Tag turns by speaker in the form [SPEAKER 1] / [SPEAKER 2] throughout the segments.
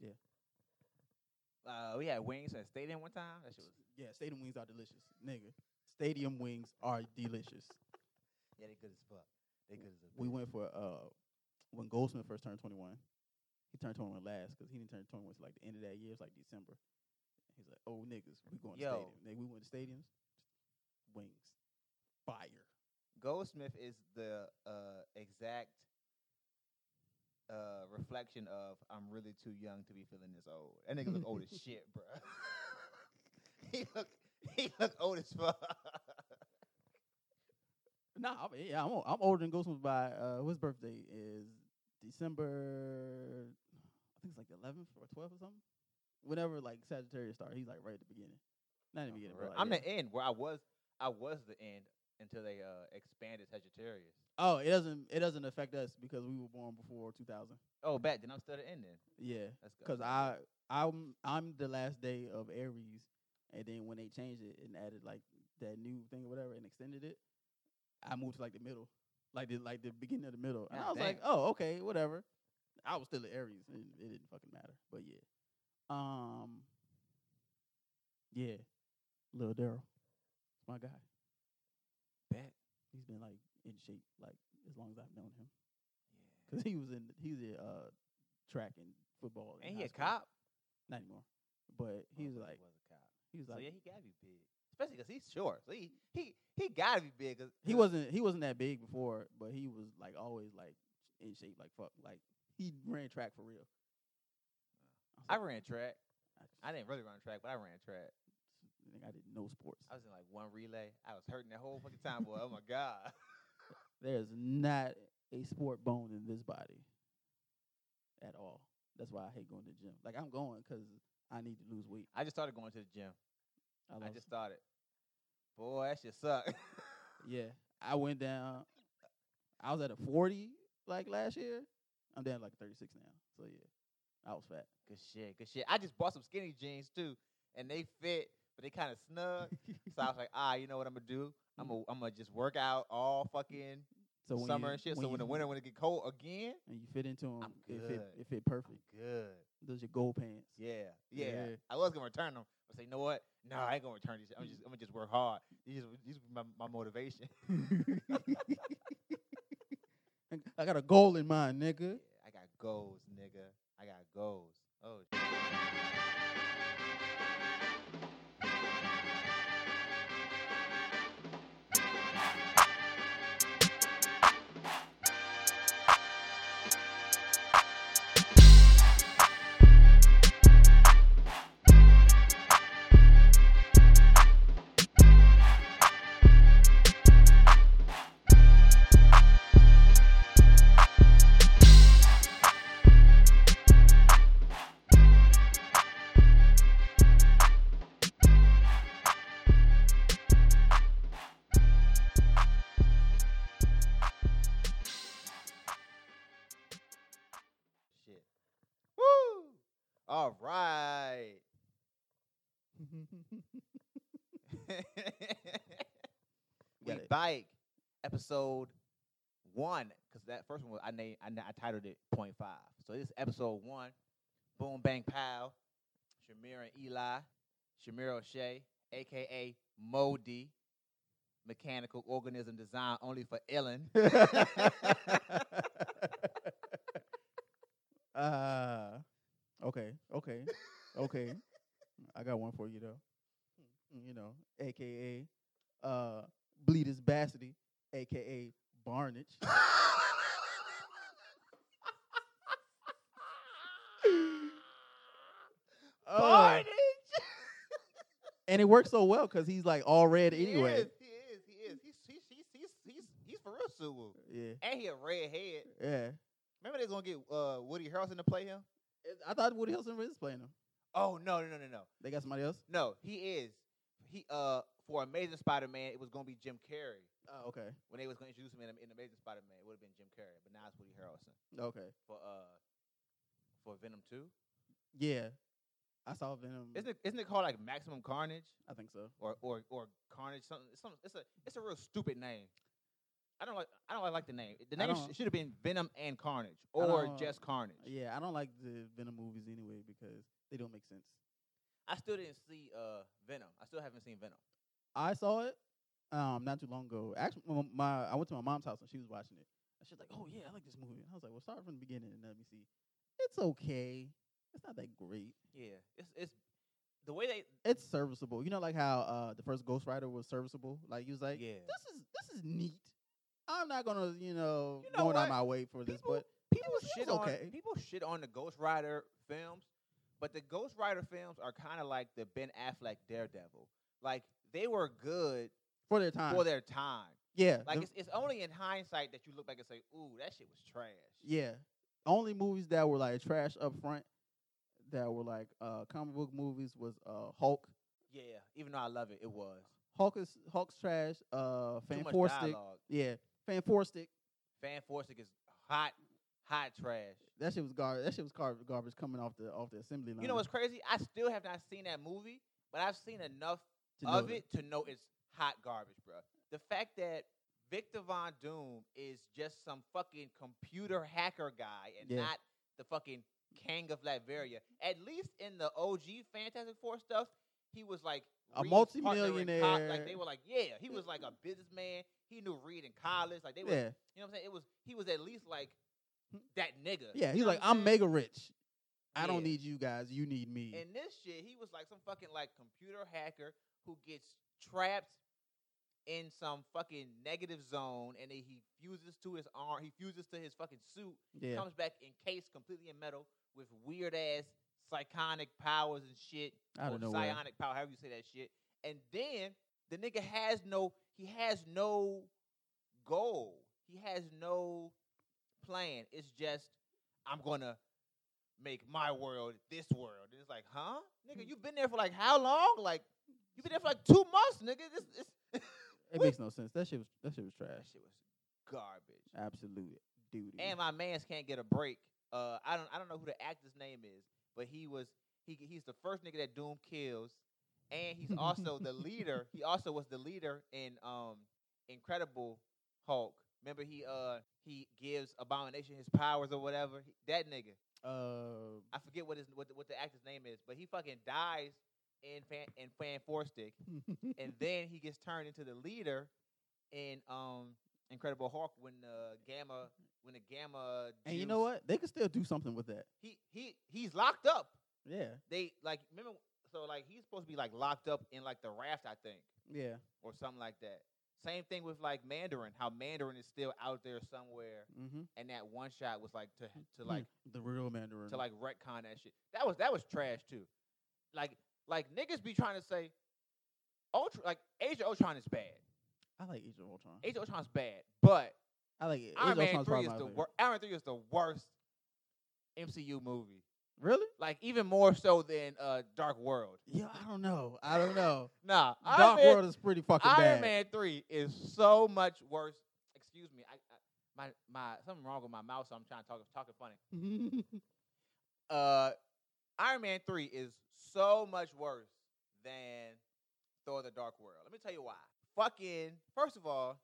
[SPEAKER 1] Yeah.
[SPEAKER 2] Uh, we had wings at Stadium one time. That shit was
[SPEAKER 1] Yeah, stadium wings are delicious, nigga. Stadium wings are delicious.
[SPEAKER 2] yeah, they good as fuck. They good as a
[SPEAKER 1] We
[SPEAKER 2] bitch.
[SPEAKER 1] went for uh when Goldsmith first turned 21. He turned 21 last because he didn't turn 21 till like the end of that year. It's like December. He's like, "Oh niggas, we going
[SPEAKER 2] Yo.
[SPEAKER 1] to stadium." Nigga, we went to stadiums. Wings, fire.
[SPEAKER 2] Goldsmith is the uh, exact uh, reflection of I'm really too young to be feeling this old. That nigga look old as shit, bro. he look he look old as fuck.
[SPEAKER 1] Nah, I'm, yeah, I'm, o- I'm older than Goldsmith by uh, his birthday is December. I think it's like the 11th or 12th or something. Whenever like Sagittarius started, he's like right at the beginning. Not in the beginning, but like,
[SPEAKER 2] Oh, I'm
[SPEAKER 1] yeah.
[SPEAKER 2] the end where I was I was the end until they uh, expanded Sagittarius.
[SPEAKER 1] Oh, it doesn't it doesn't affect us because we were born before 2000.
[SPEAKER 2] Oh, back then I'm still the end then.
[SPEAKER 1] Yeah,
[SPEAKER 2] Let's go.
[SPEAKER 1] because I I'm I'm the last day of Aries, and then when they changed it and added like that new thing or whatever and extended it, I moved to like the middle, like the like the beginning of the middle, and
[SPEAKER 2] Ah,
[SPEAKER 1] I was like,
[SPEAKER 2] damn.
[SPEAKER 1] oh okay, whatever. I was still an Aries, and it didn't fucking matter. But yeah, um, yeah, Lil Daryl, my guy.
[SPEAKER 2] bet.
[SPEAKER 1] He's been like in shape like as long as I've known him,
[SPEAKER 2] Yeah.
[SPEAKER 1] because he was in he's in uh track and football. in
[SPEAKER 2] Ain't he
[SPEAKER 1] high
[SPEAKER 2] a
[SPEAKER 1] school.
[SPEAKER 2] cop? Oh,
[SPEAKER 1] Not anymore. But he was
[SPEAKER 2] Motherfucker
[SPEAKER 1] like,
[SPEAKER 2] was a cop.
[SPEAKER 1] he was
[SPEAKER 2] so
[SPEAKER 1] like,
[SPEAKER 2] yeah, he gotta be big, especially because he's short. So he he he gotta be big. 'cause-
[SPEAKER 1] he
[SPEAKER 2] 'cause-
[SPEAKER 1] wasn't he wasn't that big before, but he was like always like in shape, like fuck, like he ran track for real. was
[SPEAKER 2] I
[SPEAKER 1] like,
[SPEAKER 2] ran track.
[SPEAKER 1] I,
[SPEAKER 2] Uh, I didn't really run track, but I ran track.
[SPEAKER 1] think I didn't know sports.
[SPEAKER 2] I was in like one relay. I was hurting that whole fucking time, boy. Oh my god.
[SPEAKER 1] There's not a sport bone in this body at all. That's why I hate going to the gym. Like I'm going because I need to lose weight.
[SPEAKER 2] I just started going to the gym.
[SPEAKER 1] I,
[SPEAKER 2] I
[SPEAKER 1] lost-
[SPEAKER 2] just started. Boy, that shit suck.
[SPEAKER 1] yeah. I went down. I was at a 40 like last year. I'm down to, like 36 now. So yeah, I was fat.
[SPEAKER 2] good shit. Good shit. I just bought some skinny jeans too, and they fit, but they kind of snug. So I was like, ah, you know what I'm gonna do? I'm gonna I'm gonna just work out all fucking
[SPEAKER 1] So when
[SPEAKER 2] summer
[SPEAKER 1] you-
[SPEAKER 2] and shit.
[SPEAKER 1] when
[SPEAKER 2] So when the
[SPEAKER 1] you-
[SPEAKER 2] winter when it get cold again,
[SPEAKER 1] and you fit into them,
[SPEAKER 2] I'm
[SPEAKER 1] it fit,
[SPEAKER 2] good.
[SPEAKER 1] it fit perfect.
[SPEAKER 2] good.
[SPEAKER 1] Those your gold pants.
[SPEAKER 2] Yeah, yeah.
[SPEAKER 1] Yeah.
[SPEAKER 2] I was gonna return them. I say, you know what? No, I ain't gonna return these. I'm just, I'm gonna just work hard. These, is- these is my, my motivation.
[SPEAKER 1] I got a goal in mind,
[SPEAKER 2] Yeah,
[SPEAKER 1] nigga.
[SPEAKER 2] I got goals, nigga. I got goals. Oh, shit. shit. Woo! All right. we
[SPEAKER 1] Got it.
[SPEAKER 2] bike episode one because that first one was, I named I, na- I titled it point five. So this is episode one. Boom bang pow. Shamir and Eli, Shamir O'Shea, aka Modi, mechanical organism designed only for Ellen.
[SPEAKER 1] Uh, okay, okay, okay. I got one for you though. You know, aka uh, Bleedus Bassity, aka Barnage. Uh,
[SPEAKER 2] Barnage.
[SPEAKER 1] and it works so well because he's like all red
[SPEAKER 2] He
[SPEAKER 1] anyway.
[SPEAKER 2] is. He is. He is. He's, he's, he's, he's, he's, he's for real Sulu.
[SPEAKER 1] Yeah,
[SPEAKER 2] And he a redhead.
[SPEAKER 1] yeah.
[SPEAKER 2] Remember they're going to get uh, Woody Harrelson to play him?
[SPEAKER 1] I thought Woody Harrelson was playing him.
[SPEAKER 2] Oh, no, no, no, no, no.
[SPEAKER 1] They got somebody else.
[SPEAKER 2] No, he is. He uh For Amazing Spider-Man, it was going to be Jim Carrey.
[SPEAKER 1] Oh, okay,
[SPEAKER 2] When they was going to introduce him in, in Amazing Spider-Man, it would have been Jim Carrey. But now it's Woody Harrelson
[SPEAKER 1] okay.
[SPEAKER 2] for uh for Venom 2.
[SPEAKER 1] Yeah, I saw Venom.
[SPEAKER 2] Isn't it, isn't it called like Maximum Carnage?
[SPEAKER 1] I think so.
[SPEAKER 2] or or or Carnage. Something. Some. It's a. It's a real stupid name. I don't like. I don't like the name. The
[SPEAKER 1] I
[SPEAKER 2] name
[SPEAKER 1] don't-
[SPEAKER 2] sh- should have been Venom and Carnage, or
[SPEAKER 1] don't-
[SPEAKER 2] just Carnage.
[SPEAKER 1] Yeah, I don't like the Venom movies anyway because they don't make sense.
[SPEAKER 2] I still didn't see uh, Venom. I still haven't seen Venom.
[SPEAKER 1] I saw it um not too long ago. Actually, my, my I went to my mom's house and she was watching it. And she was like, "Oh yeah, I like this movie." And I was like, "Well, start from the beginning and let me see." It's okay. It's not that great.
[SPEAKER 2] Yeah, it's it's the way they.
[SPEAKER 1] It's serviceable. You know, like how uh the first Ghost Rider was serviceable. Like you was like,
[SPEAKER 2] Yeah.
[SPEAKER 1] this is this is neat." I'm not gonna, you know,
[SPEAKER 2] You know
[SPEAKER 1] going out
[SPEAKER 2] what?
[SPEAKER 1] my way for this,
[SPEAKER 2] People-
[SPEAKER 1] but
[SPEAKER 2] People
[SPEAKER 1] was- it
[SPEAKER 2] shit
[SPEAKER 1] was
[SPEAKER 2] on
[SPEAKER 1] okay.
[SPEAKER 2] people shit on the Ghost Rider films, but the Ghost Rider films are kind of like the Ben Affleck Daredevil. Like they were good
[SPEAKER 1] for their time,
[SPEAKER 2] for their time.
[SPEAKER 1] yeah,
[SPEAKER 2] Like
[SPEAKER 1] the-
[SPEAKER 2] it's, it's only in hindsight that you look back and say, "Ooh, that shit was trash."
[SPEAKER 1] Yeah. Only movies that were like trash up front that were like uh comic book movies was uh Hulk.
[SPEAKER 2] Yeah, even though I love it, it was
[SPEAKER 1] Hulk is Hulk's trash, uh
[SPEAKER 2] too
[SPEAKER 1] Fan
[SPEAKER 2] much
[SPEAKER 1] Four Stick.
[SPEAKER 2] dialogue.
[SPEAKER 1] Yeah. Fan Four Stick.
[SPEAKER 2] Fan Forstick is hot, hot trash.
[SPEAKER 1] That shit was garbage that shit was gar- garbage coming off the off the assembly line.
[SPEAKER 2] You know what's crazy? I still have not seen that movie, but I've seen enough
[SPEAKER 1] to know
[SPEAKER 2] of
[SPEAKER 1] that-
[SPEAKER 2] it to know it's hot garbage, bro. The fact that Victor Von Doom is just some fucking computer hacker guy and
[SPEAKER 1] Yeah.
[SPEAKER 2] not the fucking Kang of Latveria. At least in the OG Fantastic Four stuff, he was like
[SPEAKER 1] A
[SPEAKER 2] Reed's partner in
[SPEAKER 1] multimillionaire.
[SPEAKER 2] col- Like they were like, yeah, he was like a businessman. He knew Reed in college. Like they were,
[SPEAKER 1] Yeah.
[SPEAKER 2] you know what I'm saying? It was he was at least like
[SPEAKER 1] Hmm.
[SPEAKER 2] that nigga.
[SPEAKER 1] Yeah,
[SPEAKER 2] You
[SPEAKER 1] he's
[SPEAKER 2] know
[SPEAKER 1] like,
[SPEAKER 2] what
[SPEAKER 1] I'm
[SPEAKER 2] saying?
[SPEAKER 1] mega rich. I don't
[SPEAKER 2] Yeah.
[SPEAKER 1] need you guys, you need me.
[SPEAKER 2] In this shit, he was like some fucking like computer hacker who gets trapped in some fucking negative zone, and then he fuses to his arm. He fuses to his fucking suit.
[SPEAKER 1] yeah.
[SPEAKER 2] Comes back encased completely in metal with weird ass psychonic powers and shit.
[SPEAKER 1] I
[SPEAKER 2] or
[SPEAKER 1] don't know.
[SPEAKER 2] Psionic power, however you say that shit. And then the nigga has no. He has no goal. He has no plan. It's just I'm gonna make my world this world. And it's like, huh, nigga, you've been there for like how long? Like, you've been there for like two months, nigga. This, this
[SPEAKER 1] It makes no sense. That shit was that shit was
[SPEAKER 2] that
[SPEAKER 1] trash.
[SPEAKER 2] shit was garbage.
[SPEAKER 1] Absolute duty.
[SPEAKER 2] And my man's can't get a break. Uh, I don't, I don't know who the actor's name is, but he was, he, he's the first nigga that Doom kills, and he's also the leader. He also was the leader in um, Incredible Hulk. Remember he uh he gives Abomination his powers or whatever. He- that nigga.
[SPEAKER 1] uh
[SPEAKER 2] I forget what his what the, what the actor's name is, but he fucking dies in fan in Fan Four Stick, and then he gets turned into the leader in um Incredible Hulk when the gamma when the gamma
[SPEAKER 1] And you know
[SPEAKER 2] juice-
[SPEAKER 1] what? They could still do something with that.
[SPEAKER 2] he he he's locked up.
[SPEAKER 1] Yeah.
[SPEAKER 2] They like remember so like he's supposed to be like locked up in like the raft I think
[SPEAKER 1] Yeah.
[SPEAKER 2] or something like that. Same thing with like Mandarin, how Mandarin is still out there somewhere,
[SPEAKER 1] Mm-hmm.
[SPEAKER 2] and that one shot was like to
[SPEAKER 1] Hmm.
[SPEAKER 2] to like
[SPEAKER 1] the real Mandarin.
[SPEAKER 2] to like retcon that shit. That was that was trash too. Like like niggas be trying to say Ultra like Age of Ultron is bad.
[SPEAKER 1] I like Age of Ultron.
[SPEAKER 2] Age of Ultron's bad, but
[SPEAKER 1] I like it.
[SPEAKER 2] Iron
[SPEAKER 1] Age
[SPEAKER 2] Man
[SPEAKER 1] of
[SPEAKER 2] three
[SPEAKER 1] Ultron's probably
[SPEAKER 2] is
[SPEAKER 1] my
[SPEAKER 2] the
[SPEAKER 1] favorite.
[SPEAKER 2] worst. Iron Man three is the worst MCU movie.
[SPEAKER 1] Really?
[SPEAKER 2] Like even more so than uh, Dark World.
[SPEAKER 1] Yeah, I don't know. I don't know.
[SPEAKER 2] Nah, Iron
[SPEAKER 1] Dark
[SPEAKER 2] Man,
[SPEAKER 1] World is pretty fucking
[SPEAKER 2] Iron
[SPEAKER 1] bad.
[SPEAKER 2] Man three is so much worse. Excuse me, I, I my my something wrong with my mouth, so I'm trying to talk talking funny. uh, Iron Man 3 is so much worse than Thor the Dark World. Let me tell you why. Fucking, first of all,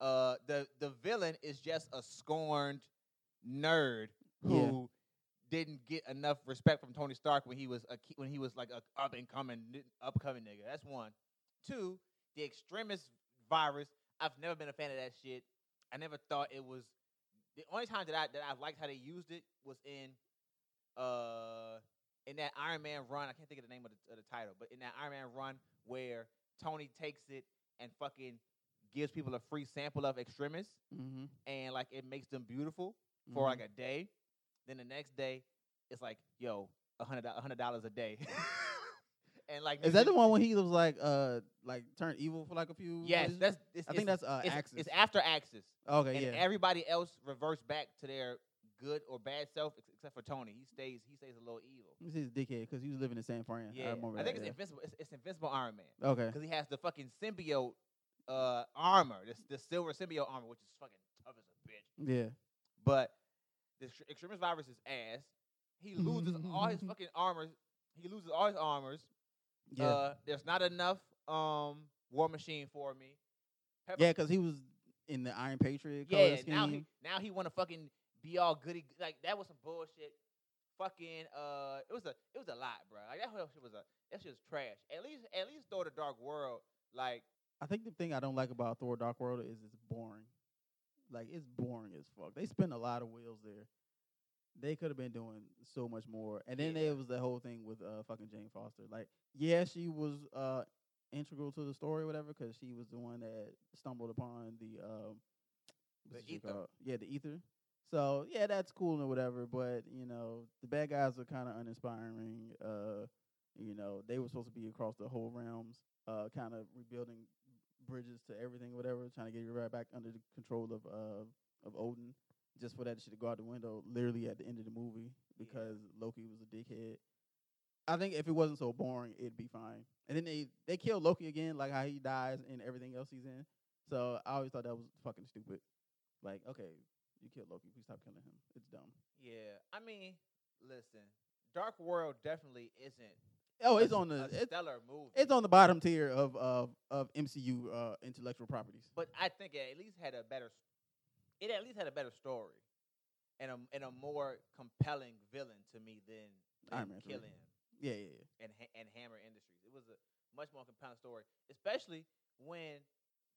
[SPEAKER 2] uh, the, the villain is just a scorned nerd
[SPEAKER 1] Yeah.
[SPEAKER 2] who didn't get enough respect from Tony Stark when he was a ki- when he was like a up and coming ni- upcoming nigga. That's one. Two, the extremist virus. I've never been a fan of that shit. I never thought it was the only time that I that I liked how they used it was in uh in that Iron Man run. I can't think of the name of the, of the title, but in that Iron Man run where Tony takes it and fucking gives people a free sample of extremists
[SPEAKER 1] mm-hmm.
[SPEAKER 2] and like it makes them beautiful for like a day. Then the next day, it's like yo, a hundred do- a hundred dollars a day. and like
[SPEAKER 1] Is that
[SPEAKER 2] niggas-
[SPEAKER 1] the one when he was like uh like turned evil for like a few
[SPEAKER 2] Yes,
[SPEAKER 1] places?
[SPEAKER 2] that's it's,
[SPEAKER 1] I think
[SPEAKER 2] it's-
[SPEAKER 1] that's uh
[SPEAKER 2] it's,
[SPEAKER 1] Axis.
[SPEAKER 2] It's after Axis.
[SPEAKER 1] okay,
[SPEAKER 2] and
[SPEAKER 1] yeah.
[SPEAKER 2] everybody else reverts back to their good or bad self, ex- except for Tony. He stays. He stays a little evil.
[SPEAKER 1] This is dickhead because he was living in San Fran.
[SPEAKER 2] Yeah,
[SPEAKER 1] I
[SPEAKER 2] I,
[SPEAKER 1] remember
[SPEAKER 2] think
[SPEAKER 1] that,
[SPEAKER 2] it's
[SPEAKER 1] yeah.
[SPEAKER 2] invincible. It's, it's invincible Iron Man
[SPEAKER 1] Okay.
[SPEAKER 2] because he has the fucking symbiote uh, armor, this the silver symbiote armor, which is fucking tough as a bitch.
[SPEAKER 1] Yeah.
[SPEAKER 2] But the extre- extremist virus is ass. He loses all his fucking armors. He loses all his armors.
[SPEAKER 1] Yeah.
[SPEAKER 2] Uh, there's not enough um, War Machine for me. Pepper.
[SPEAKER 1] Yeah, because he was in the Iron Patriot color
[SPEAKER 2] Yeah,
[SPEAKER 1] scheme.
[SPEAKER 2] now he now he want to fucking be all goody like that was some bullshit. Fucking uh, it was a it was a lot, bro. Like that whole shit was a that shit was trash. At least at least Thor: The Dark World, like
[SPEAKER 1] I think the thing I don't like about Thor: Dark World is it's boring. Like it's boring as fuck. They spend a lot of wheels there. They could have been doing so much more. And then
[SPEAKER 2] Yeah.
[SPEAKER 1] there was the whole thing with uh fucking Jane Foster. Like, yeah, she was uh integral to the story, or whatever, because she was the one that stumbled upon the um
[SPEAKER 2] The
[SPEAKER 1] what's that shit
[SPEAKER 2] ether.
[SPEAKER 1] called? Yeah, the ether. So yeah, that's cool and whatever. But you know, the bad guys are kind of uninspiring. Uh, you know, they were supposed to be across the whole realms, uh, kind of rebuilding bridges to everything, whatever, trying to get you right back under the control of uh, of Odin. Just for that shit to go out the window, literally at the end of the movie, because Loki was a dickhead. I think if it wasn't so boring, it'd be fine. And then they they kill Loki again, like how he dies and everything else he's in. So I always thought that was fucking stupid. Like, okay, you killed Loki. Please stop killing him. It's dumb.
[SPEAKER 2] yeah. I mean, listen, Dark World definitely isn't.
[SPEAKER 1] Oh, it's
[SPEAKER 2] a-
[SPEAKER 1] on the
[SPEAKER 2] a
[SPEAKER 1] it's,
[SPEAKER 2] stellar movie.
[SPEAKER 1] it's on the bottom tier of of of MCU uh, intellectual properties.
[SPEAKER 2] But I think it at least had a better. s- It at least had a better story, and a and a more compelling villain to me than,
[SPEAKER 1] Iron
[SPEAKER 2] than
[SPEAKER 1] Man three.
[SPEAKER 2] killing
[SPEAKER 1] Yeah, yeah, yeah.
[SPEAKER 2] and Ha- and Hammer Industries. It was a much more compelling story, especially when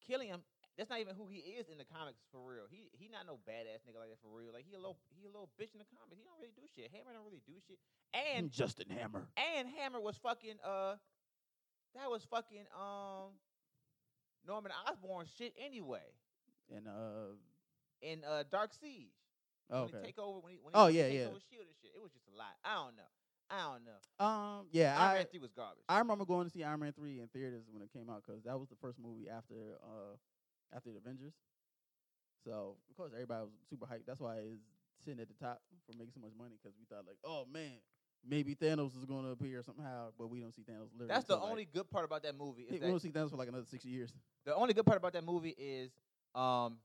[SPEAKER 2] killing him. That's not even who he is in the comics for real. He he not no badass nigga like that for real. Like he a little he a little bitch in the comics. He don't really do shit. Hammer don't really do shit. And
[SPEAKER 1] And Justin Hammer.
[SPEAKER 2] and Hammer was fucking uh that was fucking um Norman Osborn shit anyway
[SPEAKER 1] And uh
[SPEAKER 2] in uh Dark Siege. When he
[SPEAKER 1] okay.
[SPEAKER 2] take over when he when he
[SPEAKER 1] Oh,
[SPEAKER 2] when he
[SPEAKER 1] yeah,
[SPEAKER 2] takes
[SPEAKER 1] yeah.
[SPEAKER 2] over shield and shit. It was just a lot. I don't know. I don't know.
[SPEAKER 1] Um yeah,
[SPEAKER 2] Iron
[SPEAKER 1] I
[SPEAKER 2] Man 3 was garbage.
[SPEAKER 1] I remember going to see Iron Man three in theaters when it came out because that was the first movie after uh after the Avengers. So of course everybody was super hyped. That's why it's sitting at the top for making so much money because we thought like, oh man, maybe Thanos is going to appear somehow, but we don't see Thanos. Literally
[SPEAKER 2] That's the
[SPEAKER 1] till, like,
[SPEAKER 2] only good part about that movie.
[SPEAKER 1] Yeah,
[SPEAKER 2] Is
[SPEAKER 1] we don't
[SPEAKER 2] that
[SPEAKER 1] see Thanos for like another six years.
[SPEAKER 2] the only good part about that movie is um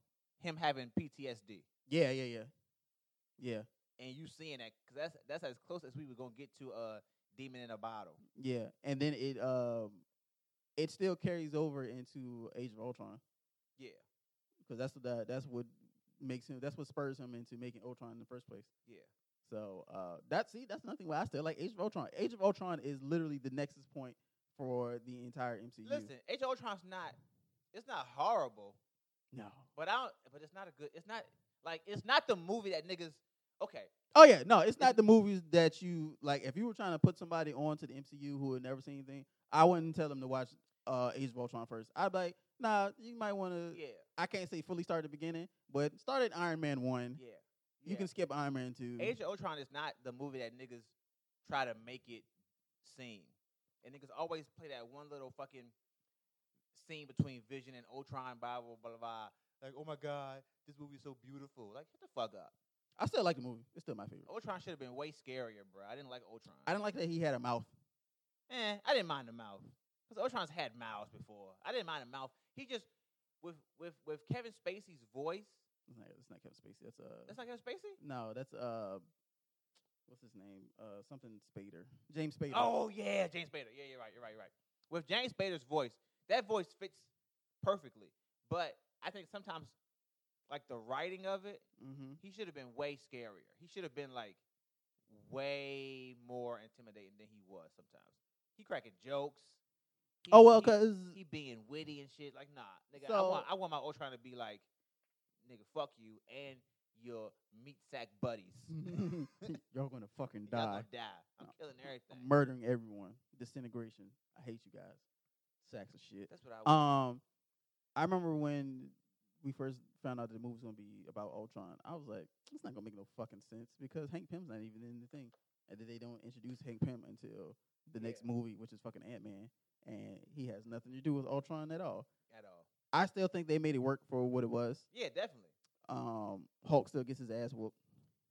[SPEAKER 2] him having PTSD
[SPEAKER 1] Yeah, yeah, yeah, yeah,
[SPEAKER 2] and you seeing that because that's that's as close as we were gonna get to uh demon in a bottle.
[SPEAKER 1] yeah. And then it um, it still carries over into Age of Ultron
[SPEAKER 2] Yeah,
[SPEAKER 1] because that's the that's what makes him. That's what spurs him into making Ultron in the first place.
[SPEAKER 2] yeah.
[SPEAKER 1] So uh, that's see, that's nothing. Why I still like Age of Ultron. Age of Ultron is literally the nexus point for the entire MCU.
[SPEAKER 2] Listen, H. Ultron's not it's not horrible.
[SPEAKER 1] no.
[SPEAKER 2] But I don't. But it's not a good. It's not like it's not the movie that niggas. Okay,
[SPEAKER 1] Oh yeah, no, it's not the movies that you like. If you were trying to put somebody onto the MCU who had never seen anything, I wouldn't tell them to watch uh, Age of Ultron first. I'd be like, nah, you might want to.
[SPEAKER 2] yeah,
[SPEAKER 1] I can't say fully start at the beginning, but start at Iron Man one.
[SPEAKER 2] yeah.
[SPEAKER 1] You can skip Iron Man two.
[SPEAKER 2] yeah. Age of Ultron is not the movie that niggas try to make it seem, and niggas always play that one little fucking scene between Vision and Ultron, blah blah blah blah. Like, oh my god, this movie is so beautiful. Like, shut the fuck up.
[SPEAKER 1] I still like the movie. It's still my favorite.
[SPEAKER 2] Ultron should have been way scarier, bro. I didn't like Ultron.
[SPEAKER 1] I didn't like that he had a mouth.
[SPEAKER 2] Eh, I didn't mind the mouth. Because Ultron's had mouths before. I didn't mind the mouth. He just with with with Kevin Spacey's voice.
[SPEAKER 1] It's not, it's not Kevin Spacey. That's uh.
[SPEAKER 2] That's not Kevin Spacey?
[SPEAKER 1] no, that's uh. What's his name? Uh, something Spader. James Spader.
[SPEAKER 2] Oh yeah, James Spader. Yeah, you're right. You're right. You're right. With James Spader's voice, that voice fits perfectly. But I think sometimes, like the writing of it,
[SPEAKER 1] Mm-hmm.
[SPEAKER 2] he should have been way scarier. He should have been like way more intimidating than he was. Sometimes he cracking jokes. He-
[SPEAKER 1] Oh well,
[SPEAKER 2] he-
[SPEAKER 1] cause
[SPEAKER 2] he being witty and shit. Like, nah, nigga, I
[SPEAKER 1] So-
[SPEAKER 2] want I want my Ultron to be like, nigga, fuck you and your meat sack buddies.
[SPEAKER 1] y'all gonna fucking
[SPEAKER 2] Y'all
[SPEAKER 1] die.
[SPEAKER 2] gonna die. I'm
[SPEAKER 1] Uh,
[SPEAKER 2] killing everything.
[SPEAKER 1] Murdering everyone. Disintegration. I hate you guys. Sacks of shit.
[SPEAKER 2] That's what I want.
[SPEAKER 1] Um, I remember when we first found out the movie was gonna be about Ultron. I was like, it's not gonna make no fucking sense because Hank Pym's not even in the thing, and then they don't introduce Hank Pym until the next movie, which is fucking Ant Man, and he has nothing to do with Ultron at all.
[SPEAKER 2] at all.
[SPEAKER 1] I still think they made it work for what it was.
[SPEAKER 2] Yeah, definitely.
[SPEAKER 1] Um, Hulk still gets his ass whooped.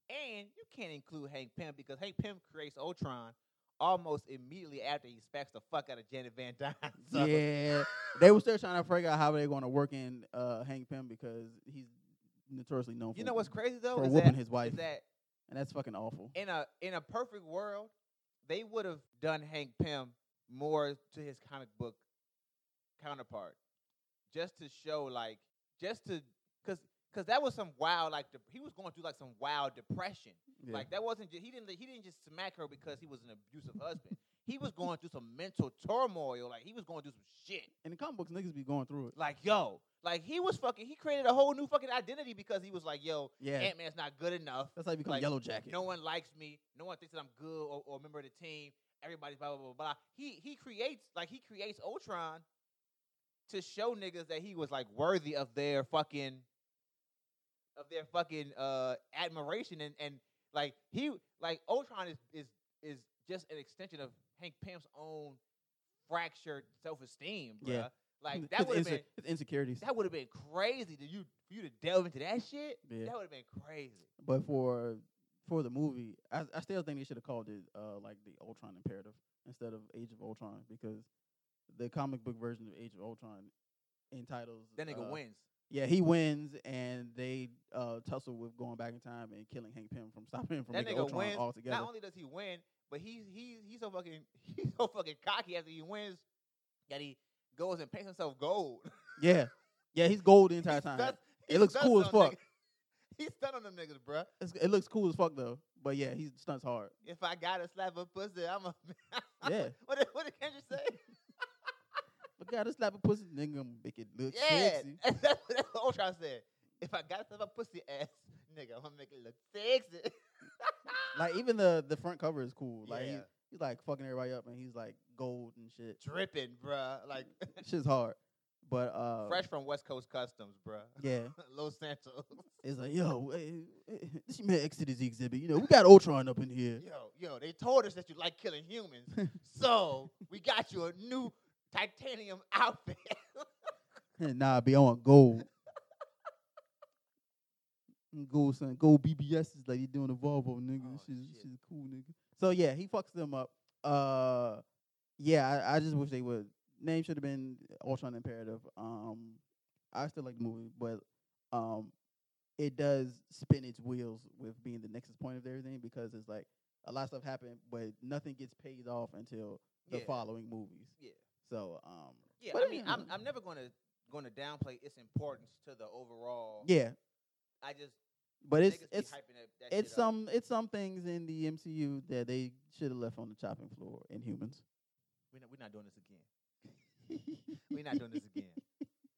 [SPEAKER 2] And you can't include Hank Pym because Hank Pym creates Ultron almost immediately after he smacks the fuck out of Janet Van Dyne. So,
[SPEAKER 1] Yeah, they were still trying to figure out how they're going to work in uh, Hank Pym because he's notoriously known.
[SPEAKER 2] You
[SPEAKER 1] for-
[SPEAKER 2] know what's crazy though
[SPEAKER 1] For
[SPEAKER 2] is
[SPEAKER 1] whooping
[SPEAKER 2] that,
[SPEAKER 1] his wife.
[SPEAKER 2] is that
[SPEAKER 1] and that's fucking awful.
[SPEAKER 2] in a in a perfect world, they would have done Hank Pym more to his comic book counterpart. just to show like just to cause cause that was some wild like de- he was going through like some wild depression.
[SPEAKER 1] Yeah.
[SPEAKER 2] Like that wasn't just, he didn't he didn't just smack her because he was an abusive husband. He was going through some mental turmoil. Like he was going through some shit.
[SPEAKER 1] in the comic books, niggas be going through it.
[SPEAKER 2] Like yo, like he was fucking. He created a whole new fucking identity because he was like, yo,
[SPEAKER 1] Yeah,
[SPEAKER 2] Ant Man's not good enough.
[SPEAKER 1] that's how you become
[SPEAKER 2] like,
[SPEAKER 1] Yellow Jacket.
[SPEAKER 2] No one likes me. No one thinks that I'm good or, or a member of the team. Everybody's blah blah blah blah. He he creates like he creates Ultron to show niggas that he was like worthy of their fucking of their fucking uh admiration and and like he like Ultron is is is just an extension of Hank Pym's own fractured self esteem, bruh.
[SPEAKER 1] Yeah.
[SPEAKER 2] Like
[SPEAKER 1] It's
[SPEAKER 2] that would have
[SPEAKER 1] inse-
[SPEAKER 2] been
[SPEAKER 1] it's insecurities.
[SPEAKER 2] that would have been crazy to you for you to delve into that shit.
[SPEAKER 1] Yeah.
[SPEAKER 2] That would have been crazy.
[SPEAKER 1] But for for the movie, I, I still think they should have called it uh, like the Ultron Imperative instead of Age of Ultron because the comic book version of Age of Ultron entitles
[SPEAKER 2] That nigga
[SPEAKER 1] uh,
[SPEAKER 2] wins.
[SPEAKER 1] Yeah, he wins, and they uh, tussle with going back in time and killing Hank Pym from stopping him from
[SPEAKER 2] That
[SPEAKER 1] making
[SPEAKER 2] nigga
[SPEAKER 1] Ultron
[SPEAKER 2] wins.
[SPEAKER 1] altogether.
[SPEAKER 2] Not only does he win, but he's he's he's so fucking he's so fucking cocky after he wins that he goes and paints himself gold.
[SPEAKER 1] yeah, yeah, he's gold the entire
[SPEAKER 2] He's
[SPEAKER 1] time.
[SPEAKER 2] done-
[SPEAKER 1] It
[SPEAKER 2] he's
[SPEAKER 1] looks
[SPEAKER 2] done
[SPEAKER 1] cool as
[SPEAKER 2] on them
[SPEAKER 1] fuck.
[SPEAKER 2] niggas. He's done on them niggas, bruh.
[SPEAKER 1] It's, it looks cool as fuck though. But yeah, he stunts hard.
[SPEAKER 2] If I gotta slap a pussy, I'm a. I'm a-
[SPEAKER 1] Yeah.
[SPEAKER 2] What did, what did Kendrick say?
[SPEAKER 1] But gotta slap a pussy, nigga, make it look
[SPEAKER 2] yeah,
[SPEAKER 1] sexy.
[SPEAKER 2] that's, that's what Ultron said. If I gotta slap a pussy ass, nigga, I'm gonna make it look sexy.
[SPEAKER 1] Like even the the front cover is cool. Like he-
[SPEAKER 2] Yeah.
[SPEAKER 1] he's like fucking everybody up, and he's like gold and shit.
[SPEAKER 2] Dripping, bruh. Like
[SPEAKER 1] Shit's hard. But uh,
[SPEAKER 2] fresh from West Coast Customs, bruh.
[SPEAKER 1] Yeah,
[SPEAKER 2] Los Santos.
[SPEAKER 1] it's like yo, eh, eh, this man exited the exhibit. You know, we got Ultron up in here.
[SPEAKER 2] Yo, yo, they told us that you like killing humans. so we got you a new titanium outfit.
[SPEAKER 1] nah, be on gold. Mm, Gold son, gold BBS is like he doing a Volvo, nigga.
[SPEAKER 2] Oh,
[SPEAKER 1] this shit, this
[SPEAKER 2] shit.
[SPEAKER 1] shit's cool, nigga. So yeah, he fucks them up. Uh, yeah, I, I just wish they would. Name should have been Ultron Imperative. Um, I still like the movie, but um, it does spin its wheels with being the nexus point of everything because it's like a lot of stuff happened, but nothing gets paid off until the
[SPEAKER 2] Yeah.
[SPEAKER 1] following movies.
[SPEAKER 2] Yeah.
[SPEAKER 1] So um,
[SPEAKER 2] yeah,
[SPEAKER 1] but
[SPEAKER 2] I mean, I'm,
[SPEAKER 1] anyway.
[SPEAKER 2] I'm never gonna gonna downplay its importance to the overall.
[SPEAKER 1] yeah,
[SPEAKER 2] I just
[SPEAKER 1] but it's
[SPEAKER 2] niggas be
[SPEAKER 1] it's
[SPEAKER 2] hyping that, that
[SPEAKER 1] it's
[SPEAKER 2] shit up.
[SPEAKER 1] some it's some things in the MCU that they should have left on the chopping floor in humans.
[SPEAKER 2] We're not, we're not doing this again. We're not doing this again.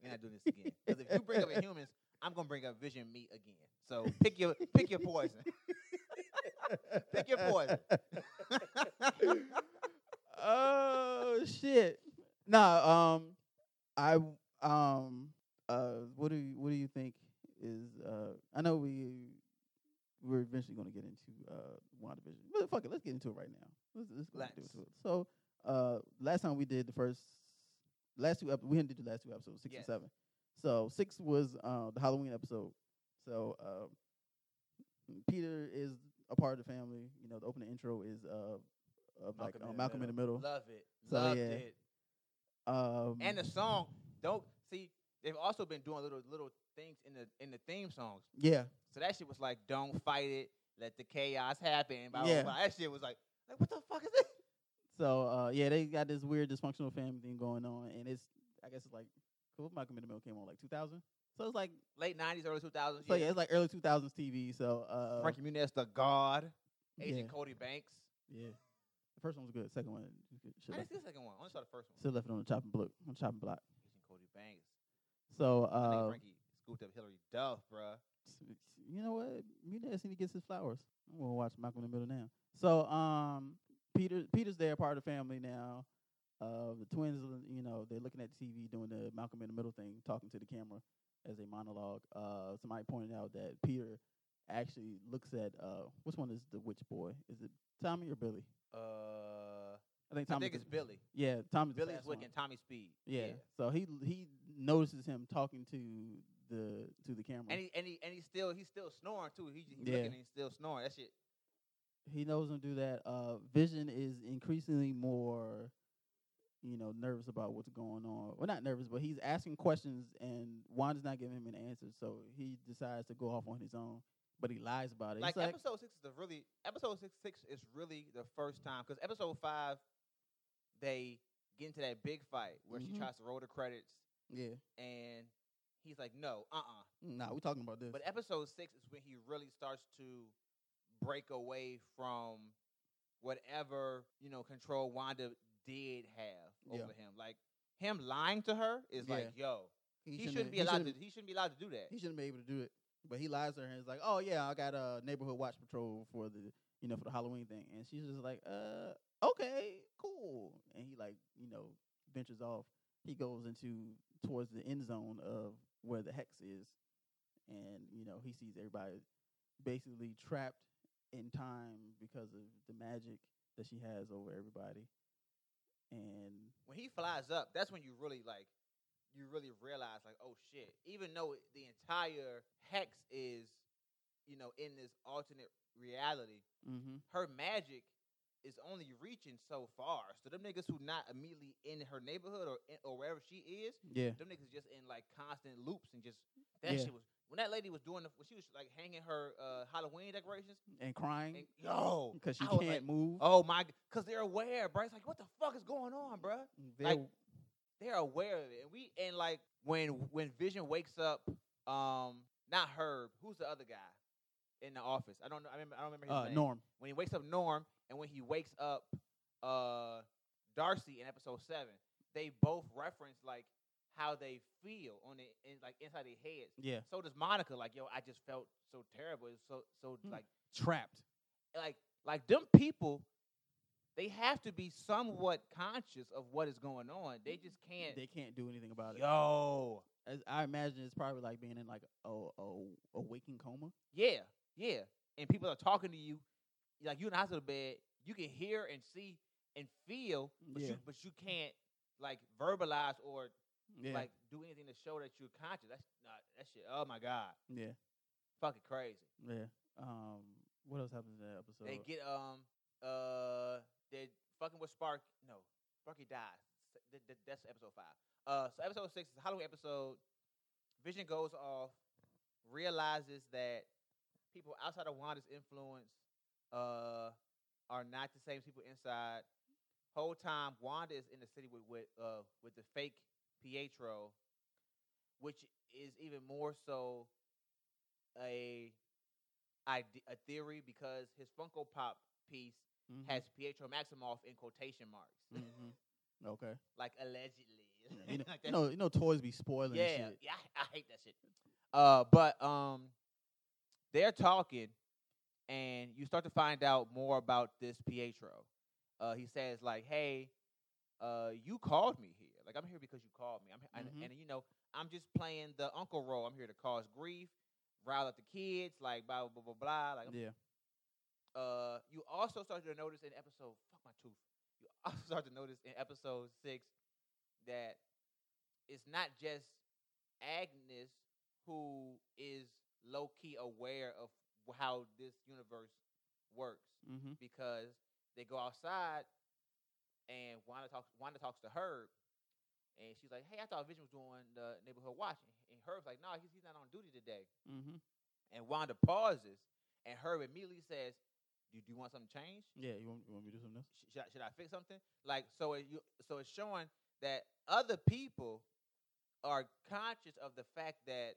[SPEAKER 2] We're not doing this again. Because if you bring up humans, I'm gonna bring up Vision Meat again. So pick your pick your poison. Pick your poison.
[SPEAKER 1] oh shit! Nah, um, I w- um uh, what do you, what do you think is uh? I know we we're eventually gonna get into uh WandaVision, but fuck it, let's get into it right now. Let's, let's go do
[SPEAKER 2] Let's.
[SPEAKER 1] it. So uh, last time we did the first last two ep- we didn't do the last two episodes six
[SPEAKER 2] Yes.
[SPEAKER 1] and seven. So six was uh, the Halloween episode. So um, Peter is a part of the family. You know, the opening intro is uh, of like uh, Malcolm in the Middle.
[SPEAKER 2] Love it.
[SPEAKER 1] So,
[SPEAKER 2] Loved
[SPEAKER 1] yeah.
[SPEAKER 2] it.
[SPEAKER 1] Um,
[SPEAKER 2] And the song, don't see. They've also been doing little little things in the in the theme songs.
[SPEAKER 1] yeah,
[SPEAKER 2] So that shit was like, don't fight it, let the chaos happen. Blah,
[SPEAKER 1] Yeah.
[SPEAKER 2] blah, blah. That shit was like, like what the fuck is this?
[SPEAKER 1] so uh, yeah, they got this weird dysfunctional family thing going on, and it's I guess it's like 'cause Malcolm in the Middle came on like 2000, so it's like
[SPEAKER 2] Late nineties, early two thousands.
[SPEAKER 1] so yeah, it's like early 2000s TV. So uh,
[SPEAKER 2] Frankie Muniz, the God,
[SPEAKER 1] yeah,
[SPEAKER 2] Agent Cody Banks.
[SPEAKER 1] yeah, the first one was good, second one should
[SPEAKER 2] I
[SPEAKER 1] have
[SPEAKER 2] didn't see the second one. I only saw the first one.
[SPEAKER 1] still left it on the chopping block, on the chopping block.
[SPEAKER 2] Agent Cody Banks.
[SPEAKER 1] So
[SPEAKER 2] I think
[SPEAKER 1] uh,
[SPEAKER 2] Frankie scooped up Hillary Duff, bruh.
[SPEAKER 1] S- you know what? Munez he gets his flowers. I'm gonna watch Malcolm in the Middle now. So um, Peter Peter's there, part of the family now. Uh, the twins, l- you know, they're looking at TV doing the Malcolm in the Middle thing, talking to the camera as a monologue. Uh, somebody pointed out that Peter actually looks at uh, which one is the witch boy? Is it Tommy or Billy?
[SPEAKER 2] Uh,
[SPEAKER 1] I think
[SPEAKER 2] I
[SPEAKER 1] Tommy.
[SPEAKER 2] think it's Billy.
[SPEAKER 1] Yeah, Tommy's the
[SPEAKER 2] Billy's
[SPEAKER 1] fast
[SPEAKER 2] Wick
[SPEAKER 1] one.
[SPEAKER 2] and Tommy Speed.
[SPEAKER 1] Yeah. So he he notices him talking to the to the camera.
[SPEAKER 2] And he and he and he's still he's still snoring too. He, he's
[SPEAKER 1] Yeah.
[SPEAKER 2] looking and he's still snoring. That shit.
[SPEAKER 1] he knows him do that. Uh, Vision is increasingly more, you know, nervous about what's going on. Well, not nervous, but he's asking questions, and Wanda's not giving him an answer. So he decides to go off on his own, but he lies about it.
[SPEAKER 2] like,
[SPEAKER 1] It's like,
[SPEAKER 2] episode six is the really episode six six is really the first time because episode five they get into that big fight where
[SPEAKER 1] Mhm.
[SPEAKER 2] she tries to roll the credits
[SPEAKER 1] Yeah.
[SPEAKER 2] and he's like, "No, uh-uh."
[SPEAKER 1] Nah, we talking about this.
[SPEAKER 2] But episode six is when he really starts to break away from whatever you know control Wanda did have
[SPEAKER 1] Yeah.
[SPEAKER 2] over him. Like him lying to her is like, "Yo, he, shouldn't be
[SPEAKER 1] he
[SPEAKER 2] allowed
[SPEAKER 1] shouldn't-
[SPEAKER 2] to. He shouldn't be allowed to do that."
[SPEAKER 1] He shouldn't be able to do it. But he lies to her and he's like, "Oh yeah, I got a neighborhood watch patrol for the you know for the Halloween thing," and she's just like, "Uh, okay, cool." And he like you know ventures off. He goes into towards the end zone of where the hex is, and you know he sees everybody basically trapped in time because of the magic that she has over everybody. And
[SPEAKER 2] when he flies up, that's when you really like, you really realize like, oh shit. Even though it- the entire hex is, you know, in this alternate reality,
[SPEAKER 1] mm-hmm.
[SPEAKER 2] her magic is only reaching so far. So them niggas who not immediately in her neighborhood or in, or wherever she is,
[SPEAKER 1] yeah,
[SPEAKER 2] them niggas just in like constant loops and just that
[SPEAKER 1] Yeah.
[SPEAKER 2] shit was. When that lady was doing, the, when she was like hanging her uh, Halloween decorations,
[SPEAKER 1] and crying
[SPEAKER 2] and yo,
[SPEAKER 1] because Mm-hmm. she
[SPEAKER 2] I was
[SPEAKER 1] can't
[SPEAKER 2] like,
[SPEAKER 1] move.
[SPEAKER 2] Oh my, because they're aware, bro. It's like, what the fuck is going on, bruh?
[SPEAKER 1] They're-
[SPEAKER 2] like, they're aware of it. And we and like when when Vision wakes up, um, not Herb, who's the other guy in the office? I don't know. I remember. I don't remember his
[SPEAKER 1] uh,
[SPEAKER 2] name.
[SPEAKER 1] Norm.
[SPEAKER 2] When he wakes up Norm, and when he wakes up, uh, Darcy in episode seven, they both reference like how they feel on the in, like inside their heads.
[SPEAKER 1] Yeah.
[SPEAKER 2] So does Monica. Like, yo, I just felt so terrible. It's so so
[SPEAKER 1] Hmm.
[SPEAKER 2] like
[SPEAKER 1] Trapped.
[SPEAKER 2] like like them people. They have to be somewhat conscious of what is going on. They just can't.
[SPEAKER 1] They can't do anything about it.
[SPEAKER 2] Yo.
[SPEAKER 1] As I imagine it's probably like being in like a a, a waking coma.
[SPEAKER 2] Yeah, yeah. And people are talking to you, like you in the hospital bed. You can hear and see and feel, but
[SPEAKER 1] Yeah.
[SPEAKER 2] you but you can't like verbalize or
[SPEAKER 1] Yeah.
[SPEAKER 2] like do anything to show that you're conscious. That's not that shit. Oh my god,
[SPEAKER 1] yeah.
[SPEAKER 2] fucking crazy.
[SPEAKER 1] Yeah. Um. What else happens in that episode?
[SPEAKER 2] they get um uh they fucking with Spark. No, Sparky dies. S- th- th- That's episode five. Uh, so episode six is a Halloween episode. Vision goes off, realizes that people outside of Wanda's influence uh are not the same as people inside. Whole time Wanda is in the city with with uh with the fake Pietro, which is even more so a ide- a theory because his Funko Pop piece
[SPEAKER 1] Mm-hmm.
[SPEAKER 2] has Pietro Maximoff in quotation marks,
[SPEAKER 1] hmm Okay.
[SPEAKER 2] like allegedly.
[SPEAKER 1] You know,
[SPEAKER 2] Like
[SPEAKER 1] you
[SPEAKER 2] that
[SPEAKER 1] know, you know, toys be spoiling
[SPEAKER 2] yeah,
[SPEAKER 1] shit.
[SPEAKER 2] yeah, I, I hate that shit. Uh, but um, they're talking, and you start to find out more about this Pietro. Uh, he says like, "Hey, uh, you called me here. Like, I'm here because you called me. I'm he- and-
[SPEAKER 1] Mhm.
[SPEAKER 2] and, you know, I'm just playing the uncle role. I'm here to cause grief, rile up the kids, like blah blah blah blah blah. Like, I'm
[SPEAKER 1] Yeah.
[SPEAKER 2] uh, you also start to notice in episode fuck my tooth. You also start to notice in episode six that it's not just Agnes who is low key aware of wh- how this universe works
[SPEAKER 1] Mm-hmm.
[SPEAKER 2] because they go outside and Wanda talks Wanda talks to Herb and she's like, Hey, I thought Vision was doing the neighborhood watch and Herb's like, No, he's, he's not on duty today.
[SPEAKER 1] Mm-hmm.
[SPEAKER 2] And Wanda pauses, and Herb immediately says, "Do, do you want something changed?
[SPEAKER 1] Yeah. You want, you want me to do something else?
[SPEAKER 2] Sh- Should I, should I fix something?" Like so, it, you, so it's showing that other people are conscious of the fact that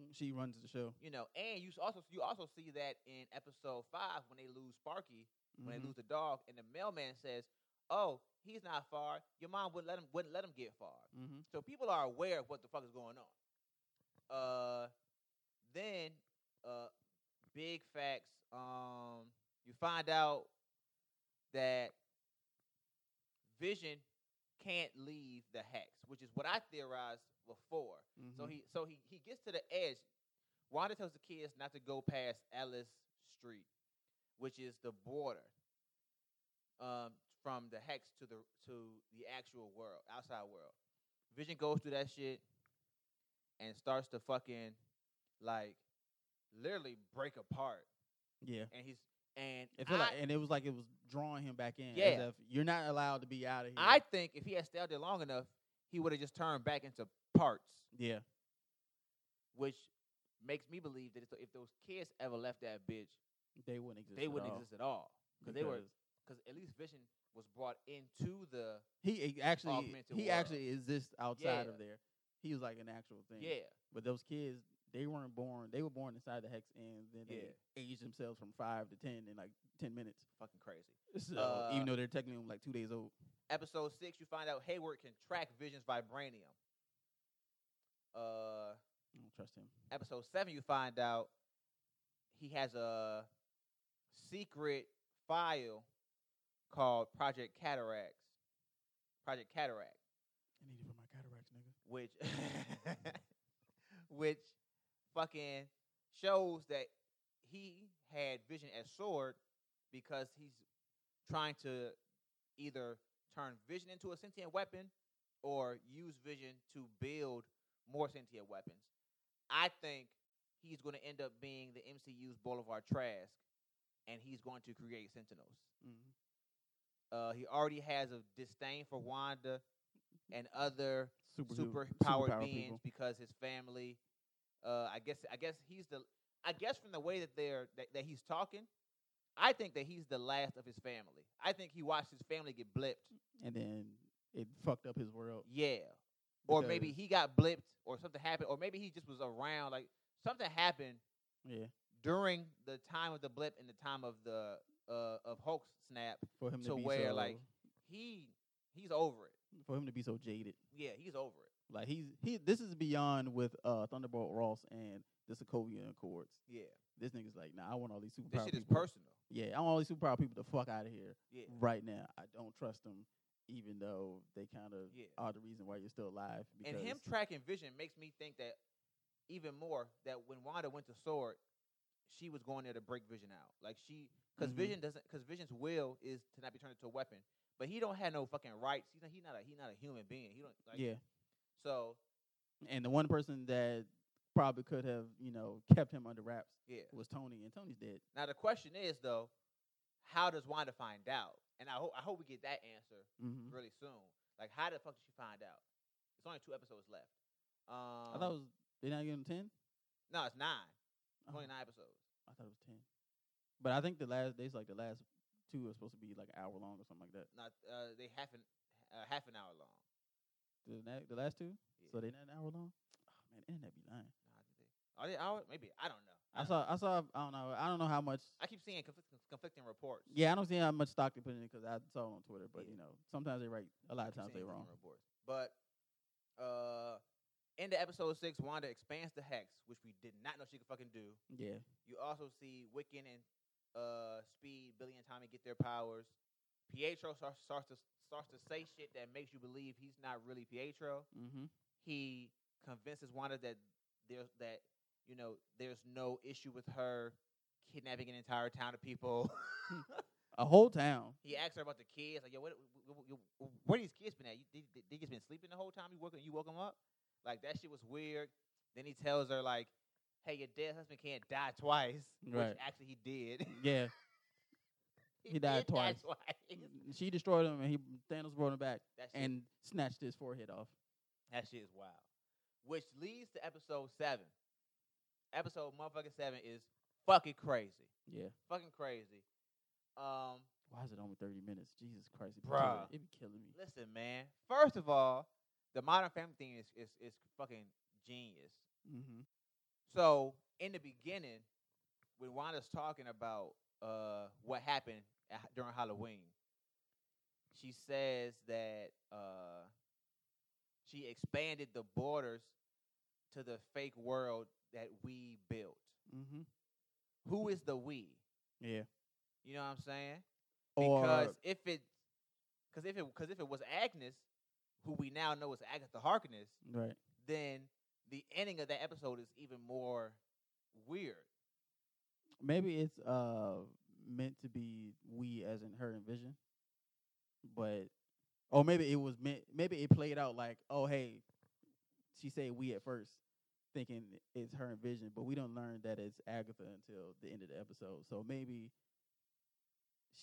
[SPEAKER 2] Mm.
[SPEAKER 1] She runs the show.
[SPEAKER 2] you know, and you s- also you also see that in episode five when they lose Sparky, when
[SPEAKER 1] Mhm.
[SPEAKER 2] they lose the dog, and the mailman says, "Oh, he's not far. Your mom wouldn't let him wouldn't let him get far."
[SPEAKER 1] Mhm.
[SPEAKER 2] So people are aware of what the fuck is going on. Uh, then, uh, big facts. Um, you find out that Vision can't leave the hex, which is what I theorized before. So
[SPEAKER 1] Mhm.
[SPEAKER 2] he, so he, he gets to the edge. Wanda tells the kids not to go past Ellis Street, which is the border um, from the hex to the to the actual world, outside world. Vision goes through that shit and starts to fucking like literally break apart.
[SPEAKER 1] Mm-hmm. Yeah.
[SPEAKER 2] And he's and
[SPEAKER 1] It felt
[SPEAKER 2] I,
[SPEAKER 1] like, and it was like it was drawing him back in. As
[SPEAKER 2] Yeah.
[SPEAKER 1] if you're not allowed to be out of here.
[SPEAKER 2] I think if he had stayed out there long enough, he would have just turned back into parts,
[SPEAKER 1] Yeah.
[SPEAKER 2] which makes me believe that if tho- if those kids ever left that bitch,
[SPEAKER 1] They wouldn't exist.
[SPEAKER 2] they
[SPEAKER 1] at
[SPEAKER 2] wouldn't
[SPEAKER 1] all
[SPEAKER 2] exist at all. Cause they were
[SPEAKER 1] because
[SPEAKER 2] because at least Vision was brought into the
[SPEAKER 1] He e- actually.
[SPEAKER 2] augmented
[SPEAKER 1] He
[SPEAKER 2] world.
[SPEAKER 1] actually exists outside
[SPEAKER 2] Yeah.
[SPEAKER 1] of there. He was like an actual thing.
[SPEAKER 2] Yeah.
[SPEAKER 1] But those kids, they weren't born. They were born inside the hex, and then they
[SPEAKER 2] Yeah.
[SPEAKER 1] aged themselves from five to ten in like ten minutes.
[SPEAKER 2] Fucking crazy.
[SPEAKER 1] So
[SPEAKER 2] Uh,
[SPEAKER 1] even though they're technically only like two days old.
[SPEAKER 2] Episode six, you find out Hayward can track Vision's vibranium. Uh,
[SPEAKER 1] I don't trust him.
[SPEAKER 2] episode seven, you find out he has a secret file called Project Cataracts. Project Cataract,
[SPEAKER 1] I need it for my cataracts, nigga.
[SPEAKER 2] which, which, fucking shows that he had Vision as sword because he's trying to either turn Vision into a sentient weapon or use Vision to build more sentient weapons. I think he's going to end up being the MCU's Boulevard Trask, and he's going to create Sentinels.
[SPEAKER 1] Mm.
[SPEAKER 2] Uh, he already has a disdain for Wanda and other
[SPEAKER 1] Super
[SPEAKER 2] super
[SPEAKER 1] powered
[SPEAKER 2] powered beings because his family. Uh, I guess I guess he's the I guess from the way that they're that, that he's talking, I think that he's the last of his family. I think he watched his family get blipped.
[SPEAKER 1] And then it fucked up his world.
[SPEAKER 2] Yeah, or maybe
[SPEAKER 1] because-
[SPEAKER 2] he got blipped, or something happened, or maybe he just was around. Like something happened
[SPEAKER 1] yeah,
[SPEAKER 2] during the time of the blip and the time of the uh, of Hulk snap.
[SPEAKER 1] for him to,
[SPEAKER 2] to
[SPEAKER 1] be
[SPEAKER 2] where,
[SPEAKER 1] so,
[SPEAKER 2] like- He he's over it.
[SPEAKER 1] for him to be so jaded.
[SPEAKER 2] Yeah, he's over it.
[SPEAKER 1] Like he's he. This is beyond with uh Thunderbolt Ross and the Sokovian Accords.
[SPEAKER 2] Yeah,
[SPEAKER 1] This nigga's like, nah, I want all these superpower.
[SPEAKER 2] this shit is Eh
[SPEAKER 1] people.
[SPEAKER 2] personal.
[SPEAKER 1] Yeah, I want all these superpower people to fuck out of here
[SPEAKER 2] Yeah,
[SPEAKER 1] right now. I don't trust them, even though they kind of
[SPEAKER 2] yeah.
[SPEAKER 1] are the reason why you're still alive. Because
[SPEAKER 2] And him tracking Vision makes me think that even more that when Wanda went to Sword, she was going there to break Vision out. Like she, because
[SPEAKER 1] Mhm.
[SPEAKER 2] Vision doesn't, because Vision's will is to not be turned into a weapon. But he don't have no fucking rights. He's not, he not a he not a human being. He don't like
[SPEAKER 1] yeah,
[SPEAKER 2] So
[SPEAKER 1] and the one person that probably could have you know kept him under wraps
[SPEAKER 2] yeah.
[SPEAKER 1] was Tony, and Tony's dead.
[SPEAKER 2] Now the question is though, how does Wanda find out? And I hope I hope we get that answer
[SPEAKER 1] Mm-hmm.
[SPEAKER 2] really soon. Like how the fuck did she find out? It's only two episodes left. Um,
[SPEAKER 1] I thought it was they not give him ten.
[SPEAKER 2] no, it's nine. It's
[SPEAKER 1] Oh,
[SPEAKER 2] Only nine episodes.
[SPEAKER 1] I thought it was ten, but I think the last days like the last two are supposed to be like an hour long or something like that.
[SPEAKER 2] Not uh, they half an uh, half an hour long.
[SPEAKER 1] The, na- the last two,
[SPEAKER 2] Yeah.
[SPEAKER 1] so they not an hour long. Oh, man, internet be lying.
[SPEAKER 2] Nah, did they? Are they hour? Maybe I don't know.
[SPEAKER 1] I
[SPEAKER 2] don't
[SPEAKER 1] saw,
[SPEAKER 2] know.
[SPEAKER 1] I saw, I don't know, I don't know how much.
[SPEAKER 2] I keep seeing conflicting, conflicting reports.
[SPEAKER 1] Yeah, I don't see how much stock they put in it because I saw it on Twitter. But
[SPEAKER 2] Yeah.
[SPEAKER 1] you know, sometimes they right, a lot
[SPEAKER 2] I
[SPEAKER 1] of
[SPEAKER 2] keep
[SPEAKER 1] times
[SPEAKER 2] seeing
[SPEAKER 1] they're wrong.
[SPEAKER 2] conflicting Reports. But uh, in the episode six, Wanda expands the hex, which we did not know she could fucking do.
[SPEAKER 1] Yeah,
[SPEAKER 2] You also see Wiccan and uh, Speed, Billy and Tommy get their powers. Pietro starts, starts to starts to say shit that makes you believe he's not really Pietro.
[SPEAKER 1] mm-hmm.
[SPEAKER 2] he convinces Wanda that there's that you know there's no issue with her kidnapping an entire town of people.
[SPEAKER 1] a whole town.
[SPEAKER 2] he asks her about the kids, like yo, what, where, where these kids been at? You, they, they, they just been sleeping the whole time. You woke you woke them up, like that shit was weird. Then he tells her like, hey, your dead husband can't die twice,
[SPEAKER 1] Right.
[SPEAKER 2] which actually he did.
[SPEAKER 1] Yeah, He died
[SPEAKER 2] did die
[SPEAKER 1] twice.
[SPEAKER 2] twice.
[SPEAKER 1] mm, she destroyed him, and he Thanos brought him back
[SPEAKER 2] That shit,
[SPEAKER 1] and snatched his forehead off.
[SPEAKER 2] that shit is wild. Which leads to episode seven. Episode motherfucking seven is fucking crazy.
[SPEAKER 1] Yeah,
[SPEAKER 2] fucking crazy. Um,
[SPEAKER 1] why is it only thirty minutes? Jesus Christ, it be
[SPEAKER 2] Bruh.
[SPEAKER 1] killing- it be killing me.
[SPEAKER 2] listen, man. First of all, the Modern Family thing is is is fucking genius.
[SPEAKER 1] Mm-hmm.
[SPEAKER 2] So in the beginning, when Wanda's talking about uh what happened at, during Halloween, she says that uh she expanded the borders to the fake world that we built.
[SPEAKER 1] Mm-hmm.
[SPEAKER 2] Who is the we?
[SPEAKER 1] Yeah,
[SPEAKER 2] You know what I'm saying?
[SPEAKER 1] or
[SPEAKER 2] because if it because if it because if it was Agnes, who we now know is Agatha Harkness,
[SPEAKER 1] right.
[SPEAKER 2] then the ending of that episode is even more weird.
[SPEAKER 1] Maybe it's uh meant to be we as in her and Vision, but or maybe it was meant. Maybe it played out like, oh hey, she said we at first, thinking it's her and Vision, but we don't learn that it's Agatha until the end of the episode. So maybe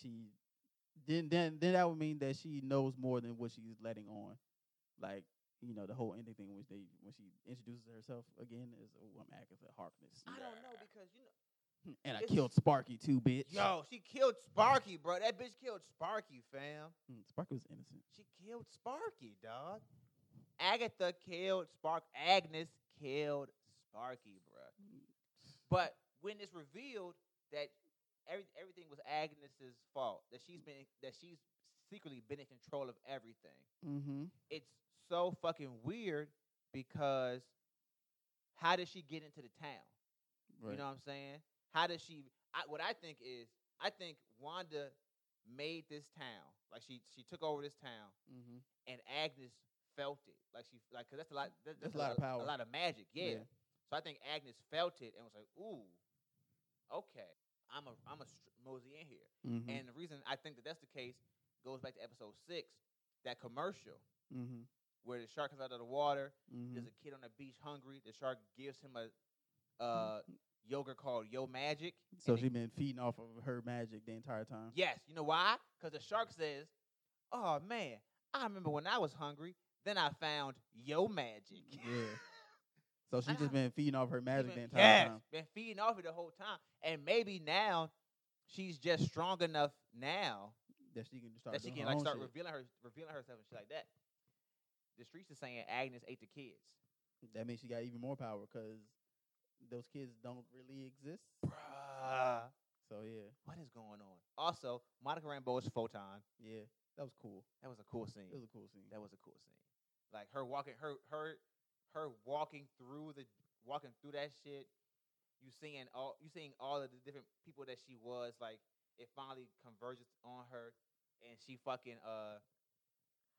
[SPEAKER 1] she then then then that would mean that she knows more than what she's letting on, like. You know the whole ending thing when they when she introduces herself again is oh I'm Agatha Harkness
[SPEAKER 2] I don't know because you know,
[SPEAKER 1] and I
[SPEAKER 2] It's-
[SPEAKER 1] killed Sparky too, bitch.
[SPEAKER 2] yo, she killed Sparky, bro. That bitch killed Sparky, fam.
[SPEAKER 1] Mm, Sparky was innocent.
[SPEAKER 2] She killed Sparky, dog. Agatha killed Spark. Agnes killed Sparky, bruh. But when it's revealed that every, everything was Agnes's fault, that she's been that she's secretly been in control of everything,
[SPEAKER 1] Mm-hmm.
[SPEAKER 2] it's so fucking weird because how did she get into the town?
[SPEAKER 1] Right.
[SPEAKER 2] You know what I'm saying? How does she? I, what I think is, I think Wanda made this town. Like she she took over this town,
[SPEAKER 1] mm-hmm.
[SPEAKER 2] and Agnes felt it. Like she like because that's a lot. That, that's
[SPEAKER 1] That's a lot of power.
[SPEAKER 2] A lot of magic. Yeah.
[SPEAKER 1] Yeah.
[SPEAKER 2] So I think Agnes felt it and was like, ooh, okay, I'm a I'm a str- mosey in here.
[SPEAKER 1] Mm-hmm.
[SPEAKER 2] And the reason I think that that's the case goes back to episode six, that commercial
[SPEAKER 1] mm-hmm.
[SPEAKER 2] where the shark comes out of the water.
[SPEAKER 1] Mm-hmm.
[SPEAKER 2] There's a kid on the beach hungry. The shark gives him a uh, yogurt called Yo Magic.
[SPEAKER 1] So
[SPEAKER 2] and it-
[SPEAKER 1] she been feeding off of her magic the entire time.
[SPEAKER 2] Yes. You know why? Because the shark says, "Oh man, I remember when I was hungry. Then I found Yo Magic."
[SPEAKER 1] Yeah. So she
[SPEAKER 2] Ah.
[SPEAKER 1] just been feeding off her magic the
[SPEAKER 2] been-
[SPEAKER 1] entire
[SPEAKER 2] yes,
[SPEAKER 1] time.
[SPEAKER 2] been feeding off it the whole time, and maybe now she's just strong enough now
[SPEAKER 1] That she can start
[SPEAKER 2] that she
[SPEAKER 1] doing
[SPEAKER 2] can
[SPEAKER 1] her
[SPEAKER 2] like
[SPEAKER 1] own
[SPEAKER 2] start
[SPEAKER 1] shit.
[SPEAKER 2] revealing her revealing herself and shit like that. The streets is saying Agnes ate the kids.
[SPEAKER 1] That means she got even more power because those kids don't really exist.
[SPEAKER 2] Bruh,
[SPEAKER 1] So yeah,
[SPEAKER 2] what is going on? Also, Monica Rambeau's photon.
[SPEAKER 1] yeah, that was cool.
[SPEAKER 2] That was a cool scene.
[SPEAKER 1] It was a cool scene.
[SPEAKER 2] That was a cool scene. Like her walking, her her her walking through the walking through that shit. You seeing all you seeing all of the different people that she was like. It finally converges on her, and she fucking uh,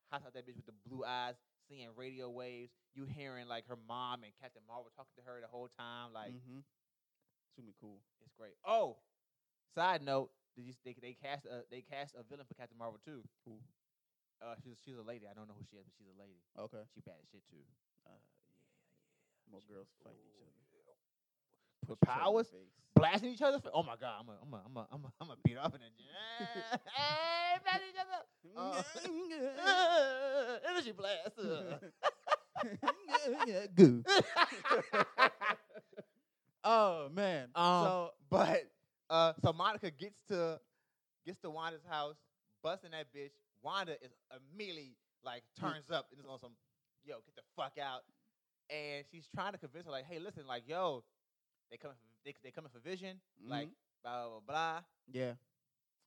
[SPEAKER 2] hots out that bitch with the blue eyes, seeing radio waves. You hearing like her mom and Captain Marvel talking to her the whole time. Like
[SPEAKER 1] mm-hmm. super cool.
[SPEAKER 2] it's great. Oh, side note, did you, they they cast a they cast a villain for Captain Marvel too.
[SPEAKER 1] Who?
[SPEAKER 2] Uh, she's she's a lady. I don't know who she is, but she's a lady.
[SPEAKER 1] Okay,
[SPEAKER 2] She bad as shit too.
[SPEAKER 1] Uh,
[SPEAKER 2] yeah,
[SPEAKER 1] more
[SPEAKER 2] She-
[SPEAKER 1] girls fighting each other.
[SPEAKER 2] With
[SPEAKER 1] Punch each other in
[SPEAKER 2] powers?
[SPEAKER 1] the face.
[SPEAKER 2] Blasting each other. For, oh my god, I'm a, I'm a, I'm a, I'm a, I'm a beat off in the gym. hey, blast each other. Uh, energy blast. uh.
[SPEAKER 1] Goo. Oh man.
[SPEAKER 2] um,
[SPEAKER 1] so
[SPEAKER 2] but uh, so Monica gets to gets to Wanda's house, busting that bitch. Wanda is immediately like turns up and is on some, yo, get the fuck out. And she's trying to convince her like, hey, listen, like, yo, they coming, for, they they coming for Vision, like, blah blah blah.
[SPEAKER 1] mm-hmm. yeah.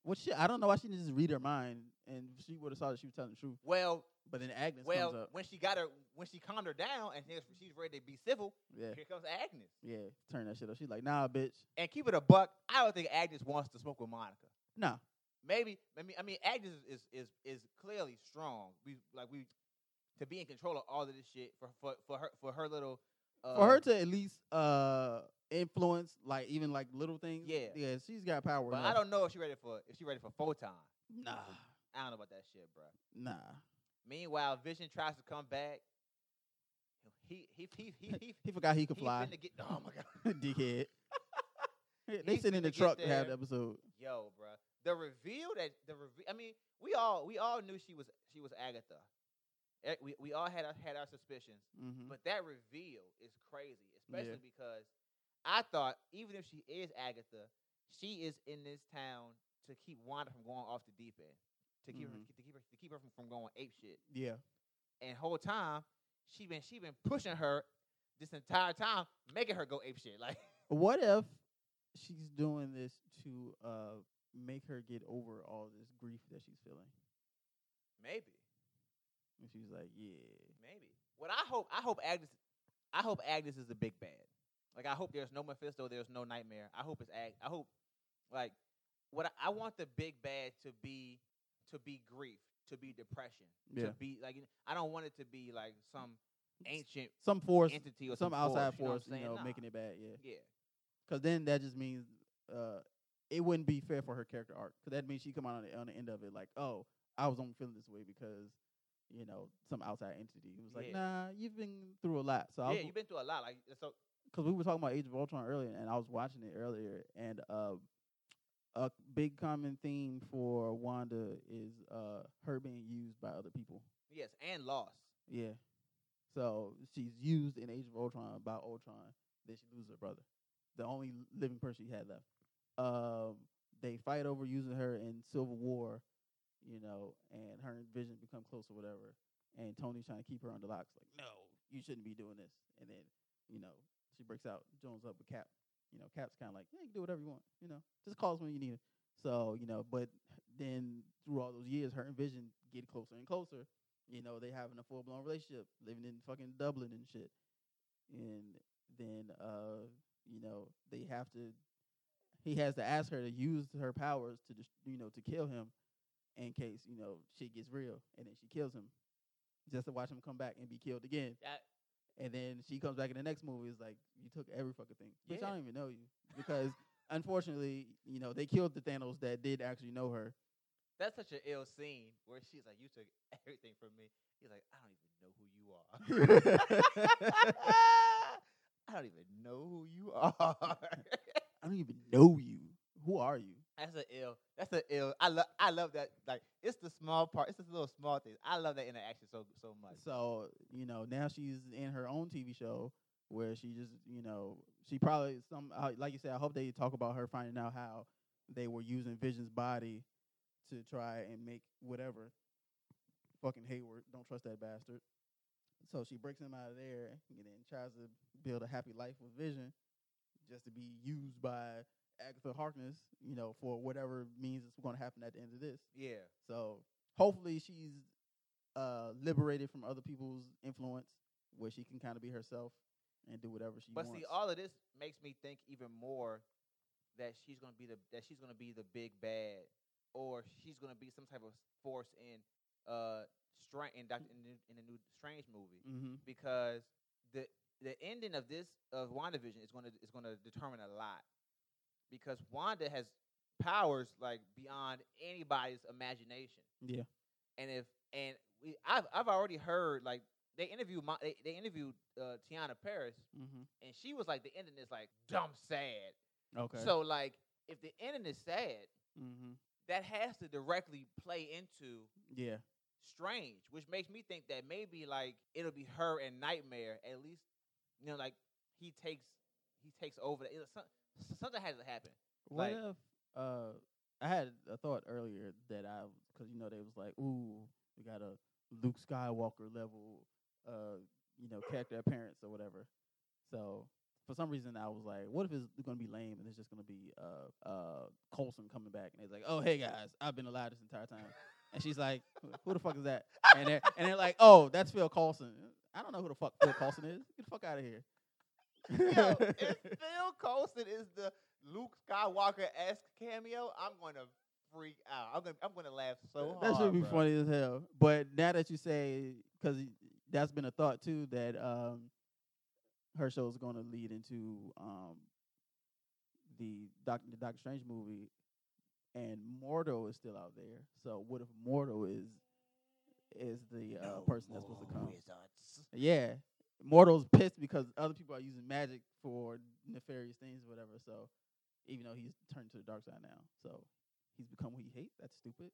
[SPEAKER 1] Well, shit. I don't know why she didn't just read her mind, and she would have saw that she was telling the truth.
[SPEAKER 2] Well,
[SPEAKER 1] But then Agnes comes
[SPEAKER 2] well,
[SPEAKER 1] up.
[SPEAKER 2] when she got her, when she calmed her down, and here's- she's ready to be civil,
[SPEAKER 1] Yeah,
[SPEAKER 2] here comes Agnes.
[SPEAKER 1] yeah. Turn that shit up. She's like, nah, bitch.
[SPEAKER 2] And keep it a buck. I don't think Agnes wants to smoke with Monica.
[SPEAKER 1] Nah.
[SPEAKER 2] maybe I mean I mean Agnes is is is, is clearly strong. We like we to be in control of all of this shit for for, for her for her little uh,
[SPEAKER 1] For her to at least uh influence, like even like little things.
[SPEAKER 2] Yeah.
[SPEAKER 1] yeah. She's got power.
[SPEAKER 2] But I
[SPEAKER 1] enough.
[SPEAKER 2] don't know if she ready for if she ready for photon.
[SPEAKER 1] Nah,
[SPEAKER 2] I don't know about that shit, bro.
[SPEAKER 1] nah.
[SPEAKER 2] Meanwhile, Vision tries to come back. He he he he he.
[SPEAKER 1] He forgot he could
[SPEAKER 2] he
[SPEAKER 1] fly.
[SPEAKER 2] finna get, oh my god,
[SPEAKER 1] Dickhead. they
[SPEAKER 2] He
[SPEAKER 1] sit in
[SPEAKER 2] finna
[SPEAKER 1] the
[SPEAKER 2] get
[SPEAKER 1] truck to have the
[SPEAKER 2] there.
[SPEAKER 1] episode.
[SPEAKER 2] yo, bro. The reveal that the reveal. I mean, we all we all knew she was she was Agatha. Eh, We we all had our, had our suspicions.
[SPEAKER 1] Mm-hmm.
[SPEAKER 2] But that reveal is crazy,
[SPEAKER 1] Yeah.
[SPEAKER 2] especially because I thought even if she is Agatha, she is in this town to keep Wanda from going off the deep end, to keep
[SPEAKER 1] Mm-hmm.
[SPEAKER 2] her to keep her to keep her from, from going ape shit.
[SPEAKER 1] yeah.
[SPEAKER 2] And whole time she been she been pushing her this entire time, making her go ape shit. Like
[SPEAKER 1] What if she's doing this to uh make her get over all this grief that she's feeling?
[SPEAKER 2] maybe,
[SPEAKER 1] And she's like, yeah.
[SPEAKER 2] maybe. What I hope I hope Agnes I hope Agnes is the big bad. Like I hope there's no Mephisto, there's no nightmare. I hope it's Ag. I hope like what I, I want the big bad to be to be grief, to be depression,
[SPEAKER 1] Yeah.
[SPEAKER 2] to be like you know, I don't want it to be like some ancient
[SPEAKER 1] Some force,
[SPEAKER 2] entity or
[SPEAKER 1] some, outside
[SPEAKER 2] force,
[SPEAKER 1] force, you know,
[SPEAKER 2] you know, what I'm saying? Nah.
[SPEAKER 1] making it bad. Yeah.
[SPEAKER 2] Yeah,
[SPEAKER 1] Because then that just means uh it wouldn't be fair for her character arc. Because that means she come out on the, on the end of it like, oh, I was only feeling this way because. You know, some outside entity who was like,
[SPEAKER 2] Yeah.
[SPEAKER 1] "Nah, you've been through a lot." So I was,
[SPEAKER 2] yeah. You've been through a lot, like so.
[SPEAKER 1] because we were talking about Age of Ultron earlier, and I was watching it earlier, and uh, a big common theme for Wanda is uh, her being used by other people.
[SPEAKER 2] Yes, and loss.
[SPEAKER 1] Yeah, so she's used in Age of Ultron by Ultron. Then she loses her brother, the only living person she had left. Um, they fight over using her in Civil War, you know, and her and Vision become close or whatever. and Tony's trying to keep her under locks. Like, no, you shouldn't be doing this. And then, you know, she breaks out, joins up with Cap. You know, Cap's kind of like, yeah, you can do whatever you want. You know, just call us when you need it. So, you know, but then through all those years, her and Vision get closer and closer. You know, they having a full blown relationship, living in fucking Dublin and shit. And then, uh, you know, they have to. He has to ask her to use her powers to, dis- you know, to kill him, in case you know shit gets real, and then she kills him, just to watch him come back and be killed again.
[SPEAKER 2] That-
[SPEAKER 1] And then she comes back in the next movie. It's like you took every fucking thing, bitch.
[SPEAKER 2] Yeah.
[SPEAKER 1] I don't even know you because unfortunately, you know, they killed the Thanos that did actually know her.
[SPEAKER 2] That's such an ill scene where she's like, "You took everything from me." He's like, "I don't even know who you are." I don't even know who you are.
[SPEAKER 1] I don't even know you. Who are you?
[SPEAKER 2] that's an ill. That's an ill. I love. I love that. Like it's the small part. It's the little small things. I love that interaction so so much.
[SPEAKER 1] So you know now she's in her own TV show where she just you know she probably some I- like you said. I hope they talk about her finding out how they were using Vision's body to try and make whatever. Fucking Hayward, don't trust that bastard. So she breaks him out of there and then tries to build a happy life with Vision, just to be used by Agatha Harkness, you know, for whatever means it's going to happen at the end of this.
[SPEAKER 2] Yeah.
[SPEAKER 1] So hopefully she's uh, liberated from other people's influence, where she can kind of be herself and do whatever she
[SPEAKER 2] But
[SPEAKER 1] wants.
[SPEAKER 2] see, all of this makes me think even more that she's gonna be the that she's gonna be the big bad, or she's gonna be some type of force in uh Strange in Doctor in, the- in the new Strange movie
[SPEAKER 1] mm-hmm.
[SPEAKER 2] because the the ending of this of WandaVision is gonna is gonna determine a lot because Wanda has powers like beyond anybody's imagination.
[SPEAKER 1] Yeah.
[SPEAKER 2] And if and we, I've I've already heard like they interviewed my, they, they interviewed uh, Tiana Paris
[SPEAKER 1] Mm-hmm.
[SPEAKER 2] and she was like the ending is like dumb sad.
[SPEAKER 1] Okay.
[SPEAKER 2] So like if the ending is sad,
[SPEAKER 1] mm-hmm.
[SPEAKER 2] that has to directly play into
[SPEAKER 1] yeah,
[SPEAKER 2] Strange, which makes me think that maybe like it'll be her and Nightmare at least. You know, like he takes he takes over. It, some, something has to happen. Like-
[SPEAKER 1] what if uh, I had a thought earlier that I because you know they was like, ooh, we got a Luke Skywalker level, uh, you know, character appearance or whatever. So for some reason I was like, what if it's gonna be lame and it's just gonna be uh uh Colson coming back and it's like, oh hey guys, I've been alive this entire time. And she's like, "Who- who the fuck is that? And they're and they're like, oh, that's Phil Coulson. I don't know who the fuck Phil Coulson is. Get the fuck out of here.
[SPEAKER 2] Yo, if Phil Coulson is the Luke Skywalker esque cameo, I'm going to freak out. I'm going to I'm going to laugh so hard.
[SPEAKER 1] that should be
[SPEAKER 2] bruh.
[SPEAKER 1] funny as hell. But now that you say, because that's been a thought too, that um, her show is going to lead into um, the Doc, the Doctor Strange movie, and Mordo is still out there. So what if Mordo is is the uh, person that's supposed to come?
[SPEAKER 2] Wizards.
[SPEAKER 1] Yeah, Mordo's pissed because other people are using magic for nefarious things, or whatever. So even though he's turned to the dark side now, so he's become who he hates. That's stupid.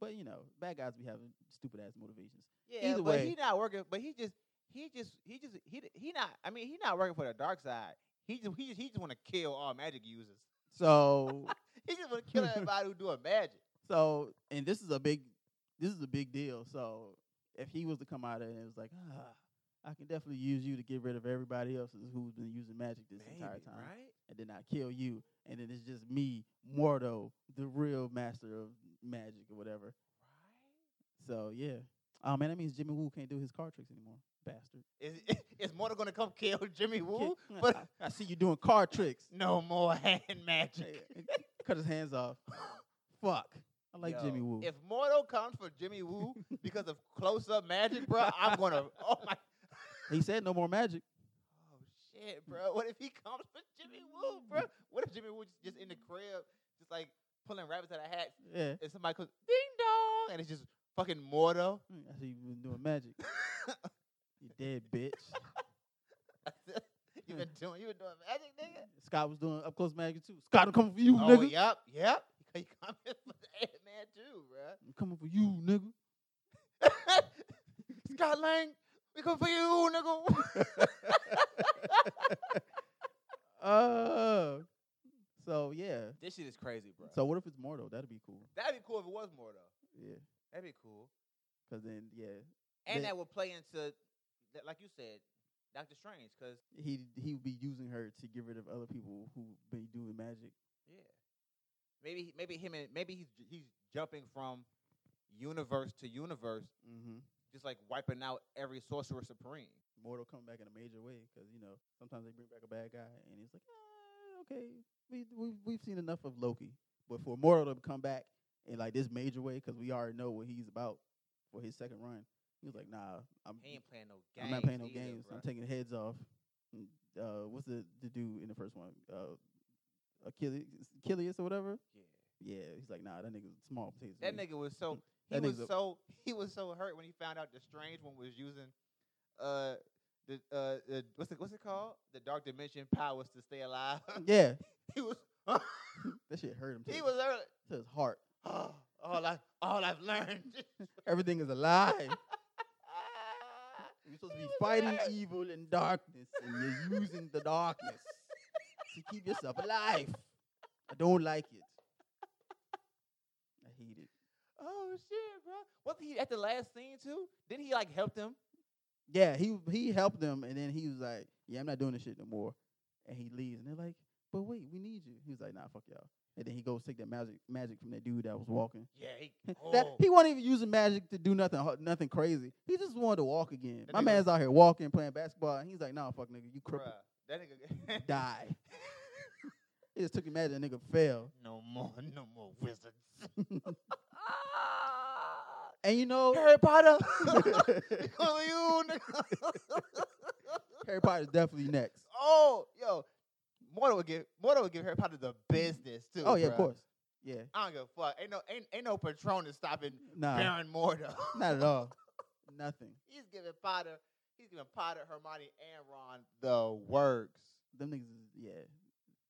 [SPEAKER 1] But you know, bad guys be having stupid ass motivations.
[SPEAKER 2] Yeah,
[SPEAKER 1] Either
[SPEAKER 2] but
[SPEAKER 1] way.
[SPEAKER 2] he not working. But he just, he just, he just, he d- he not. I mean, he not working for the dark side. He just, he just, he just want to kill all magic users.
[SPEAKER 1] So
[SPEAKER 2] He just want to kill everybody who doing magic.
[SPEAKER 1] so and this is a big this is a big deal. So if he was to come out and it was like, ah, I can definitely use you to get rid of everybody else who's been using magic this entire time.
[SPEAKER 2] right?
[SPEAKER 1] and then I kill you, and then it's just me, Mordo, the real master of magic or whatever. So yeah. Oh man, that means Jimmy Woo can't do his card tricks anymore, bastard.
[SPEAKER 2] Right? Is is Mortal gonna come kill Jimmy Woo?
[SPEAKER 1] Kid-
[SPEAKER 2] But
[SPEAKER 1] I, I see you doing card tricks.
[SPEAKER 2] no more hand magic.
[SPEAKER 1] Hey, Cut his hands off. Fuck. I like
[SPEAKER 2] Yo,
[SPEAKER 1] Jimmy Woo.
[SPEAKER 2] If Mortal comes for Jimmy Woo because of close up magic, bro, I'm gonna. Oh my.
[SPEAKER 1] he said no more magic.
[SPEAKER 2] Oh shit, bro. What if he comes for Jimmy Woo, bro? What if Jimmy Woo just, just in the crib, just like pulling rabbits out of hats?
[SPEAKER 1] Yeah.
[SPEAKER 2] and somebody goes ding dong, and it's just fucking Mordo.
[SPEAKER 1] Mm, I see you been doing magic. you dead bitch.
[SPEAKER 2] you been doing, you been doing magic, nigga.
[SPEAKER 1] Scott was doing up close magic too. Scott, I'm coming for you,
[SPEAKER 2] oh,
[SPEAKER 1] nigga.
[SPEAKER 2] yep, yep. You coming for the Ant Man too,
[SPEAKER 1] I'm coming for you, nigga.
[SPEAKER 2] bruh. Scott Lang, we come for you, nigga.
[SPEAKER 1] Oh. so yeah.
[SPEAKER 2] this shit is crazy, bro.
[SPEAKER 1] So what if it's Mortal? That'd be cool.
[SPEAKER 2] that'd be cool if it was Mordo.
[SPEAKER 1] Yeah,
[SPEAKER 2] That'd be cool.
[SPEAKER 1] because then yeah,
[SPEAKER 2] and
[SPEAKER 1] They-
[SPEAKER 2] that will play into, that, like you said, Doctor Strange, because
[SPEAKER 1] He he would be using her to get rid of other people who been doing magic.
[SPEAKER 2] yeah, maybe he- maybe him and maybe he's j- he's jumping from universe to universe,
[SPEAKER 1] Mm-hmm.
[SPEAKER 2] just like wiping out every sorcerer supreme.
[SPEAKER 1] Mortal come back in a major way because you know sometimes they bring back a bad guy and he's like, ah, okay, we we we've seen enough of Loki, but for Mortal to come back in like this major way because we already know what he's about for his second run, he was like, nah, I'm
[SPEAKER 2] He ain't playing no games.
[SPEAKER 1] I'm not playing no
[SPEAKER 2] either,
[SPEAKER 1] games. I'm
[SPEAKER 2] bruh.
[SPEAKER 1] taking heads off. Mm, Uh, what's the the dude in the first one? Uh, Achilles, Achilles or whatever.
[SPEAKER 2] yeah.
[SPEAKER 1] Yeah, he's like, nah, that nigga's small potatoes.
[SPEAKER 2] That
[SPEAKER 1] man."
[SPEAKER 2] nigga was so he
[SPEAKER 1] That
[SPEAKER 2] was
[SPEAKER 1] nigga's a-
[SPEAKER 2] so he was so hurt when he found out the strange one was using uh the uh the, what's it what's it called the dark dimension powers to stay alive.
[SPEAKER 1] Yeah,
[SPEAKER 2] he was
[SPEAKER 1] that shit hurt him. To
[SPEAKER 2] he
[SPEAKER 1] his-
[SPEAKER 2] was early.
[SPEAKER 1] to his heart.
[SPEAKER 2] Oh, all I all I've learned. Ah,
[SPEAKER 1] Everything is alive. You're supposed to
[SPEAKER 2] He
[SPEAKER 1] be
[SPEAKER 2] was
[SPEAKER 1] fighting
[SPEAKER 2] right.
[SPEAKER 1] evil and darkness, and you're using the darkness to keep yourself alive. I don't like it. I hate it.
[SPEAKER 2] oh shit, bro. Wasn't he at the last scene too? Didn't he like help them?
[SPEAKER 1] Yeah, he he helped them, and then he was like, "Yeah, I'm not doing this shit no more," and he leaves. And they're like, "But wait, we need you." He was like, "Nah, fuck y'all." And then he goes take that magic magic from that dude that was walking.
[SPEAKER 2] Yeah, he,
[SPEAKER 1] That
[SPEAKER 2] oh.
[SPEAKER 1] he wasn't even using magic to do nothing ho- nothing crazy. He just wanted to walk again.
[SPEAKER 2] That
[SPEAKER 1] My
[SPEAKER 2] nigga-
[SPEAKER 1] man's out here walking, playing basketball, and he's like, "Nah, fuck nigga, you crippled,
[SPEAKER 2] Bruh, that nigga
[SPEAKER 1] die." He just took the magic, and nigga fell.
[SPEAKER 2] No more, no more wizards.
[SPEAKER 1] And you know,
[SPEAKER 2] Harry Potter.
[SPEAKER 1] Harry
[SPEAKER 2] Call you, nigga.
[SPEAKER 1] Potter's definitely next.
[SPEAKER 2] oh, yo, Mortal would give Mortal would give Harry Potter the business too.
[SPEAKER 1] Oh yeah,
[SPEAKER 2] bruh.
[SPEAKER 1] of course. Yeah,
[SPEAKER 2] I don't give a fuck. Ain't no ain't, ain't no Patronus stopping
[SPEAKER 1] nah,
[SPEAKER 2] Baron Mordo.
[SPEAKER 1] not at all. Nothing.
[SPEAKER 2] he's giving Potter, he's giving Potter, Hermione, and Ron the works.
[SPEAKER 1] Them niggas, is- yeah.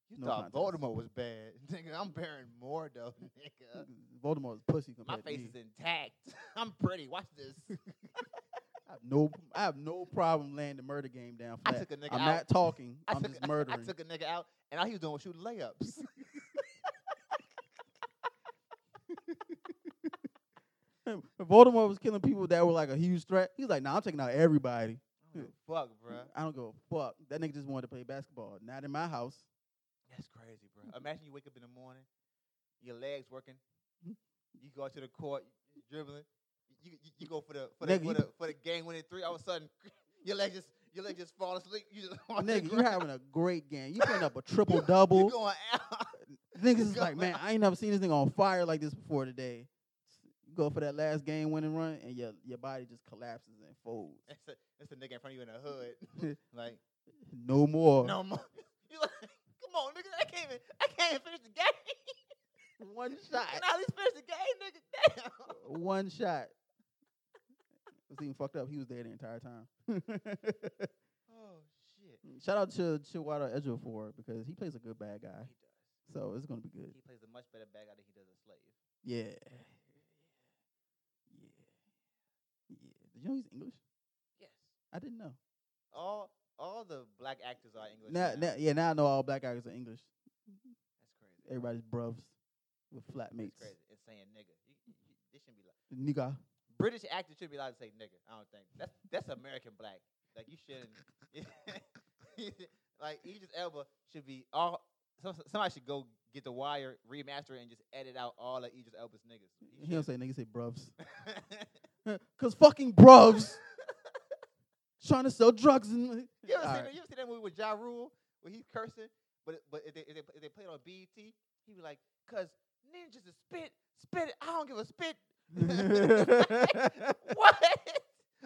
[SPEAKER 2] You
[SPEAKER 1] No
[SPEAKER 2] thought
[SPEAKER 1] contest.
[SPEAKER 2] Voldemort was bad, nigga. I'm Baron Mordo, nigga.
[SPEAKER 1] Voldemort's pussy
[SPEAKER 2] Uh, My face
[SPEAKER 1] compared to
[SPEAKER 2] is
[SPEAKER 1] me.
[SPEAKER 2] intact. I'm pretty. Watch this.
[SPEAKER 1] I have no, I have no problem laying the murder game down for
[SPEAKER 2] I
[SPEAKER 1] that.
[SPEAKER 2] took a nigga
[SPEAKER 1] I'm
[SPEAKER 2] out.
[SPEAKER 1] not talking.
[SPEAKER 2] I
[SPEAKER 1] I'm
[SPEAKER 2] took,
[SPEAKER 1] just murdering.
[SPEAKER 2] I took a nigga out, and all he was doing was shooting layups.
[SPEAKER 1] Voldemort was killing people that were like a huge threat. He's like, nah, I'm taking out everybody.
[SPEAKER 2] I don't give a fuck, bro.
[SPEAKER 1] I don't give a fuck. That nigga just wanted to play basketball. Not in my house.
[SPEAKER 2] That's crazy, bro. Imagine you wake up in the morning, your legs working,
[SPEAKER 1] Hmm?
[SPEAKER 2] you go out to the court, you dribbling, you you, you go for the for the,
[SPEAKER 1] Nigga,
[SPEAKER 2] for
[SPEAKER 1] you-
[SPEAKER 2] the for the game winning three. All of a sudden, your leg just your leg just fall asleep. You just on the
[SPEAKER 1] Nigga, you
[SPEAKER 2] ground.
[SPEAKER 1] having a great game. You putting up a
[SPEAKER 2] You-
[SPEAKER 1] triple
[SPEAKER 2] You
[SPEAKER 1] double.
[SPEAKER 2] going out?
[SPEAKER 1] Niggas is
[SPEAKER 2] go
[SPEAKER 1] like, man, I ain't never seen this thing on fire like this before today. You go for that last game winning run, and your your body just collapses and folds.
[SPEAKER 2] That's a that's a nigga in front of you in the hood. like
[SPEAKER 1] No more.
[SPEAKER 2] no more. You like come on, nigga. I can't even I can't even finish the game.
[SPEAKER 1] One shot.
[SPEAKER 2] I can at least finish the game, nigga. Damn.
[SPEAKER 1] one shot. It was even fucked up. He was there the entire time.
[SPEAKER 2] Oh shit.
[SPEAKER 1] Shout out to Chiwetel Ejiofor because he plays a good bad
[SPEAKER 2] He
[SPEAKER 1] guy.
[SPEAKER 2] does.
[SPEAKER 1] So it's gonna be good.
[SPEAKER 2] He plays a much better bad guy than he does a slave.
[SPEAKER 1] Yeah. Yeah. Yeah. Did you know he's English?
[SPEAKER 2] Yes.
[SPEAKER 1] I didn't know.
[SPEAKER 2] All all the black actors are English.
[SPEAKER 1] Now,
[SPEAKER 2] now.
[SPEAKER 1] now, yeah, now I know all black guys are English.
[SPEAKER 2] That's crazy.
[SPEAKER 1] Everybody's bruvs with
[SPEAKER 2] That's
[SPEAKER 1] flatmates.
[SPEAKER 2] crazy. It's saying nigga. You, you, you, this shouldn't be like
[SPEAKER 1] Nigga.
[SPEAKER 2] British actors should be allowed to say nigga. I don't think that's that's American black. Like you shouldn't. like Aegis Elba should be all. Some, somebody should go get the wire, remaster it, and just edit out all of Aegis Elba's niggas.
[SPEAKER 1] He don't say nigga, he say bruvs.
[SPEAKER 2] shouldn't.
[SPEAKER 1] Cause fucking bruvs trying to sell drugs and
[SPEAKER 2] You ever, seen
[SPEAKER 1] Alright.
[SPEAKER 2] that, you ever seen that movie with Ja Rule where he's cursing, but it- but if they, if they if they played on BET, he be like, "Cause ninjas is spit, spit. it, I don't give a spit. What?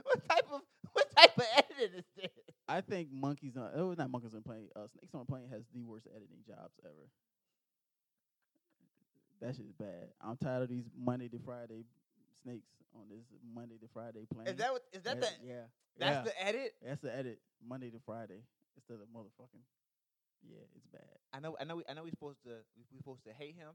[SPEAKER 2] What type of what type of editing is this?
[SPEAKER 1] I think monkeys on oh not monkeys on plane uh, snakes on a plane has the worst editing jobs ever. That shit is bad. I'm tired of these Monday to Friday snakes on this Monday to Friday plane.
[SPEAKER 2] Is that what, is that the
[SPEAKER 1] That's- yeah?
[SPEAKER 2] that's
[SPEAKER 1] yeah.
[SPEAKER 2] the edit?
[SPEAKER 1] the that's the edit Monday to Friday instead of motherfucking yeah. It's bad.
[SPEAKER 2] I know I know we, I know we supposed to we, we supposed to hate him,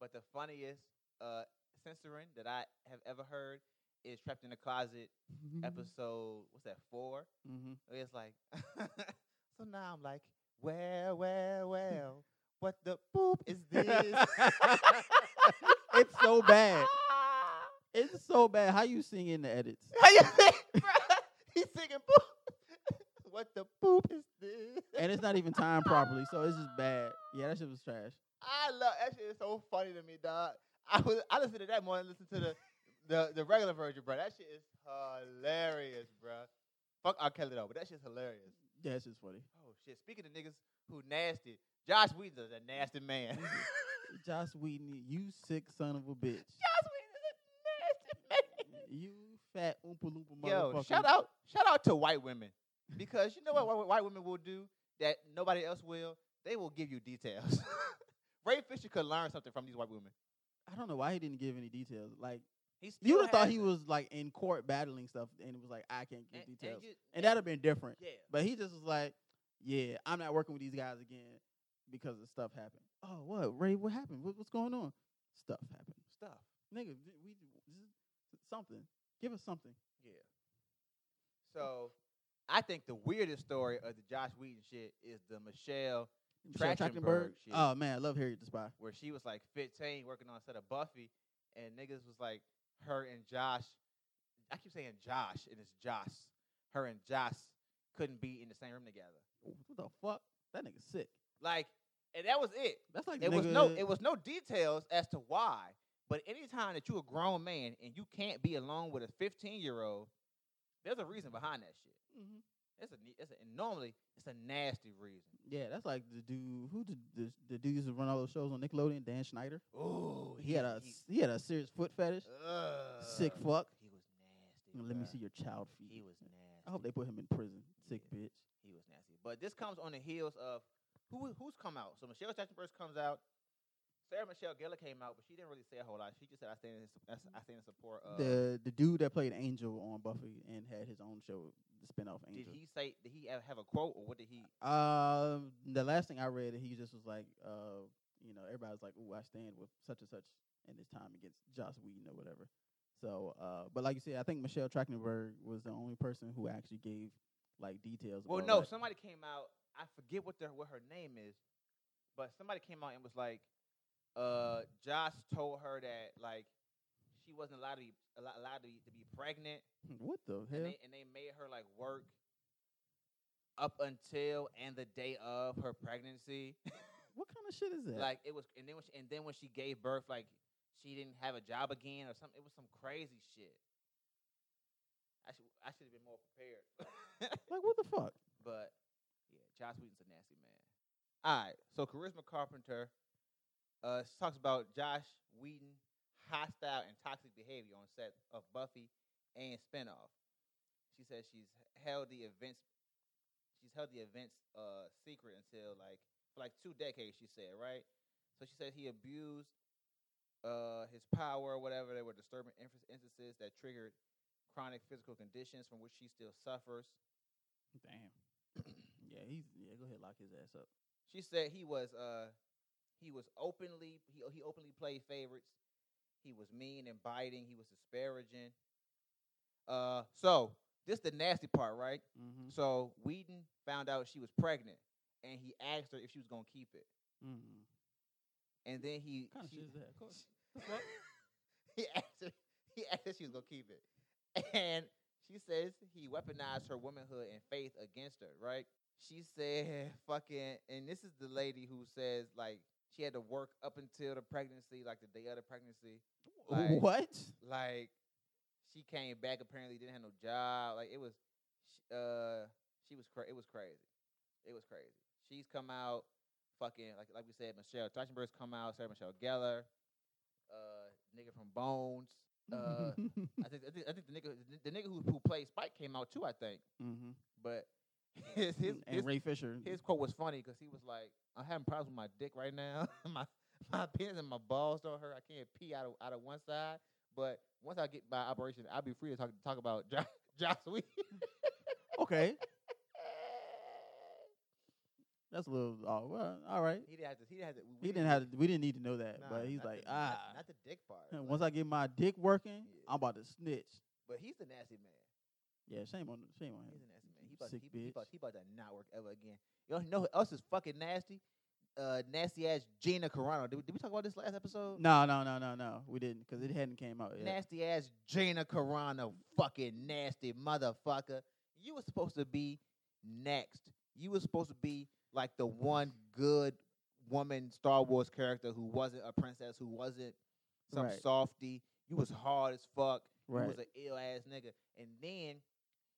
[SPEAKER 2] but the funniest uh censoring that I have ever heard is trapped in the closet
[SPEAKER 1] Mm-hmm.
[SPEAKER 2] episode what's that four
[SPEAKER 1] hmm
[SPEAKER 2] It's like, so now I'm like, well, well, well, what the poop is this?
[SPEAKER 1] It's so bad. It's so bad. How you sing in the edits?
[SPEAKER 2] How you think, bruh? He's singing poop. what the poop is this?
[SPEAKER 1] And it's not e even timed properly, so it's just bad. Yeah, that shit was trash.
[SPEAKER 2] I love that shit. Is so funny to me, dog. I was I listened to that more than I listened to the, the the regular version, bro. That shit is hilarious, bro. Fuck R. Kelly though, but that shit's hilarious.
[SPEAKER 1] Yeah, it's just funny.
[SPEAKER 2] Oh shit! Speaking of niggas who nasty, Josh Whedon is a nasty man. Josh
[SPEAKER 1] Josh Whedon, you sick son of a bitch.
[SPEAKER 2] Whedon is a nasty man.
[SPEAKER 1] You fat oompa loompa motherfucker.
[SPEAKER 2] Yo, shout out, shout out to white women because you know what white, white women will do that nobody else will. They will give you details. Ray Fisher could learn something from these white women.
[SPEAKER 1] I don't know why he didn't give any details. Like
[SPEAKER 2] He still
[SPEAKER 1] you would have thought he
[SPEAKER 2] hasn't.
[SPEAKER 1] was like in court battling stuff, and it was like I can't give
[SPEAKER 2] And- and
[SPEAKER 1] details, and,
[SPEAKER 2] you-
[SPEAKER 1] that'd have been different.
[SPEAKER 2] yeah.
[SPEAKER 1] But he just was like, "Yeah, I'm not working with these guys again because of stuff happened." Oh, what Ray? What happened? What, what's going on? Stuff happened,
[SPEAKER 2] stuff.
[SPEAKER 1] nigga. th- We this is something. Give us something.
[SPEAKER 2] Yeah. So I think the weirdest story of the Josh Wheaton shit is the Michelle
[SPEAKER 1] Michelle
[SPEAKER 2] Trachtenberg shit.
[SPEAKER 1] Oh man, I love Harriet the Spy.
[SPEAKER 2] where she was like 15 working on a set of Buffy, and niggas was like her and Josh. I keep saying Josh, and it's Josh. Her and Josh couldn't be in the same room together.
[SPEAKER 1] What the fuck? That nigga sick.
[SPEAKER 2] Like, and that was it.
[SPEAKER 1] That's like
[SPEAKER 2] It
[SPEAKER 1] nigga,
[SPEAKER 2] was no, it was no details as to why. But anytime that you're a grown man and you can't be alone with a 15 year old, there's a reason behind that shit.
[SPEAKER 1] Mhm.
[SPEAKER 2] It's a, ne- it's a and normally it's a nasty reason.
[SPEAKER 1] Yeah, that's like the dude who did the, the dude used to run all those shows on Nickelodeon. Dan Schneider.
[SPEAKER 2] Oh,
[SPEAKER 1] He had a s- he had a serious foot fetish. Sick fuck.
[SPEAKER 2] He was nasty.
[SPEAKER 1] Let me
[SPEAKER 2] Uh, bruh.
[SPEAKER 1] see your child feet.
[SPEAKER 2] He was nasty.
[SPEAKER 1] I hope they put him in prison. Sick
[SPEAKER 2] Yeah.
[SPEAKER 1] bitch.
[SPEAKER 2] He was nasty. But this comes on the heels of who who's come out. So Michelle Trachtenberg comes out. Sarah Michelle Gellar came out, but she didn't really say a whole lot. She just said, "I stand in, sup- I s- I stand in support of."
[SPEAKER 1] the the dude that played Angel on Buffy and had his own show, the spinoff
[SPEAKER 2] did
[SPEAKER 1] Angel.
[SPEAKER 2] he say? Did he have have a quote, or what did he?
[SPEAKER 1] Um, the last thing I read, he just was like, uh, you know, everybody's like, "Ooh, I stand with such and such in this time against Joss Whedon or whatever." So, uh, but like you said, I think Michelle Trachtenberg was the only person who actually gave like details.
[SPEAKER 2] Well,
[SPEAKER 1] about,
[SPEAKER 2] no,
[SPEAKER 1] like-
[SPEAKER 2] somebody came out. I forget what their what her name is, but somebody came out and was like, uh, "Josh told her that like she wasn't allowed to be allo- allowed to be, to be pregnant,
[SPEAKER 1] what the
[SPEAKER 2] and,
[SPEAKER 1] hell?
[SPEAKER 2] they, and they made her like work up until and the day of her pregnancy.
[SPEAKER 1] What kind of shit is that?
[SPEAKER 2] Like it was, and then when she, and then when she gave birth, like she didn't have a job again or something. It was some crazy shit. I should I should have been more prepared.
[SPEAKER 1] like what the fuck?
[SPEAKER 2] But yeah, Josh Whedon's a nasty man. All right, so Charisma Carpenter uh, talks about Josh Whedon hostile and toxic behavior on set of Buffy and spinoff. She says she's held the events she's held the events uh, secret until like for like two decades. She said right, so she said he abused uh, his power or whatever. There were disturbing inf- instances that triggered chronic physical conditions from which she still suffers.
[SPEAKER 1] Damn. yeah, he's yeah. Go ahead, lock his ass up.
[SPEAKER 2] She said he was uh he was openly he he openly played favorites. He was mean and biting. He was disparaging. Uh, so this the nasty part, right?
[SPEAKER 1] Mm-hmm.
[SPEAKER 2] So Whedon found out she was pregnant, and he asked her if she was gonna keep it,
[SPEAKER 1] Mm-hmm.
[SPEAKER 2] and then he
[SPEAKER 1] Kind of
[SPEAKER 2] she-
[SPEAKER 1] shit is that? Of course.
[SPEAKER 2] he asked her, he asked if she was gonna keep it, and she says he weaponized her womanhood and faith against her. Right? She said, "Fucking," and this is the lady who says like she had to work up until the pregnancy, like the day of the pregnancy. Like,
[SPEAKER 1] what?
[SPEAKER 2] Like she came back apparently didn't have no job. Like it was, sh- uh, she was cra- it was crazy, it was crazy. She's come out, fucking like like we said, Michelle Trachtenberg's come out, Sarah Michelle Gellar, uh, nigga from Bones. Uh, I think I think, I think the nigga the nigga who, who played Spike came out too. I think,
[SPEAKER 1] mm-hmm.
[SPEAKER 2] but his his
[SPEAKER 1] and
[SPEAKER 2] his,
[SPEAKER 1] Ray Fisher.
[SPEAKER 2] his quote was funny because he was like, "I'm having problems with my dick right now. my my penis and my balls don't hurt. I can't pee out of out of one side, but once I get my operation, I'll be free to talk talk about Josh, Josh Whedon."
[SPEAKER 1] okay, that's a little. Oh, well, all right.
[SPEAKER 2] he didn't have to. He didn't have to.
[SPEAKER 1] He didn't have. To, we didn't need to know that,
[SPEAKER 2] nah,
[SPEAKER 1] but he's
[SPEAKER 2] not
[SPEAKER 1] like,
[SPEAKER 2] the,
[SPEAKER 1] ah.
[SPEAKER 2] not, not the dick part.
[SPEAKER 1] Once I get my dick working,
[SPEAKER 2] Yeah.
[SPEAKER 1] I'm about to snitch.
[SPEAKER 2] but he's the nasty man.
[SPEAKER 1] Yeah, shame on shame on
[SPEAKER 2] He's
[SPEAKER 1] him.
[SPEAKER 2] a nasty man. He about,
[SPEAKER 1] Sick
[SPEAKER 2] he, he, about,
[SPEAKER 1] bitch.
[SPEAKER 2] he about to not work ever again. You know who else is fucking nasty? uh, nasty ass Gina Carano. Did we, did we talk about this last episode?
[SPEAKER 1] No, no, no, no, no. We didn't because it hadn't came out yet.
[SPEAKER 2] Nasty ass Gina Carano, fucking nasty motherfucker. You were supposed to be next. You were supposed to be like the one good woman Star Wars character who wasn't a princess, who wasn't some
[SPEAKER 1] Right.
[SPEAKER 2] softy. You was hard as fuck. You
[SPEAKER 1] Right.
[SPEAKER 2] was an ill ass nigga. And then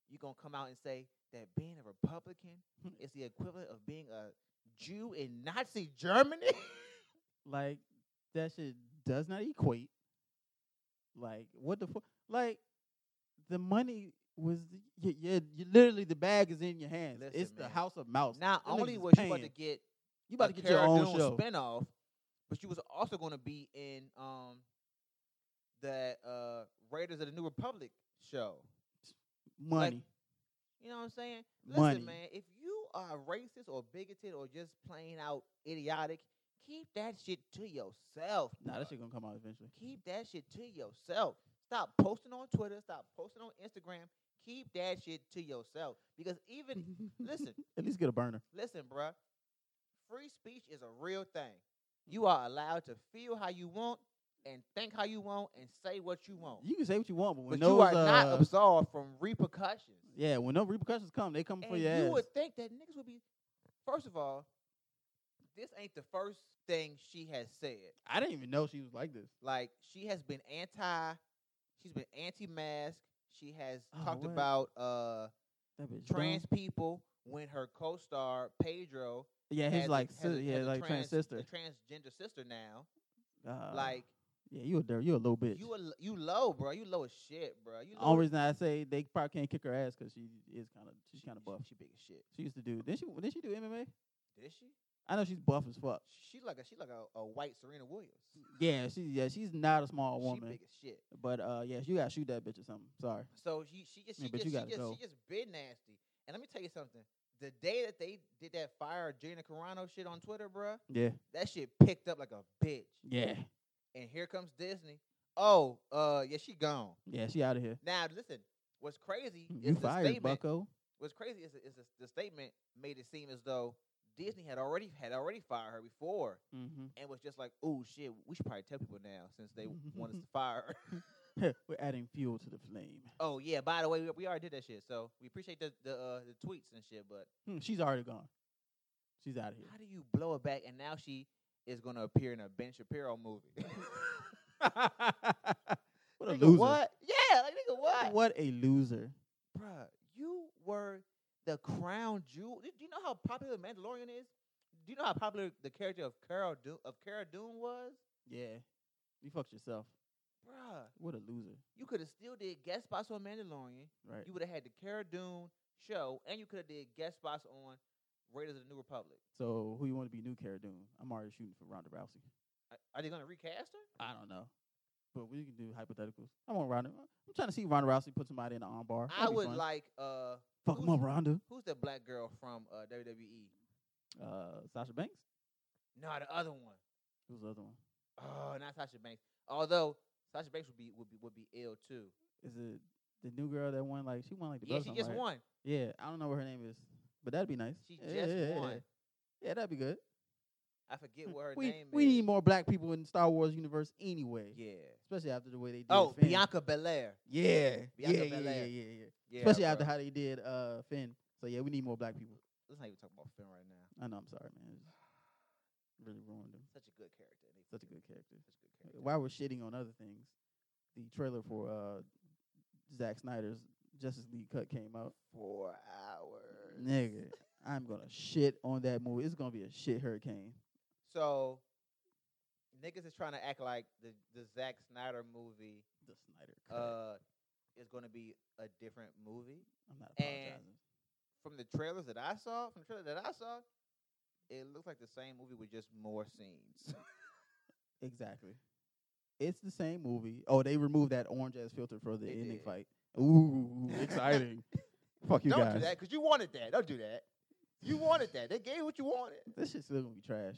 [SPEAKER 2] you gonna come out and say that being a Republican is the equivalent of being a Jew in Nazi Germany?
[SPEAKER 1] Like that shit does not equate. Like what the fuck? Like the money was the, you, you, you literally the bag is in your hands.
[SPEAKER 2] Listen,
[SPEAKER 1] it's the
[SPEAKER 2] man.
[SPEAKER 1] house of mouse.
[SPEAKER 2] Not
[SPEAKER 1] Them
[SPEAKER 2] only
[SPEAKER 1] niggas
[SPEAKER 2] was you about to
[SPEAKER 1] paying.
[SPEAKER 2] get
[SPEAKER 1] you about
[SPEAKER 2] a
[SPEAKER 1] to get your own
[SPEAKER 2] Cara Dune
[SPEAKER 1] show.
[SPEAKER 2] spinoff, but you was also going to be in um the uh, Raiders of the New Republic show.
[SPEAKER 1] money.
[SPEAKER 2] You know what I'm saying? Listen,
[SPEAKER 1] Money.
[SPEAKER 2] man, if you are racist or bigoted or just plain out idiotic, keep that shit to yourself.
[SPEAKER 1] nah, that
[SPEAKER 2] bruh.
[SPEAKER 1] shit gonna come out eventually.
[SPEAKER 2] Keep that shit to yourself. Stop posting on Twitter. Stop posting on Instagram. Keep that shit to yourself. Because even listen,
[SPEAKER 1] At least get a burner.
[SPEAKER 2] Listen, bruh. Free speech is a real thing. You are allowed to feel how you want and think how you want and say what you want.
[SPEAKER 1] You can say what you want, but
[SPEAKER 2] but
[SPEAKER 1] when
[SPEAKER 2] you
[SPEAKER 1] those
[SPEAKER 2] are not
[SPEAKER 1] uh,
[SPEAKER 2] absolved from repercussions.
[SPEAKER 1] yeah, when no repercussions come, they come for
[SPEAKER 2] And
[SPEAKER 1] your
[SPEAKER 2] you
[SPEAKER 1] ass.
[SPEAKER 2] would think that niggas would be. First of all, this ain't the first thing she has said.
[SPEAKER 1] I didn't even know she was like this.
[SPEAKER 2] Like she has been anti, she's been anti-mask. She has
[SPEAKER 1] Oh,
[SPEAKER 2] talked
[SPEAKER 1] what?
[SPEAKER 2] about uh
[SPEAKER 1] That bitch dumb.
[SPEAKER 2] trans people when her co-star Pedro
[SPEAKER 1] Yeah,
[SPEAKER 2] has
[SPEAKER 1] his
[SPEAKER 2] a-
[SPEAKER 1] like
[SPEAKER 2] has
[SPEAKER 1] si-
[SPEAKER 2] a-
[SPEAKER 1] yeah,
[SPEAKER 2] has a
[SPEAKER 1] like trans,
[SPEAKER 2] a
[SPEAKER 1] sister.
[SPEAKER 2] transgender sister now.
[SPEAKER 1] Uh,
[SPEAKER 2] like
[SPEAKER 1] yeah, you a dirty, you a little bitch.
[SPEAKER 2] you, a, l- you low, bro. You low as shit, bro. You low.
[SPEAKER 1] Only reason I say they probably can't kick her ass because she is kind of she's kind of buff.
[SPEAKER 2] She, big as shit.
[SPEAKER 1] She used to do. Did she? Did she do MMA?
[SPEAKER 2] Did she?
[SPEAKER 1] I know she's buff as fuck.
[SPEAKER 2] She like a she like a, a white Serena Williams.
[SPEAKER 1] Yeah, she yeah she's not a small
[SPEAKER 2] she
[SPEAKER 1] Mm, woman,
[SPEAKER 2] big as shit.
[SPEAKER 1] but uh yeah, you gotta shoot that bitch or something. Sorry.
[SPEAKER 2] So she she just she
[SPEAKER 1] Yeah, but
[SPEAKER 2] just
[SPEAKER 1] you
[SPEAKER 2] she
[SPEAKER 1] gotta
[SPEAKER 2] just,
[SPEAKER 1] go.
[SPEAKER 2] she just been nasty. And let me tell you something. The day that they did that fire Gina Carano shit on Twitter, bro,
[SPEAKER 1] Yeah,
[SPEAKER 2] that shit picked up like a bitch.
[SPEAKER 1] yeah,
[SPEAKER 2] And here comes Disney. Oh, uh, yeah, she gone.
[SPEAKER 1] yeah. She out of here.
[SPEAKER 2] Now listen, what's crazy
[SPEAKER 1] Mm, You
[SPEAKER 2] is the
[SPEAKER 1] fired,
[SPEAKER 2] statement.
[SPEAKER 1] Bucko.
[SPEAKER 2] what's crazy is, the- is the, the statement made it seem as though Disney had already had already fired her before
[SPEAKER 1] Mm-hmm.
[SPEAKER 2] and was just like, "Oh shit, we should probably tell people now since they want us to fire." her."
[SPEAKER 1] We're adding fuel to the flame.
[SPEAKER 2] oh yeah, by the way, we, we already did that shit, so we appreciate the the, uh, the tweets and shit. But
[SPEAKER 1] Hmm, she's already gone. She's out of here.
[SPEAKER 2] how do you blow it back? And now she is going to appear in a Ben Shapiro movie.
[SPEAKER 1] What a
[SPEAKER 2] Nigga,
[SPEAKER 1] loser.
[SPEAKER 2] What? Yeah, like nigga, what?
[SPEAKER 1] What a loser.
[SPEAKER 2] Bruh, you were the crown jewel. Do do you know how popular Mandalorian is? Do you know how popular the character of Carol Dune, of Cara Dune was?
[SPEAKER 1] Yeah, you fucked yourself.
[SPEAKER 2] Bruh,
[SPEAKER 1] What a loser.
[SPEAKER 2] you could have still did guest spots on Mandalorian.
[SPEAKER 1] Right.
[SPEAKER 2] You would have had the Cara Dune show, and you could have did guest spots on Raiders of the New Republic.
[SPEAKER 1] So who you want to be new Cara Dune? I'm already shooting for Ronda Rousey.
[SPEAKER 2] Are- Are they gonna recast her?
[SPEAKER 1] I don't know. But we can do hypotheticals. I want Ronda. I'm trying to see Ronda Rousey put somebody in the armbar.
[SPEAKER 2] I
[SPEAKER 1] That'd be
[SPEAKER 2] would
[SPEAKER 1] fun.
[SPEAKER 2] like uh,
[SPEAKER 1] fuck 'em
[SPEAKER 2] who's-
[SPEAKER 1] up, Ronda.
[SPEAKER 2] who's the black girl from uh, WWE?
[SPEAKER 1] Uh, Sasha Banks.
[SPEAKER 2] No, the other one.
[SPEAKER 1] Who's the other one?
[SPEAKER 2] Oh, not Sasha Banks. Although Sasha Banks would be would be would be ill too.
[SPEAKER 1] Is it the new girl that won? Like she won like the
[SPEAKER 2] Yeah,
[SPEAKER 1] belt or
[SPEAKER 2] she
[SPEAKER 1] something,
[SPEAKER 2] just
[SPEAKER 1] right?
[SPEAKER 2] won.
[SPEAKER 1] Yeah, I don't know what her name is, but that'd be nice.
[SPEAKER 2] She
[SPEAKER 1] yeah,
[SPEAKER 2] just
[SPEAKER 1] yeah, yeah,
[SPEAKER 2] won.
[SPEAKER 1] Yeah. Yeah, that'd be good.
[SPEAKER 2] I forget what her
[SPEAKER 1] eh. we
[SPEAKER 2] name
[SPEAKER 1] we
[SPEAKER 2] is.
[SPEAKER 1] need more black people in Star Wars universe anyway.
[SPEAKER 2] Yeah.
[SPEAKER 1] Especially after the way they did.
[SPEAKER 2] Oh,
[SPEAKER 1] Finn.
[SPEAKER 2] Bianca Belair.
[SPEAKER 1] Yeah. Yeah, yeah,
[SPEAKER 2] Bianca
[SPEAKER 1] yeah, yeah,
[SPEAKER 2] Belair.
[SPEAKER 1] yeah.
[SPEAKER 2] Yeah,
[SPEAKER 1] Especially
[SPEAKER 2] bro.
[SPEAKER 1] after how they did uh Finn. So yeah, we need more black people.
[SPEAKER 2] Let's not even talk about Finn right now.
[SPEAKER 1] I know. I'm sorry, man. It really ruined him.
[SPEAKER 2] Such a good character. They
[SPEAKER 1] Such a
[SPEAKER 2] freaking-
[SPEAKER 1] good character.
[SPEAKER 2] Such a good character.
[SPEAKER 1] While we're shitting on other things, the trailer for uh Zack Snyder's Justice League cut came out.
[SPEAKER 2] Four hours.
[SPEAKER 1] Nigga, I'm gonna shit on that movie. It's gonna be a shit hurricane.
[SPEAKER 2] So niggas is trying to act like the the Zack Snyder movie
[SPEAKER 1] The Snyder cut.
[SPEAKER 2] uh is going to be a different movie.
[SPEAKER 1] I'm not
[SPEAKER 2] and-
[SPEAKER 1] apologizing.
[SPEAKER 2] From the trailers that I saw, from the trailer that I saw, it looks like the same movie with just more scenes.
[SPEAKER 1] Exactly. It's the same movie. Oh, they removed that orange ass filter for the
[SPEAKER 2] They
[SPEAKER 1] ending
[SPEAKER 2] did.
[SPEAKER 1] fight. Ooh, exciting. Fuck you
[SPEAKER 2] Don't
[SPEAKER 1] guys.
[SPEAKER 2] do that because you wanted that. Don't do that. You wanted that. They gave what you wanted.
[SPEAKER 1] This shit's still gonna be trash.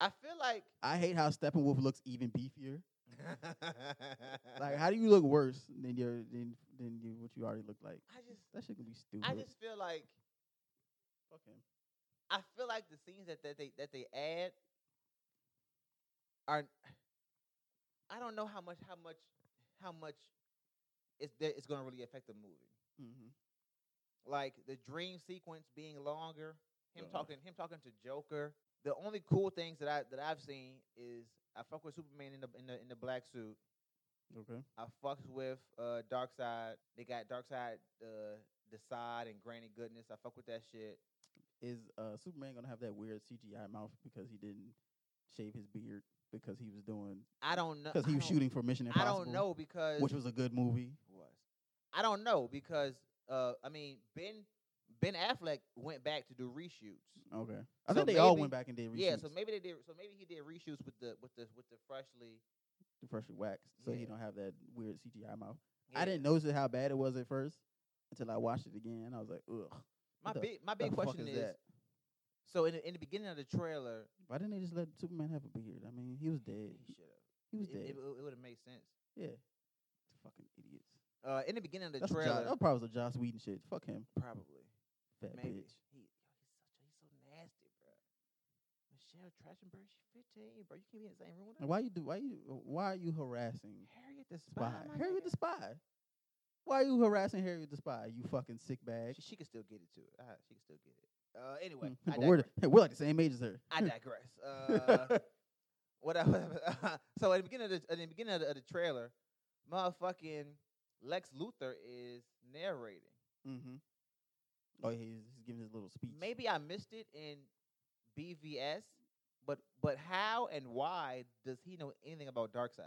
[SPEAKER 2] I feel like
[SPEAKER 1] I hate how Steppenwolf looks even beefier. Like, how do you look worse than your than than you, what you already look like?
[SPEAKER 2] I just
[SPEAKER 1] That shit gonna be stupid.
[SPEAKER 2] I just feel like
[SPEAKER 1] Fuck him.
[SPEAKER 2] I feel like the scenes that, that they that they add are I don't know how much how much how much it's that it's gonna really affect the movie.
[SPEAKER 1] Mm-hmm.
[SPEAKER 2] Like the dream sequence being longer, him
[SPEAKER 1] Uh-huh.
[SPEAKER 2] talking him talking to Joker. The only cool things that I that I've seen is I fuck with Superman in the in the in the black suit.
[SPEAKER 1] Okay.
[SPEAKER 2] I fucks with uh Dark Side. They got Dark Side uh the side and Granny Goodness. I fuck with that shit.
[SPEAKER 1] Is uh, Superman gonna have that weird CGI mouth because he didn't shave his beard because he was doing
[SPEAKER 2] I don't know
[SPEAKER 1] because
[SPEAKER 2] Uh,
[SPEAKER 1] he
[SPEAKER 2] I
[SPEAKER 1] was
[SPEAKER 2] don't-
[SPEAKER 1] shooting for Mission
[SPEAKER 2] I
[SPEAKER 1] Impossible?
[SPEAKER 2] don't know because
[SPEAKER 1] Which was a good movie.
[SPEAKER 2] was. I don't know because uh, I mean Ben Ben Affleck went back to do reshoots.
[SPEAKER 1] Okay. I
[SPEAKER 2] So
[SPEAKER 1] think they all
[SPEAKER 2] maybe-
[SPEAKER 1] went back and did reshoots.
[SPEAKER 2] Yeah, so maybe they did. So maybe he did reshoots with the with the with the freshly.
[SPEAKER 1] the freshly waxed, so he
[SPEAKER 2] Yeah.
[SPEAKER 1] don't have that weird CGI mouth.
[SPEAKER 2] Yeah.
[SPEAKER 1] I didn't notice how bad it was at first until I watched it again. I was like, ugh.
[SPEAKER 2] My
[SPEAKER 1] the-
[SPEAKER 2] big my
[SPEAKER 1] the
[SPEAKER 2] big
[SPEAKER 1] fuck
[SPEAKER 2] question
[SPEAKER 1] is
[SPEAKER 2] is,
[SPEAKER 1] that?
[SPEAKER 2] so in the, in the beginning of the trailer,
[SPEAKER 1] Why didn't they just let Superman have a beard? I mean, he was dead.
[SPEAKER 2] he should have.
[SPEAKER 1] He was
[SPEAKER 2] It,
[SPEAKER 1] dead.
[SPEAKER 2] it, would have made sense.
[SPEAKER 1] yeah. Fucking idiots.
[SPEAKER 2] Uh, in the beginning of the
[SPEAKER 1] That's a Josh,
[SPEAKER 2] trailer,
[SPEAKER 1] that probably was a Joss Whedon shit. Fuck him,
[SPEAKER 2] probably
[SPEAKER 1] fat
[SPEAKER 2] maybe
[SPEAKER 1] bitch.
[SPEAKER 2] he, yo, he's such a, he's so nasty, bro. Michelle Trachtenberg, she's fifteen, bro. You can't be in the same room with
[SPEAKER 1] And
[SPEAKER 2] her.
[SPEAKER 1] why you do? Why you? Why are you harassing
[SPEAKER 2] Harriet the
[SPEAKER 1] Spy?
[SPEAKER 2] spy. my
[SPEAKER 1] Harriet
[SPEAKER 2] nigga.
[SPEAKER 1] the Spy. Why are you harassing Harriet the Spy? You fucking sick bag.
[SPEAKER 2] She, she can still get it too. Uh, she can still get it. Uh, anyway,
[SPEAKER 1] Hmm,
[SPEAKER 2] I
[SPEAKER 1] but we're,
[SPEAKER 2] digress.
[SPEAKER 1] the- we're like the same age as her.
[SPEAKER 2] I digress. Uh, what I, so at the beginning of the, at the beginning of the, of the trailer, motherfucking Lex Luthor is narrating.
[SPEAKER 1] mm-hmm. Oh, he's, he's giving his little speech.
[SPEAKER 2] Maybe I missed it in BVS, but but how and why does he know anything about Darkseid?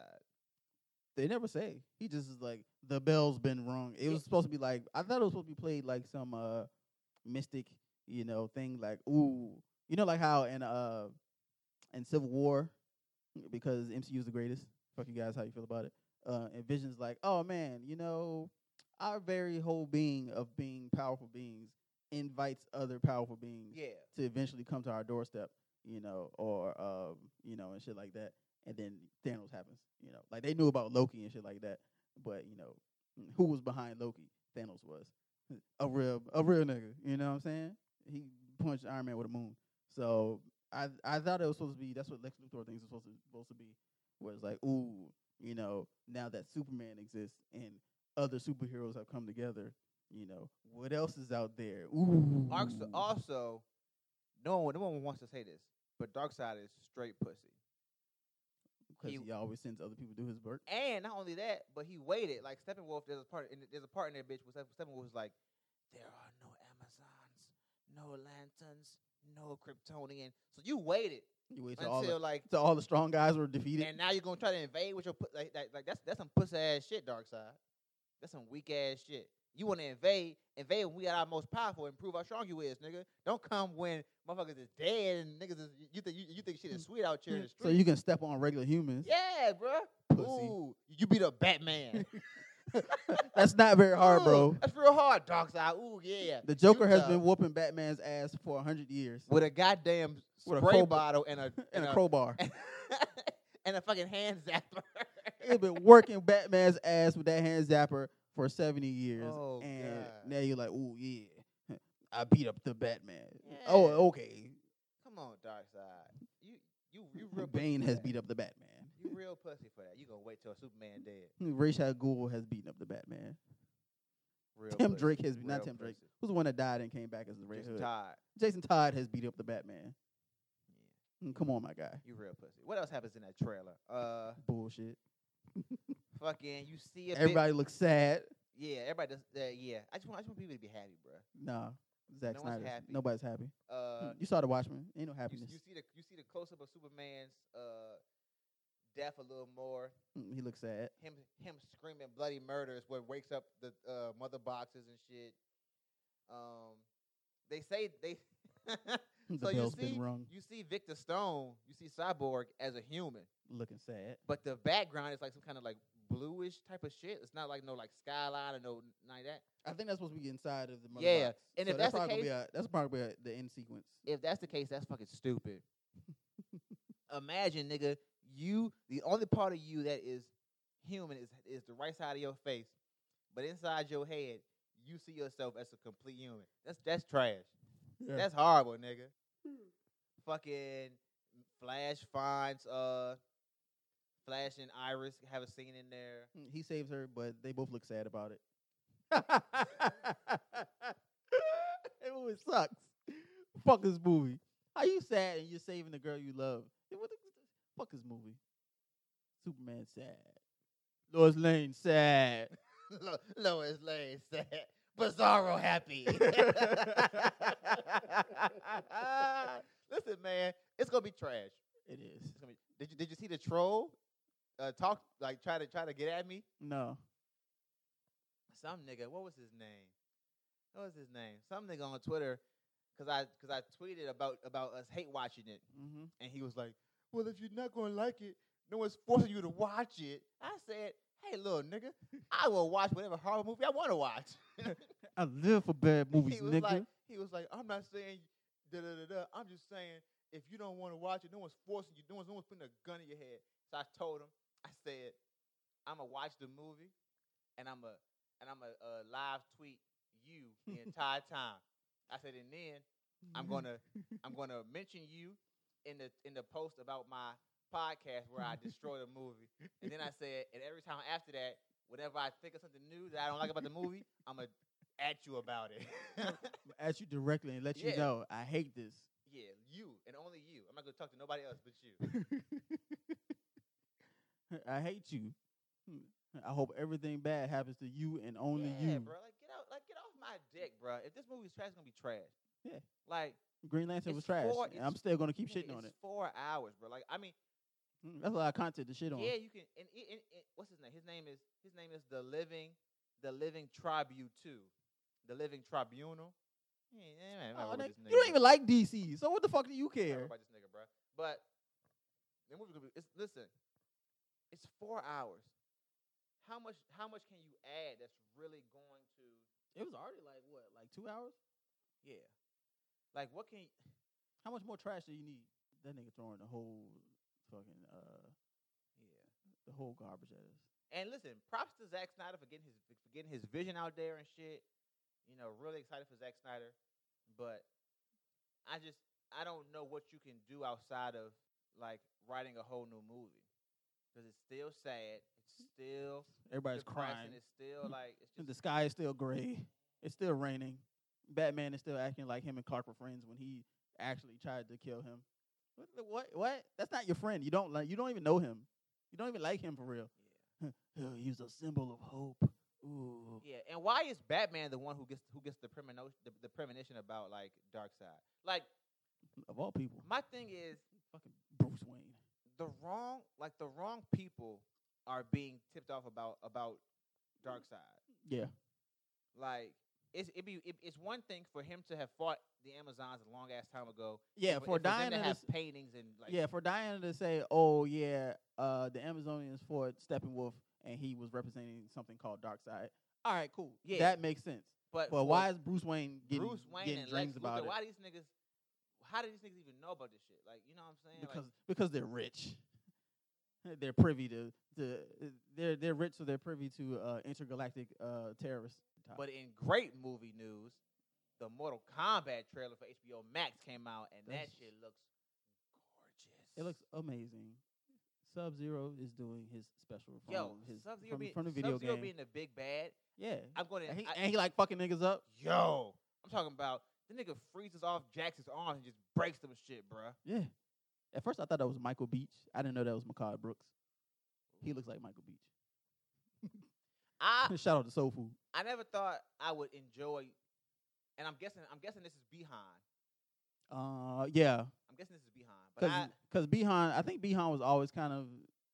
[SPEAKER 1] they never say. He just is like the bell's been rung. It was supposed to be like I thought it was supposed to be played like some uh mystic, you know, thing like ooh, you know, like how in uh in Civil War because MCU's the greatest. Fuck you guys, how you feel about it? Uh, and Vision's like, oh man, you know, our very whole being of being powerful beings invites other powerful beings
[SPEAKER 2] Yeah,
[SPEAKER 1] to eventually come to our doorstep, you know, or um, you know, and shit like that. And then Thanos happens, you know, like they knew about Loki and shit like that, but you know, mm, who was behind Loki? Thanos was a real, a real nigga. You know what I'm saying? He punched Iron Man with a moon. So I, I thought it was supposed to be. That's what Lex Luthor things was supposed to supposed to be. Where it's like, ooh, you know, now that Superman exists and other superheroes have come together, you know, what else is out there? Ooh,
[SPEAKER 2] also, also no one no one wants to say this, but Darkseid is straight pussy.
[SPEAKER 1] because
[SPEAKER 2] He-
[SPEAKER 1] he, always sends other people to do his work.
[SPEAKER 2] And not only that, but he waited. Like Steppenwolf, there's a part in there's a part in there, bitch. Where Stepp- Steppenwolf was like, "There are no Amazons, no lanterns, no Kryptonian." So you waited
[SPEAKER 1] You wait till all,
[SPEAKER 2] until
[SPEAKER 1] the,
[SPEAKER 2] like,
[SPEAKER 1] till all the strong guys were defeated.
[SPEAKER 2] and now you're gonna try to invade with your pu- like, like, like that's that's some pussy ass shit, Dark Side. That's some weak ass shit. You want to invade, invade when we got our most powerful and prove how strong you is, nigga. Don't come when motherfuckers is dead and niggas is you think you, you think shit is sweet out here in the
[SPEAKER 1] Mm. so
[SPEAKER 2] street.
[SPEAKER 1] you can step on regular humans.
[SPEAKER 2] yeah, bruh.
[SPEAKER 1] Pussy.
[SPEAKER 2] Ooh, you be the Batman.
[SPEAKER 1] That's not very hard,
[SPEAKER 2] Ooh,
[SPEAKER 1] bro.
[SPEAKER 2] That's real hard, Dark Side. Ooh, yeah.
[SPEAKER 1] The Joker
[SPEAKER 2] You
[SPEAKER 1] has
[SPEAKER 2] tough.
[SPEAKER 1] been whooping Batman's ass for a hundred years
[SPEAKER 2] with a goddamn
[SPEAKER 1] With a
[SPEAKER 2] spray
[SPEAKER 1] crowbar.
[SPEAKER 2] bottle and a
[SPEAKER 1] and a crowbar.
[SPEAKER 2] and a fucking hand zapper.
[SPEAKER 1] He's been working Batman's ass with that hand zapper for seventy years,
[SPEAKER 2] Oh,
[SPEAKER 1] and
[SPEAKER 2] God.
[SPEAKER 1] now you're like, "Ooh, yeah, I beat up the Batman." Oh,
[SPEAKER 2] Yeah.
[SPEAKER 1] okay.
[SPEAKER 2] Come on, Dark Side. You you you real pussy
[SPEAKER 1] Bane
[SPEAKER 2] for
[SPEAKER 1] has
[SPEAKER 2] that.
[SPEAKER 1] beat up the Batman.
[SPEAKER 2] You real pussy for that. You gonna wait till Superman dead.
[SPEAKER 1] Ra's al Ghul has beaten up the Batman.
[SPEAKER 2] Real
[SPEAKER 1] Tim
[SPEAKER 2] pussy.
[SPEAKER 1] Drake has not
[SPEAKER 2] Real
[SPEAKER 1] Tim Drake.
[SPEAKER 2] pussy.
[SPEAKER 1] Who's the one that died and came back as the Red
[SPEAKER 2] Jason
[SPEAKER 1] Hood?
[SPEAKER 2] Todd.
[SPEAKER 1] Jason Todd has beat up the Batman.
[SPEAKER 2] Yeah,
[SPEAKER 1] Mm, Come on, my guy.
[SPEAKER 2] you real pussy. What else happens in that trailer? Uh,
[SPEAKER 1] Bullshit.
[SPEAKER 2] fucking you see a bit-
[SPEAKER 1] Everybody looks sad.
[SPEAKER 2] yeah, everybody does. Uh, yeah, I just want I just want people to be happy, bruh.
[SPEAKER 1] Nah, Zack
[SPEAKER 2] No one's
[SPEAKER 1] Snyder.
[SPEAKER 2] happy.
[SPEAKER 1] Nobody's happy. Mm,
[SPEAKER 2] Uh,
[SPEAKER 1] you saw the Watchmen. Ain't no
[SPEAKER 2] you, s-
[SPEAKER 1] Hmm, happiness.
[SPEAKER 2] you see the you see the close up of Superman's uh, death a little more.
[SPEAKER 1] Mm, he looks sad.
[SPEAKER 2] Him him screaming bloody murder is what wakes up the uh, mother boxes and shit. Um, they say they
[SPEAKER 1] The
[SPEAKER 2] so you
[SPEAKER 1] bell's
[SPEAKER 2] see
[SPEAKER 1] been rung.
[SPEAKER 2] you see Victor Stone, you see Cyborg as a human,
[SPEAKER 1] Looking sad.
[SPEAKER 2] but the background is like some kind of like bluish type of shit. It's not like no like skyline or no n- like that.
[SPEAKER 1] I think that's supposed to be inside of the mother
[SPEAKER 2] Yeah,
[SPEAKER 1] box.
[SPEAKER 2] and
[SPEAKER 1] so
[SPEAKER 2] if that's
[SPEAKER 1] that's
[SPEAKER 2] the
[SPEAKER 1] probably
[SPEAKER 2] case-
[SPEAKER 1] gonna be a, that's probably gonna be a, the end sequence.
[SPEAKER 2] If that's the case, that's fucking stupid. Imagine, nigga, you the only part of you that is human is is the right side of your face, but inside your head, you see yourself as a complete human. That's that's trash.
[SPEAKER 1] Yeah.
[SPEAKER 2] That's horrible, nigga. Fucking Flash finds uh Flash and Iris have a scene in there.
[SPEAKER 1] Mm, He saves her, but they both look sad about it. that movie sucks. Fuck this movie. How you sad and you're saving the girl you love? Then what the- Fuck this movie. Superman sad. Lois Lane sad.
[SPEAKER 2] Lo- Lois Lane said, "Bizarro happy." Listen, man, it's gonna be trash.
[SPEAKER 1] It is.
[SPEAKER 2] It's gonna be, did you did you see the troll? Uh, talk like try to try to get at me.
[SPEAKER 1] No.
[SPEAKER 2] Some nigga, what was his name? What was his name? Some nigga on Twitter, cause I cause I tweeted about about us hate watching it,
[SPEAKER 1] hmm
[SPEAKER 2] and he was like, "Well, if you're not gonna like it, no one's forcing you to watch it." I said, "Hey, little nigga, I will watch whatever horror movie I want to watch."
[SPEAKER 1] I live for bad movies,
[SPEAKER 2] he was
[SPEAKER 1] nigga.
[SPEAKER 2] like, he was like, I'm not saying da da da da. I'm just saying if you don't want to watch it, no one's forcing you. No one's, no one's putting a gun in your head. So I told him, I said, I'm gonna watch the movie, and I'm a and I'm a uh, live tweet you the entire time. I said, and then I'm gonna
[SPEAKER 1] Mm-hmm.
[SPEAKER 2] I'm gonna mention you in the in the post about my podcast where I destroy the movie. And then I said, and every time after that, whenever I think of something new that I don't like about the movie, I'm gonna at you about it.
[SPEAKER 1] "Mm-hmm." ask you directly and let you
[SPEAKER 2] Yeah.
[SPEAKER 1] know I hate this.
[SPEAKER 2] yeah, you and only you. I'm not gonna talk to nobody else but you.
[SPEAKER 1] I hate you. Hmm. I hope everything bad happens to you and only
[SPEAKER 2] yeah,
[SPEAKER 1] you.
[SPEAKER 2] bro. Like get out, like get off my dick, bro. If this movie's trash, it's gonna be trash.
[SPEAKER 1] Yeah.
[SPEAKER 2] Like
[SPEAKER 1] Green Lantern
[SPEAKER 2] It's
[SPEAKER 1] was trash.
[SPEAKER 2] four-
[SPEAKER 1] and
[SPEAKER 2] it's
[SPEAKER 1] I'm still gonna keep
[SPEAKER 2] nigga,
[SPEAKER 1] shitting on
[SPEAKER 2] it's
[SPEAKER 1] it.
[SPEAKER 2] Four hours, bro. Like I mean,
[SPEAKER 1] Mm, That's a lot of content to shit on.
[SPEAKER 2] yeah, you can. And, i- and, and what's his name? His name is his name is the living, the living tribute too, the living tribunal. Yeah, yeah,
[SPEAKER 1] Oh,
[SPEAKER 2] about
[SPEAKER 1] nigga,
[SPEAKER 2] this nigga.
[SPEAKER 1] you don't even like DC, so what the fuck do you
[SPEAKER 2] I don't know
[SPEAKER 1] care?
[SPEAKER 2] about this nigga, bro. But the movie's gonna be. It's, listen, it's four hours. How much? How much can you add? That's really going to
[SPEAKER 1] It was already like what, like two hours?
[SPEAKER 2] Yeah. Like what can y-
[SPEAKER 1] How much more trash do you need? That nigga throwing the whole fucking uh
[SPEAKER 2] yeah.
[SPEAKER 1] the whole garbage at us.
[SPEAKER 2] And listen, props to Zack Snyder for getting his for getting his vision out there and shit. You know, really excited for Zack Snyder, but I just I don't know what you can do outside of like writing a whole new movie because it's still sad. It's still
[SPEAKER 1] Everybody's
[SPEAKER 2] depressing.
[SPEAKER 1] crying.
[SPEAKER 2] It's still like it's just
[SPEAKER 1] The sky is still gray. It's still raining. Batman is still acting like him and Clark were friends when he actually tried to kill him. What? the- What? What? That's not your friend. You don't like. You don't even know him. You don't even like him for real. Oh, He's a symbol of hope. Ooh.
[SPEAKER 2] Yeah, and why is Batman the one who gets who gets the premonition the, the premonition about like Dark Side? Like
[SPEAKER 1] Of all people,
[SPEAKER 2] my thing is
[SPEAKER 1] fucking Bruce Wayne.
[SPEAKER 2] the wrong like the wrong people are being tipped off about about dark side
[SPEAKER 1] Yeah.
[SPEAKER 2] like it's it be it, it's one thing for him to have fought the amazons a long ass time ago
[SPEAKER 1] Yeah.
[SPEAKER 2] and
[SPEAKER 1] For
[SPEAKER 2] and them
[SPEAKER 1] Diana,
[SPEAKER 2] to
[SPEAKER 1] to
[SPEAKER 2] have
[SPEAKER 1] s-
[SPEAKER 2] paintings and like
[SPEAKER 1] yeah, for Diana to say, "Oh yeah, uh, the Amazonians fought Steppenwolf, and he was representing something called Darkseid." All right, cool.
[SPEAKER 2] Yeah.
[SPEAKER 1] that makes sense.
[SPEAKER 2] but
[SPEAKER 1] But
[SPEAKER 2] for
[SPEAKER 1] why is Bruce Wayne getting,
[SPEAKER 2] bruce wayne
[SPEAKER 1] getting
[SPEAKER 2] and
[SPEAKER 1] dreams
[SPEAKER 2] Lex
[SPEAKER 1] about
[SPEAKER 2] Luthor,
[SPEAKER 1] it?
[SPEAKER 2] why these niggas how do these niggas even know about this shit like you know what i'm saying
[SPEAKER 1] because
[SPEAKER 2] like,
[SPEAKER 1] because they're rich. they're privy to the they're they're rich, so they're privy to uh, intergalactic uh, terrorists.
[SPEAKER 2] but in great movie news the mortal kombat trailer for hbo max came out and that
[SPEAKER 1] That's-
[SPEAKER 2] shit looks gorgeous
[SPEAKER 1] it looks amazing. Sub Zero is doing his special from
[SPEAKER 2] Yo,
[SPEAKER 1] his
[SPEAKER 2] Sub-Zero
[SPEAKER 1] from,
[SPEAKER 2] being,
[SPEAKER 1] from the video
[SPEAKER 2] Sub-Zero
[SPEAKER 1] game.
[SPEAKER 2] being the big bad.
[SPEAKER 1] yeah,
[SPEAKER 2] I'm going to.
[SPEAKER 1] and he,
[SPEAKER 2] I-
[SPEAKER 1] and he like fucking niggas up.
[SPEAKER 2] yo, I'm talking about the nigga freezes off Jackson's arms and just breaks them and shit, bruh.
[SPEAKER 1] Yeah. At first, I thought that was Michael Beach. I didn't know that was Makar Brooks. He looks like Michael Beach.
[SPEAKER 2] I
[SPEAKER 1] Shout out to Soul Food.
[SPEAKER 2] I never thought I would enjoy, and I'm guessing I'm guessing this is Behind.
[SPEAKER 1] Uh, yeah,
[SPEAKER 2] I'm guessing this is Behind, but I
[SPEAKER 1] because because Behan, I think Behan was always kind of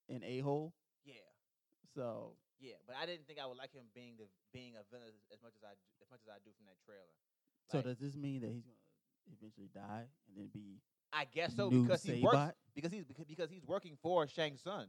[SPEAKER 1] an a hole.
[SPEAKER 2] yeah
[SPEAKER 1] So
[SPEAKER 2] yeah, but I didn't think I would like him being the being a villain as, as much as I d- as much as I do from that trailer.
[SPEAKER 1] So
[SPEAKER 2] Like,
[SPEAKER 1] does this mean that he's gonna eventually die and then be
[SPEAKER 2] I guess so
[SPEAKER 1] new
[SPEAKER 2] because he
[SPEAKER 1] Sabot?
[SPEAKER 2] works because he's because, because he's working for Shang Tsung.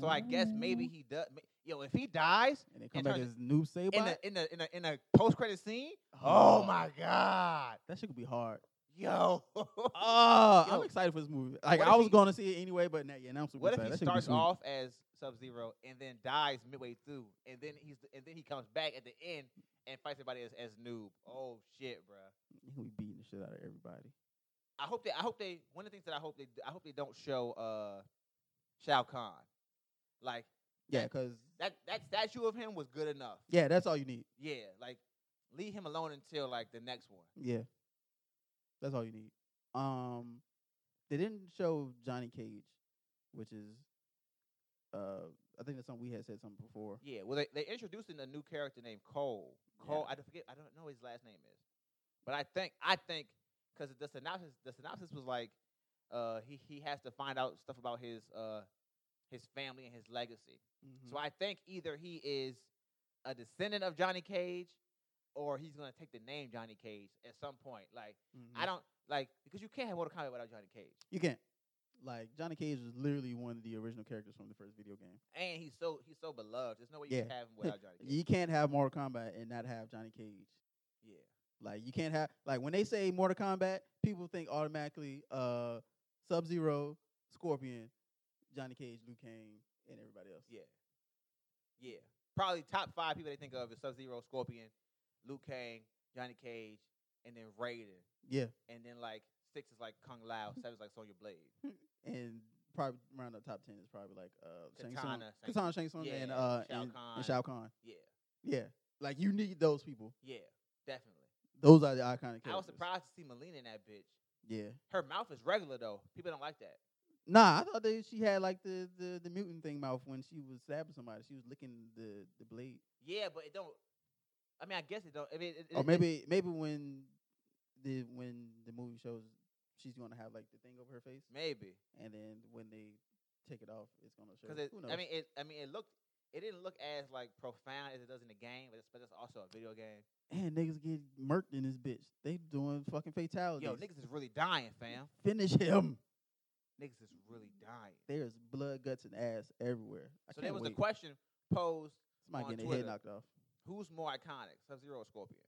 [SPEAKER 2] So I guess maybe
[SPEAKER 1] Ooh.
[SPEAKER 2] he does. ma- Yo, if he dies
[SPEAKER 1] and then come
[SPEAKER 2] and
[SPEAKER 1] back
[SPEAKER 2] turns-
[SPEAKER 1] as new Sabot.
[SPEAKER 2] in a in a in a in a post credit scene, Oh my god,
[SPEAKER 1] that shit could be hard.
[SPEAKER 2] yo!
[SPEAKER 1] Oh,
[SPEAKER 2] Yo,
[SPEAKER 1] I'm excited for this movie. Like
[SPEAKER 2] what
[SPEAKER 1] I
[SPEAKER 2] if
[SPEAKER 1] was
[SPEAKER 2] he-
[SPEAKER 1] gonna see it anyway, but now yeah, now I'm super
[SPEAKER 2] what if
[SPEAKER 1] excited.
[SPEAKER 2] he
[SPEAKER 1] That shit could be
[SPEAKER 2] starts
[SPEAKER 1] sweet.
[SPEAKER 2] off as Sub Zero and then dies midway through, and then he's and then he comes back at the end and fights everybody as, as noob? Oh shit, bruh!
[SPEAKER 1] He gonna be beating the shit out of everybody.
[SPEAKER 2] I hope they. I hope they. One of the things that I hope they. d- I hope they don't show uh, Shao Kahn. Like
[SPEAKER 1] Yeah, because
[SPEAKER 2] that. That statue of him was good enough.
[SPEAKER 1] yeah, that's all you need.
[SPEAKER 2] Yeah. Like leave him alone until like the next one.
[SPEAKER 1] Yeah, that's all you need. Um, they didn't show Johnny Cage, which is, uh, I think that's something we had said something before.
[SPEAKER 2] Yeah. Well, they they introducing a new character named Cole. Cole.
[SPEAKER 1] Yeah.
[SPEAKER 2] I don't forget. I don't know what his last name is, but I think I think because the synopsis the synopsis was like uh he he has to find out stuff about his uh his family and his legacy.
[SPEAKER 1] Mm-hmm.
[SPEAKER 2] So I think either he is a descendant of Johnny Cage or he's gonna take the name Johnny Cage at some point. Like
[SPEAKER 1] Mm.
[SPEAKER 2] I don't like because you can't have Mortal Kombat without Johnny Cage.
[SPEAKER 1] you can't. Like Johnny Cage is literally one of the original characters from the first video game.
[SPEAKER 2] And he's so he's so beloved. There's no way you can have him without Johnny Cage.
[SPEAKER 1] You can't have Mortal Kombat and not have Johnny Cage.
[SPEAKER 2] yeah.
[SPEAKER 1] Like you can't have like when they say Mortal Kombat, people think automatically uh Sub Zero, Scorpion, Johnny Cage, Liu Kang, and everybody else.
[SPEAKER 2] Yeah. Yeah. Probably top five people they think of is Sub Zero, Scorpion, Luke Kang, Johnny Cage, and then Raiden.
[SPEAKER 1] Yeah.
[SPEAKER 2] And then like six is like Kung Lao, seven is like Sonya Blade.
[SPEAKER 1] And probably around the top ten is probably like uh Shang Tsung.
[SPEAKER 2] Katana, Shang-
[SPEAKER 1] Katana Shang Tsung and
[SPEAKER 2] Yeah,
[SPEAKER 1] uh
[SPEAKER 2] Shao
[SPEAKER 1] and,
[SPEAKER 2] Kahn.
[SPEAKER 1] and Shao Kahn.
[SPEAKER 2] Yeah.
[SPEAKER 1] Yeah. Like you need those people.
[SPEAKER 2] Yeah. Definitely.
[SPEAKER 1] Those are the iconic characters.
[SPEAKER 2] I was surprised to see Melina in that bitch.
[SPEAKER 1] Yeah.
[SPEAKER 2] Her mouth is regular though. People don't like that.
[SPEAKER 1] Nah, I thought that she had like the, the, the mutant thing mouth when she was stabbing somebody. She was licking the, the blade.
[SPEAKER 2] Yeah, but it don't. I mean, I guess it don't. I mean, it, it-
[SPEAKER 1] Or
[SPEAKER 2] it-
[SPEAKER 1] Oh, maybe maybe when the when the movie shows she's gonna have like the thing over her face,
[SPEAKER 2] maybe
[SPEAKER 1] and then when they take it off, it's gonna show.
[SPEAKER 2] because it.
[SPEAKER 1] Who knows?
[SPEAKER 2] I mean, it. I mean, it looked. It didn't look as like profound as it does in the game, but it's, but it's also a video game.
[SPEAKER 1] and niggas get murked in this bitch. They doing fucking fatalities.
[SPEAKER 2] Yo, niggas is really dying, fam.
[SPEAKER 1] finish him.
[SPEAKER 2] Niggas is really dying.
[SPEAKER 1] There's blood, guts, and ass everywhere. I
[SPEAKER 2] so
[SPEAKER 1] can't
[SPEAKER 2] there was
[SPEAKER 1] wait.
[SPEAKER 2] a question posed:
[SPEAKER 1] Somebody
[SPEAKER 2] on
[SPEAKER 1] getting their head
[SPEAKER 2] Twitter.
[SPEAKER 1] knocked off.
[SPEAKER 2] Who's more iconic, Sub Zero or Scorpion?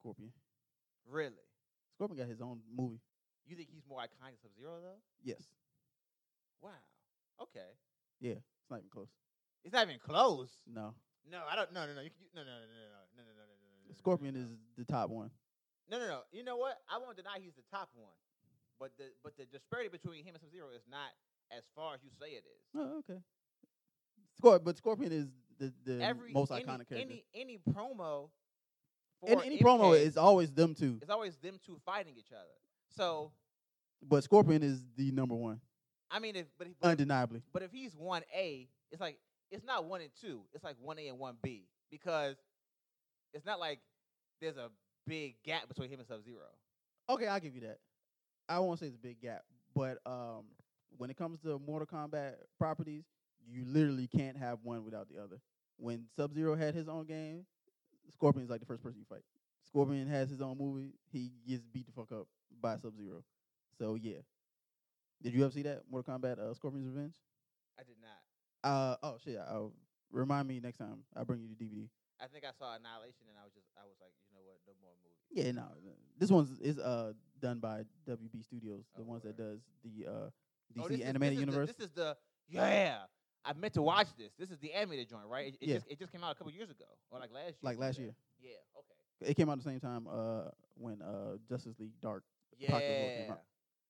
[SPEAKER 1] Scorpion.
[SPEAKER 2] Really?
[SPEAKER 1] Scorpion got his own movie.
[SPEAKER 2] You think he's more iconic than Sub Zero though?
[SPEAKER 1] Yes, it's
[SPEAKER 2] Wow. Okay.
[SPEAKER 1] not even close.
[SPEAKER 2] It's not even close.
[SPEAKER 1] No,
[SPEAKER 2] No, I don't. No, no, no. You, you, no, no, no, no, no, no, no, no, no, no, no, no. no,
[SPEAKER 1] Scorpion
[SPEAKER 2] no.
[SPEAKER 1] is the top one.
[SPEAKER 2] No, no, no. You know what? I won't deny he's the top one, but the but the disparity between him and Sub Zero is not as far as you say it is.
[SPEAKER 1] Oh, okay. Scorp- but Scorpion is the, the
[SPEAKER 2] Every
[SPEAKER 1] most
[SPEAKER 2] any,
[SPEAKER 1] iconic character.
[SPEAKER 2] Any any promo for
[SPEAKER 1] Any, any promo
[SPEAKER 2] MK,
[SPEAKER 1] is always them two,
[SPEAKER 2] it's always them two fighting each other. So
[SPEAKER 1] but Scorpion is the number one,
[SPEAKER 2] I mean, if but if, but, if-
[SPEAKER 1] undeniably.
[SPEAKER 2] but if he's one A, it's like it's not one and two. It's like one A and one B because it's not like there's a big gap between him and Sub Zero.
[SPEAKER 1] Okay, I'll give you that. I won't say it's a big gap, but um, when it comes to Mortal Kombat properties, you literally can't have one without the other. When Sub Zero had his own game, Scorpion is like the first person you fight. Scorpion has his own movie; he gets beat the fuck up by Sub Zero. So yeah, did you ever see that Mortal Kombat uh, Scorpion's Revenge?
[SPEAKER 2] I did not.
[SPEAKER 1] Uh oh shit! I'll remind me next time. I'll bring you the DVD.
[SPEAKER 2] I think I saw Annihilation and I was just I was like, you know what, no more movies.
[SPEAKER 1] Yeah, no, no, this one's is uh done by WB Studios, the
[SPEAKER 2] Oh,
[SPEAKER 1] ones that does the uh
[SPEAKER 2] Oh,
[SPEAKER 1] DC
[SPEAKER 2] this is-
[SPEAKER 1] animated
[SPEAKER 2] this is the-
[SPEAKER 1] universe.
[SPEAKER 2] this is the yeah. I meant to watch this. This is the animated joint, right? It, it
[SPEAKER 1] Yeah.
[SPEAKER 2] just it just came out a couple years ago, or like last year.
[SPEAKER 1] like
[SPEAKER 2] something
[SPEAKER 1] last
[SPEAKER 2] that.
[SPEAKER 1] year,
[SPEAKER 2] Yeah. Okay.
[SPEAKER 1] it came out the same time uh when uh Justice League Dark. Pocket Wolf came
[SPEAKER 2] Yeah.
[SPEAKER 1] out.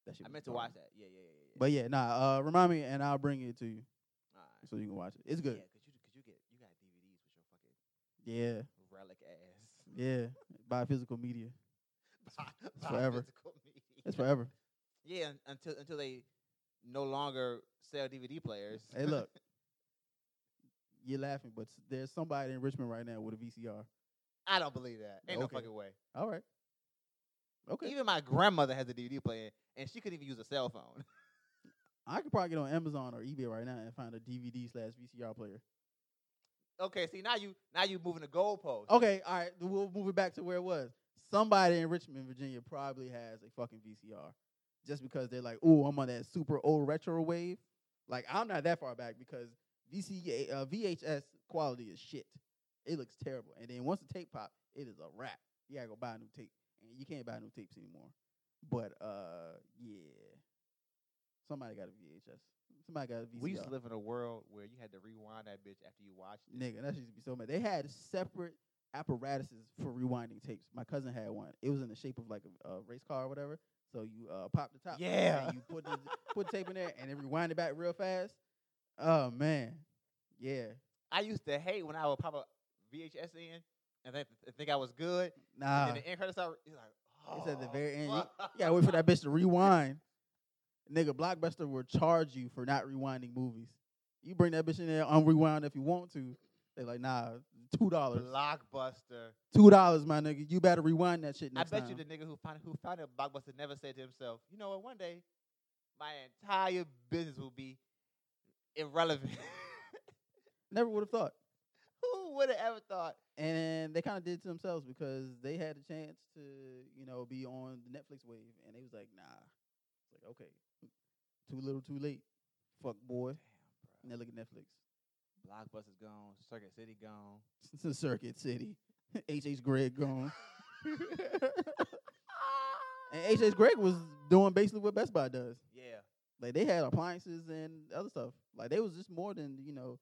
[SPEAKER 1] That
[SPEAKER 2] I
[SPEAKER 1] shit was
[SPEAKER 2] meant to
[SPEAKER 1] fire.
[SPEAKER 2] watch that. Yeah, yeah, yeah, yeah.
[SPEAKER 1] But yeah, nah. Uh, remind me, and I'll bring it to you
[SPEAKER 2] yeah. Alright.
[SPEAKER 1] so you can watch it. It's good.
[SPEAKER 2] Yeah, cause you cause you get you got DVDs with your fucking
[SPEAKER 1] Yeah,
[SPEAKER 2] relic ass.
[SPEAKER 1] yeah. By physical media,
[SPEAKER 2] By-
[SPEAKER 1] it's
[SPEAKER 2] by
[SPEAKER 1] forever.
[SPEAKER 2] physical media.
[SPEAKER 1] it's forever.
[SPEAKER 2] Yeah, un- until until they no longer sell DVD players.
[SPEAKER 1] hey, look, you're laughing, but s- there's somebody in Richmond right now with a VCR.
[SPEAKER 2] I don't believe that. Ain't
[SPEAKER 1] Okay.
[SPEAKER 2] no fucking way.
[SPEAKER 1] All right. Okay.
[SPEAKER 2] Even my grandmother has a DVD player, and she couldn't even use a cell phone.
[SPEAKER 1] I could probably get on Amazon or eBay right now and find a DVD slash VCR player.
[SPEAKER 2] Okay, see now you now you moving the goalpost.
[SPEAKER 1] Okay, all right, we'll move it back to where it was. Somebody in Richmond, Virginia, probably has a fucking VCR, just because they're like, "Ooh, I'm on that super old retro wave." Like I'm not that far back because VCA, uh, VHS quality is shit. It looks terrible, and then once the tape pop, it is a wrap. You gotta go buy a new tape, and you can't buy new tapes anymore. But uh, yeah, somebody got a VHS. Somebody got a VCR.
[SPEAKER 2] We used to live in a world where you had to rewind that bitch after you watched it.
[SPEAKER 1] Nigga, that used to be so mad. They had separate apparatuses for rewinding tapes. My cousin had one. It was in the shape of like a, a race car or whatever. So you uh, pop the top,
[SPEAKER 2] Yeah.
[SPEAKER 1] and you put the, put tape in there, and then rewind it back real fast. Oh man, yeah,
[SPEAKER 2] I used to hate when I would pop a VHS in and think, and think I was good.
[SPEAKER 1] nah.
[SPEAKER 2] and then the end credits are you're like, oh,
[SPEAKER 1] Ah. It's at the very end. You gotta wait for that bitch to rewind. Nigga, Blockbuster will charge you for not rewinding movies. You bring that bitch in there unrewound if you want to. They like, nah, two dollars.
[SPEAKER 2] Blockbuster.
[SPEAKER 1] Two dollars, my nigga. You better rewind that shit next
[SPEAKER 2] I bet
[SPEAKER 1] time.
[SPEAKER 2] you the nigga who found who founded Blockbuster never said to himself, you know what, one day my entire business will be irrelevant.
[SPEAKER 1] Never would have thought.
[SPEAKER 2] who would have ever thought?
[SPEAKER 1] And they kind of did it to themselves because they had a chance to, you know, be on the Netflix wave, and they was like, nah. It's like, okay, too little, too late. Fuck boy.
[SPEAKER 2] Damn,
[SPEAKER 1] Now
[SPEAKER 2] bro.
[SPEAKER 1] look at Netflix.
[SPEAKER 2] Blockbuster's gone, Circuit City gone.
[SPEAKER 1] Circuit City. H.H. Greg gone. And H.H. Greg was doing basically what Best Buy does.
[SPEAKER 2] Yeah.
[SPEAKER 1] Like they had appliances and other stuff. Like they was just more than you know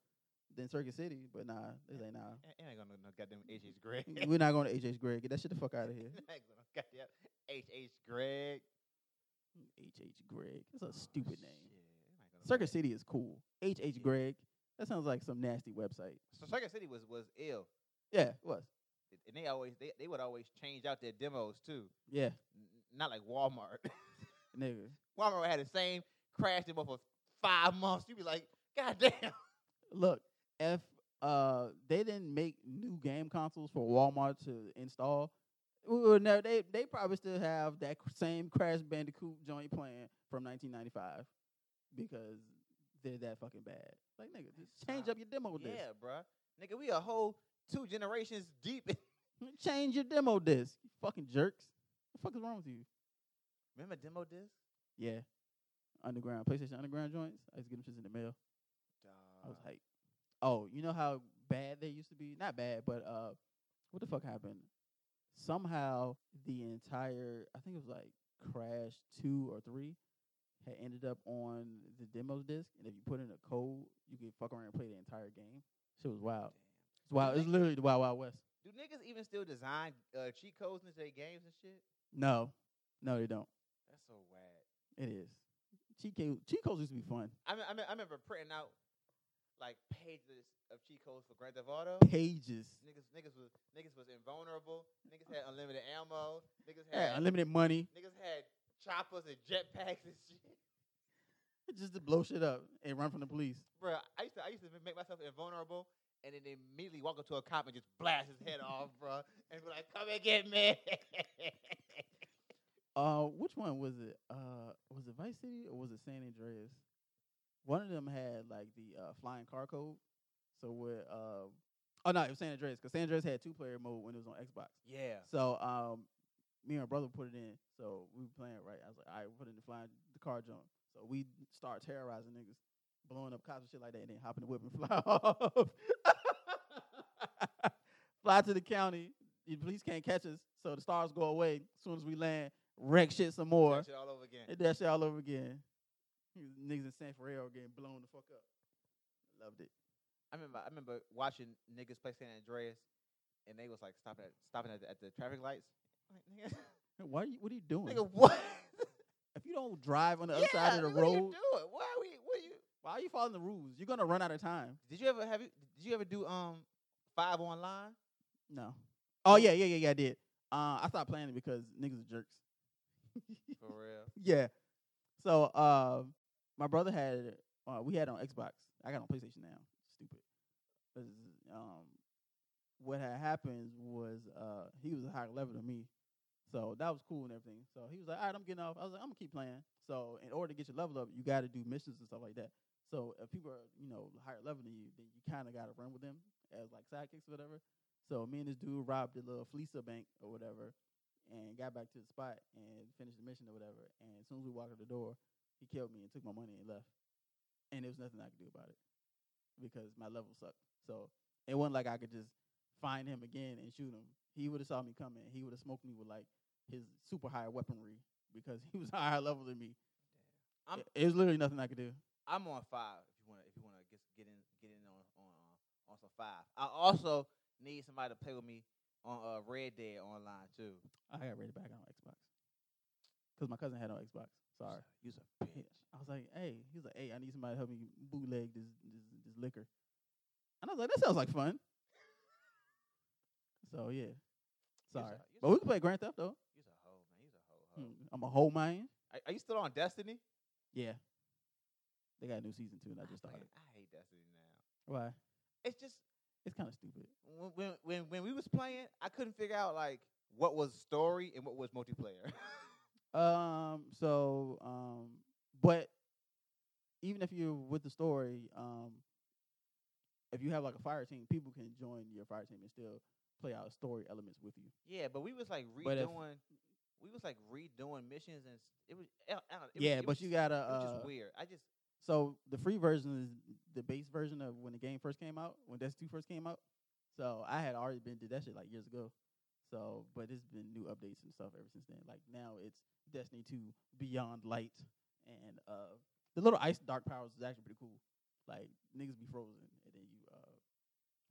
[SPEAKER 1] than Circuit City. But nah, they like nah,
[SPEAKER 2] It ain't gonna no goddamn H.H. Greg.
[SPEAKER 1] we're not going to H.H. Greg. Get that shit the fuck out of here.
[SPEAKER 2] Ain't gonna goddamn H.H. Greg.
[SPEAKER 1] H.H. Greg. That's a stupid name.
[SPEAKER 2] Shit, I ain't gonna
[SPEAKER 1] Circuit
[SPEAKER 2] say it.
[SPEAKER 1] City is cool. H.H.
[SPEAKER 2] Yeah.
[SPEAKER 1] Greg. That sounds like some nasty website.
[SPEAKER 2] So Circuit City was was ill,
[SPEAKER 1] Yeah, it was.
[SPEAKER 2] and they always they, they would always change out their demos too.
[SPEAKER 1] Yeah,
[SPEAKER 2] N- Not like Walmart.
[SPEAKER 1] nigga.
[SPEAKER 2] Walmart had the same crash demo for five months. You'd be like, God damn.
[SPEAKER 1] Look, if uh they didn't make new game consoles for Walmart to install, we would never, they they probably still have that cr- same Crash Bandicoot joint playing from 1995 because they're that fucking bad. Like nigga, just change
[SPEAKER 2] Stop.
[SPEAKER 1] up your demo disc.
[SPEAKER 2] Yeah, bruh. Nigga, we a whole two generations deep. in-
[SPEAKER 1] Change your demo disc. You fucking jerks. What the fuck is wrong with you?
[SPEAKER 2] Remember demo disc?
[SPEAKER 1] Yeah. Underground PlayStation Underground joints. I used to get them shits in the mail. I was
[SPEAKER 2] Dawg.
[SPEAKER 1] hype. Oh, you know how bad they used to be? Not bad, but uh, what the fuck happened? Somehow the entire, I think it was like Crash two or three, had ended up on the demos disc, and if you put in a code, you could fuck around and play the entire game. Shit was wild. It's wild. It's literally the Wild Wild West.
[SPEAKER 2] Do niggas even still design uh, cheat codes into their games and shit?
[SPEAKER 1] No, no, they don't.
[SPEAKER 2] That's so whack.
[SPEAKER 1] It is. Cheat code, cheat codes used to be fun.
[SPEAKER 2] I mean, I, mean, I remember printing out like pages of cheat codes for Grand Theft Auto.
[SPEAKER 1] Pages.
[SPEAKER 2] Niggas, niggas was niggas was invulnerable. Niggas had unlimited ammo. Niggas had
[SPEAKER 1] Yeah, unlimited money
[SPEAKER 2] niggas had choppers and jetpacks and shit.
[SPEAKER 1] just to blow shit up and run from the police.
[SPEAKER 2] Bro, I used to I used to make myself invulnerable and then immediately walk up to a cop and just blast his head off, bro, and be like, "Come and get me."
[SPEAKER 1] Uh, which one was it? Uh, was it Vice City or was it San Andreas? One of them had like the uh, flying car code. So where? Uh, oh no, it was San Andreas because San Andreas had two player mode when it was on Xbox.
[SPEAKER 2] yeah.
[SPEAKER 1] So um, me and my brother put it in. So we were playing it, right. I was like, all right, we're putting the flying the car jump. So we start terrorizing niggas, blowing up cops and shit like that, and then hopping the whip and fly off. fly to the county. The police can't catch us. So the stars go away. As soon as we land, wreck shit some more.
[SPEAKER 2] That shit all over again.
[SPEAKER 1] They did that shit all over again. Niggas in San Ferrero getting blown the fuck up. Loved it.
[SPEAKER 2] I remember I remember watching niggas play San Andreas, and they was like stopping at stopping at the, at the traffic lights. I'm Like,
[SPEAKER 1] Why? you, what are you doing?
[SPEAKER 2] nigga, nigga, what?
[SPEAKER 1] if you don't drive on the other side of
[SPEAKER 2] Yeah,
[SPEAKER 1] the
[SPEAKER 2] nigga, What are
[SPEAKER 1] road,
[SPEAKER 2] you doing? Why are we? What are you?
[SPEAKER 1] why are you following the rules? You're gonna run out of time.
[SPEAKER 2] Did you ever have you? Did you ever do um five online?
[SPEAKER 1] No. Oh yeah, yeah, yeah, yeah. I did. Uh, I stopped playing it because niggas are jerks.
[SPEAKER 2] For real.
[SPEAKER 1] Yeah. So uh, my brother had it. Uh, we had it on Xbox. I got it on PlayStation now. Stupid. 'Cause, Um, what had happened was uh, he was a higher level than me, so that was cool and everything. So he was like, "All right, I'm getting off." I was like, "I'm gonna keep playing." So in order to get your level up, you got to do missions and stuff like that. So if people are you know higher level than you, then you kind of got to run with them as like sidekicks or whatever. So me and this dude robbed the little Felisa bank or whatever, and got back to the spot and finished the mission or whatever. And as soon as we walked out the door, he killed me and took my money and left. And there was nothing I could do about it because my level sucked. So it wasn't like I could just find him again and shoot him. He would have saw me coming. He would have smoked me with like his super high weaponry because he was higher level than me.
[SPEAKER 2] I'm-
[SPEAKER 1] It- it was literally nothing I could do.
[SPEAKER 2] I'm on five. If you wanna, if you wanna get get in, get in on on uh, on some five. I also need somebody to play with me on uh, Red Dead online too.
[SPEAKER 1] I got rated back on Xbox because my cousin had no Xbox. Sorry.
[SPEAKER 2] You's a
[SPEAKER 1] Yeah.
[SPEAKER 2] bitch.
[SPEAKER 1] I was like, hey, he was like, hey, I need somebody to help me bootleg this this, this liquor. And I was like, that sounds like fun. so yeah,
[SPEAKER 2] You's a-
[SPEAKER 1] sorry,
[SPEAKER 2] you's
[SPEAKER 1] but
[SPEAKER 2] a- Oh.
[SPEAKER 1] we can play Grand Theft though.
[SPEAKER 2] You's a hoe, man. You's a hoe. hoe.
[SPEAKER 1] Mm, I'm a whole man.
[SPEAKER 2] Are, are you still on Destiny?
[SPEAKER 1] Yeah, they got a new season two, and I just
[SPEAKER 2] I,
[SPEAKER 1] started.
[SPEAKER 2] fucking- Ah, I hate Destiny now.
[SPEAKER 1] Why?
[SPEAKER 2] It's just
[SPEAKER 1] It's kind of stupid.
[SPEAKER 2] when, when when when we was playing, I couldn't figure out like what was story and what was multiplayer.
[SPEAKER 1] Um, so um, but even if you're with the story, um, if you have like a fire team, people can join your fire team and still play out story elements with you.
[SPEAKER 2] yeah, but we was like
[SPEAKER 1] But if-
[SPEAKER 2] redoing. We was like redoing missions and s- it was. I don't- I don't- it was-
[SPEAKER 1] yeah,
[SPEAKER 2] it
[SPEAKER 1] but
[SPEAKER 2] was
[SPEAKER 1] you
[SPEAKER 2] just-
[SPEAKER 1] gotta.
[SPEAKER 2] It was
[SPEAKER 1] Uh,
[SPEAKER 2] just weird. I just
[SPEAKER 1] So the free version is the base version of when the game first came out, when Destiny 2 first came out. So I had already been did that shit like years ago. So, but it's been new updates and stuff ever since then. Like now it's Destiny 2 Beyond Light, and uh, the little ice dark powers is actually pretty cool. Like niggas be frozen, and then you uh,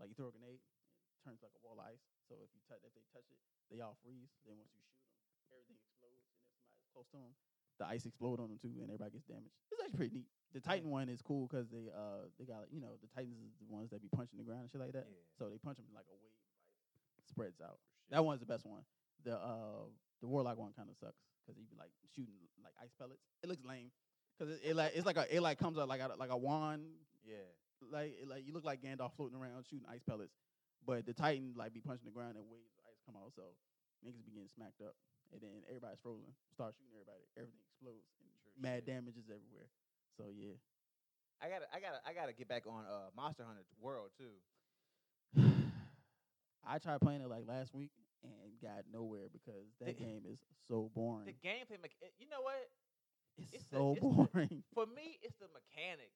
[SPEAKER 1] like you throw a grenade, it turns like a wall of ice. So if you touch, if they touch it, they all freeze. Then once you shoot them, everything explodes, and if somebody's close to them, the ice explode on them too, and everybody gets damaged. It's actually pretty neat. The Titan one is cool because they uh they got you know the Titans is the ones that be punching the ground and shit like that.
[SPEAKER 2] Yeah.
[SPEAKER 1] So they punch them like a wave like, spreads out. That one's the best one. The uh the Warlock one kind of sucks because he be like shooting like ice pellets. It looks lame because it, it like it's like a it like comes out like a, like a wand
[SPEAKER 2] yeah.
[SPEAKER 1] like it, like you look like Gandalf floating around shooting ice pellets, but the Titan like be punching the ground and waves of ice come out, so niggas be getting smacked up, and then everybody's frozen. Start shooting everybody, everything explodes, and
[SPEAKER 2] True
[SPEAKER 1] mad
[SPEAKER 2] shit.
[SPEAKER 1] damage is everywhere. So yeah,
[SPEAKER 2] I gotta, I gotta, I gotta get back on uh, Monster Hunter World too.
[SPEAKER 1] I tried playing it like last week and got nowhere because that
[SPEAKER 2] The-
[SPEAKER 1] game is so boring.
[SPEAKER 2] The gameplay, mecha- eh, you know what?
[SPEAKER 1] it's,
[SPEAKER 2] it's the-
[SPEAKER 1] so
[SPEAKER 2] it's the-
[SPEAKER 1] boring.
[SPEAKER 2] For me, it's the mechanics.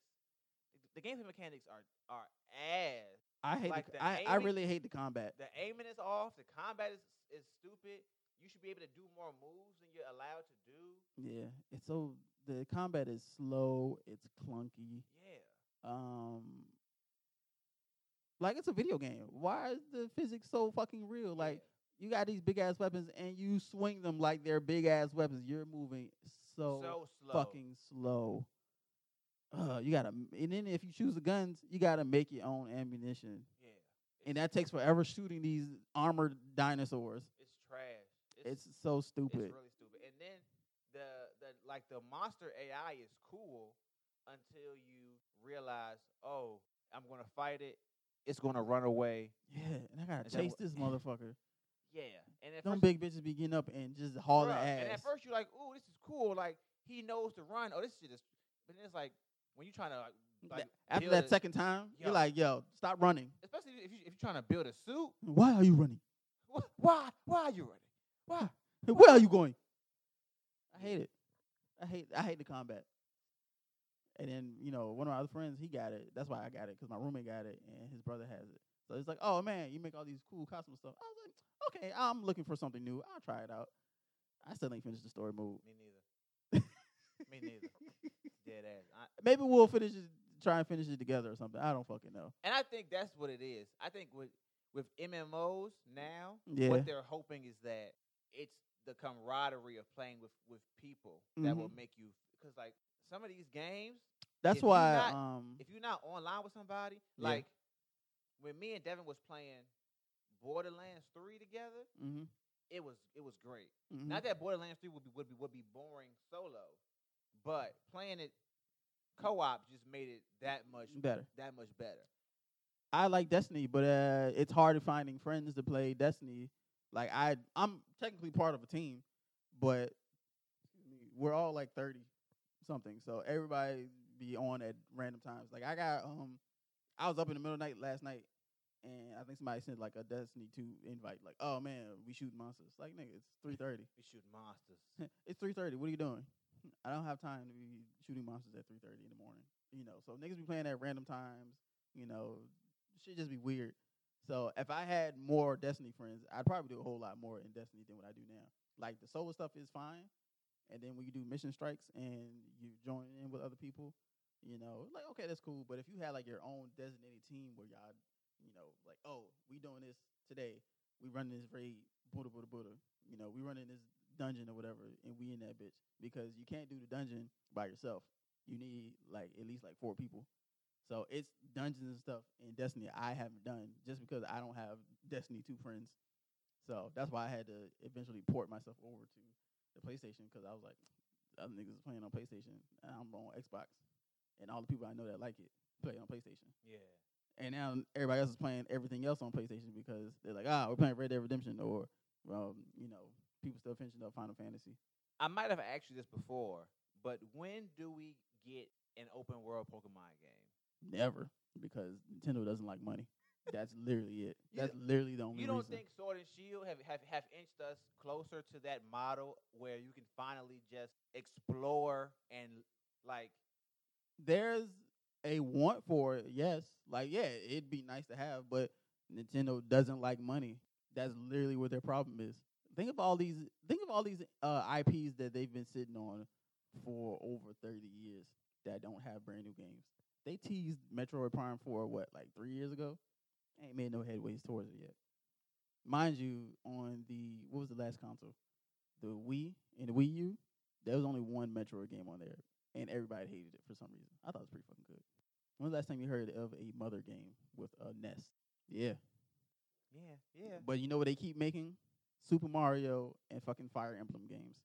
[SPEAKER 2] The, the gameplay mechanics are are ass.
[SPEAKER 1] I hate.
[SPEAKER 2] like
[SPEAKER 1] the,
[SPEAKER 2] the
[SPEAKER 1] I, I
[SPEAKER 2] aiming-
[SPEAKER 1] really hate the combat.
[SPEAKER 2] The aiming is off. The combat is is stupid. You should be able to do more moves than you're allowed to do.
[SPEAKER 1] Yeah, it's so the combat is slow. It's clunky.
[SPEAKER 2] Yeah,
[SPEAKER 1] um like it's a video game why is the physics so fucking real like you got these big ass weapons and you swing them like they're big ass weapons you're moving
[SPEAKER 2] yeah.
[SPEAKER 1] so,
[SPEAKER 2] so slow.
[SPEAKER 1] fucking slow uh, you gotta m- and then if you choose the guns you gotta make your own ammunition
[SPEAKER 2] yeah.
[SPEAKER 1] and
[SPEAKER 2] It's-
[SPEAKER 1] that takes forever shooting these armored dinosaurs
[SPEAKER 2] it's trash.
[SPEAKER 1] it's so stupid
[SPEAKER 2] It's really stupid. And then the the like the monster AI is cool until you realize, oh, I'm gonna fight it. It's gonna run away.
[SPEAKER 1] yeah and i gotta
[SPEAKER 2] Is that
[SPEAKER 1] chase
[SPEAKER 2] what-
[SPEAKER 1] this motherfucker
[SPEAKER 2] Yeah. And at
[SPEAKER 1] them
[SPEAKER 2] first,
[SPEAKER 1] big bitches be getting up and just hauling
[SPEAKER 2] bruh,
[SPEAKER 1] ass
[SPEAKER 2] And at first you're like, ooh, this is cool. Like he knows to run. Oh, this shit is. But then it's like when you're trying to like,
[SPEAKER 1] Th-
[SPEAKER 2] like,
[SPEAKER 1] after
[SPEAKER 2] build
[SPEAKER 1] that
[SPEAKER 2] a-
[SPEAKER 1] second time,
[SPEAKER 2] Yo.
[SPEAKER 1] you're like, yo, stop running.
[SPEAKER 2] especially if you if you're trying to build a suit.
[SPEAKER 1] Why are you running?
[SPEAKER 2] wh- Why why are you running? Why?
[SPEAKER 1] Hey, Where are you going? I hate it. I hate I hate the combat. And then, you know, one of my other friends, he got it. That's why I got it, because my roommate got it and his brother has it. So it's like, oh man, you make all these cool costume stuff. I was like, okay, I'm looking for something new. I'll try it out. I still ain't finished the story mode.
[SPEAKER 2] Me neither. Me neither. Dead ass. I,
[SPEAKER 1] Maybe we'll finish it, try and finish it together or something. I don't fucking know.
[SPEAKER 2] And I think that's what it is. I think with with MMOs now,
[SPEAKER 1] Yeah.
[SPEAKER 2] what they're hoping is that it's the camaraderie of playing with with people that
[SPEAKER 1] Mm-hmm.
[SPEAKER 2] will make you because like some of these games,
[SPEAKER 1] That's
[SPEAKER 2] If you
[SPEAKER 1] why
[SPEAKER 2] not-
[SPEAKER 1] um
[SPEAKER 2] if you're not online with somebody,
[SPEAKER 1] Yeah.
[SPEAKER 2] like when me and Devin was playing Borderlands Three together,
[SPEAKER 1] mhm,
[SPEAKER 2] it was it was great.
[SPEAKER 1] mhm.
[SPEAKER 2] Not that Borderlands Three would be would be would be boring solo, but playing it co-op just made it that much
[SPEAKER 1] better.
[SPEAKER 2] that much better.
[SPEAKER 1] I like Destiny, but uh, it's hard to finding friends to play Destiny. Like I, I'm technically part of a team, but we're all like thirty something, so everybody be on at random times. Like I got, um, I was up in the middle of the night last night, and I think somebody sent like a Destiny two invite. Like, oh man, we shoot monsters. Like nigga, it's three thirty.
[SPEAKER 2] We shoot monsters.
[SPEAKER 1] it's three thirty. What are you doing? I don't have time to be shooting monsters at three thirty in the morning. You know, so niggas be playing at random times. You know, shit just be weird. So if I had more Destiny friends, I'd probably do a whole lot more in Destiny than what I do now. Like the solo stuff is fine, and then when you do mission strikes and you join in with other people, you know, like okay, that's cool. But if you had like your own designated team where y'all, you know, like oh, we doing this today, we running this raid, Buddha, Buddha, Buddha. You know, we running this dungeon or whatever, and we in that bitch because you can't do the dungeon by yourself. You need like at least like four people. So it's dungeons and stuff in Destiny I haven't done just because I don't have Destiny two friends. So that's why I had to eventually port myself over to the PlayStation because I was like, other niggas is playing on PlayStation and I'm on Xbox, and all the people I know that like it play on PlayStation.
[SPEAKER 2] Yeah.
[SPEAKER 1] And now everybody else is playing everything else on PlayStation because they're like, ah, we're playing Red Dead Redemption or, um, you know, people still finishing up Final Fantasy.
[SPEAKER 2] I might have asked you this before, but when do we get an open world Pokemon game?
[SPEAKER 1] Never because Nintendo doesn't like money. That's literally it.
[SPEAKER 2] You
[SPEAKER 1] That's
[SPEAKER 2] don't-
[SPEAKER 1] literally the only
[SPEAKER 2] You don't
[SPEAKER 1] reason.
[SPEAKER 2] think Sword and Shield have, have, have inched us closer to that model where you can finally just explore and like
[SPEAKER 1] there's a want for it, yes. Like, yeah, it'd be nice to have, but Nintendo doesn't like money. That's literally what their problem is. Think of all these think of all these uh, IPs that they've been sitting on for over thirty years that don't have brand new games. They teased Metroid Prime for what, like three years ago? Ain't made no headways towards it yet. Mind you, on the what was the last console? The Wii and the Wii U, there was only one Metroid game on there and everybody hated it for some reason. I thought it was pretty fucking good. When was the last time you heard of a mother game with a nest? Yeah.
[SPEAKER 2] yeah, yeah.
[SPEAKER 1] But you know what they keep making? Super Mario and fucking Fire Emblem games.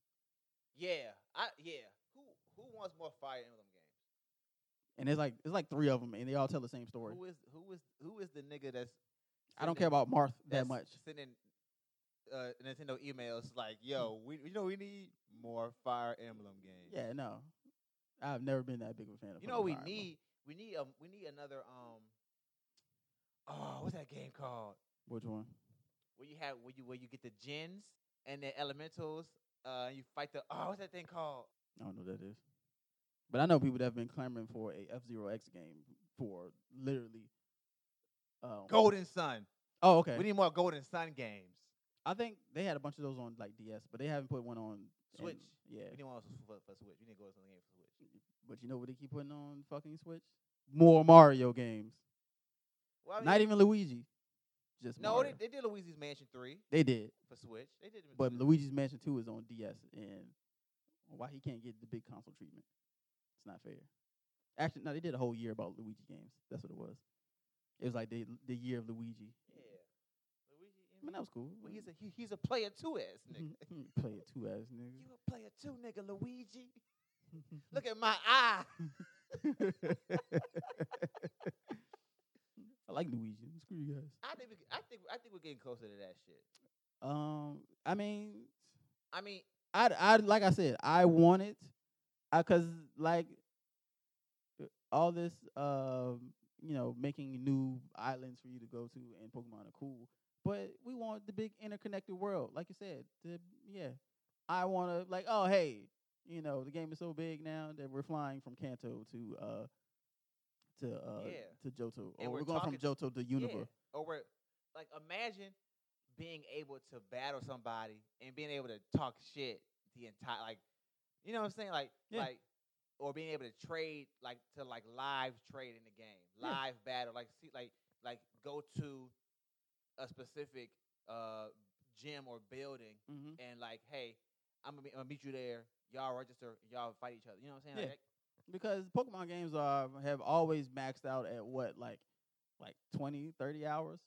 [SPEAKER 2] Yeah. I yeah. Who who wants more Fire Emblem games?
[SPEAKER 1] And there's like it's like three of them, and they all tell the same story.
[SPEAKER 2] Who is who is who is the nigga that's
[SPEAKER 1] I
[SPEAKER 2] sending-
[SPEAKER 1] don't care about Marth that
[SPEAKER 2] that's
[SPEAKER 1] much.
[SPEAKER 2] Sending uh, Nintendo emails like,
[SPEAKER 1] Hmm.
[SPEAKER 2] "Yo, we you know we need more Fire Emblem games."
[SPEAKER 1] Yeah, no, I've never been that big of a fan of.
[SPEAKER 2] You know
[SPEAKER 1] fucking
[SPEAKER 2] what we
[SPEAKER 1] Fire Emblem.
[SPEAKER 2] need we need um we need another um oh what's that game called
[SPEAKER 1] which one?
[SPEAKER 2] where you have where you where you get the gens and the elementals uh and you fight the oh what's that thing called
[SPEAKER 1] I don't know what that is, but I know people that have been clamoring for a F Zero X game for literally. Um,
[SPEAKER 2] Golden Sun.
[SPEAKER 1] Oh, okay.
[SPEAKER 2] We need more Golden Sun games.
[SPEAKER 1] I think they had a bunch of those on like DS, but they haven't put one on and-
[SPEAKER 2] Switch.
[SPEAKER 1] yeah,
[SPEAKER 2] We need one for, for Switch. We need Golden Sun games for Switch.
[SPEAKER 1] but you know what they keep putting on fucking Switch? More Mario games.
[SPEAKER 2] Well, I
[SPEAKER 1] Not
[SPEAKER 2] mean,
[SPEAKER 1] even Luigi. Just
[SPEAKER 2] Oh, No,
[SPEAKER 1] Mario.
[SPEAKER 2] they, they did Luigi's Mansion three
[SPEAKER 1] They did,
[SPEAKER 2] for Switch. They did, it
[SPEAKER 1] but
[SPEAKER 2] for-
[SPEAKER 1] Luigi's Mansion Two is on DS, and why he can't get the big console treatment? It's not fair. Actually, no, they did a whole year about Luigi games. That's what it was. It was like the the year of Luigi.
[SPEAKER 2] yeah. Luigi,
[SPEAKER 1] I mean, that was cool.
[SPEAKER 2] well, he's a he, he's a player two ass nigga.
[SPEAKER 1] play it two ass
[SPEAKER 2] You
[SPEAKER 1] nigga.
[SPEAKER 2] a player too, nigga, Luigi. Look at my eye.
[SPEAKER 1] I like Luigi. Screw you guys.
[SPEAKER 2] I think we, I think I think we're getting closer to that shit.
[SPEAKER 1] Um, I mean,
[SPEAKER 2] I mean,
[SPEAKER 1] I I like I said, I want it, I cause like uh, all this um you know making new islands for you to go to and Pokemon are cool, but we want the big interconnected world, like you said. The yeah, I want to like oh hey, you know the game is so big now that we're flying from Kanto to uh to uh
[SPEAKER 2] Yeah.
[SPEAKER 1] to Johto,
[SPEAKER 2] And
[SPEAKER 1] or
[SPEAKER 2] we're
[SPEAKER 1] we're, going from Johto to Unova.
[SPEAKER 2] yeah. Or we're, like, imagine being able to battle somebody and being able to talk shit the entire like, you know what I'm saying? Like,
[SPEAKER 1] Yeah.
[SPEAKER 2] like, or being able to trade like to like live trade in the game,
[SPEAKER 1] Yeah.
[SPEAKER 2] live battle, like see like like go to a specific uh gym or building
[SPEAKER 1] Mm-hmm.
[SPEAKER 2] and like, hey, I'm gonna, be, I'm gonna meet you there. Y'all register. Y'all fight each other. You know what I'm saying?
[SPEAKER 1] Yeah.
[SPEAKER 2] Like,
[SPEAKER 1] because Pokemon games are have always maxed out at what like like 20, 30 hours.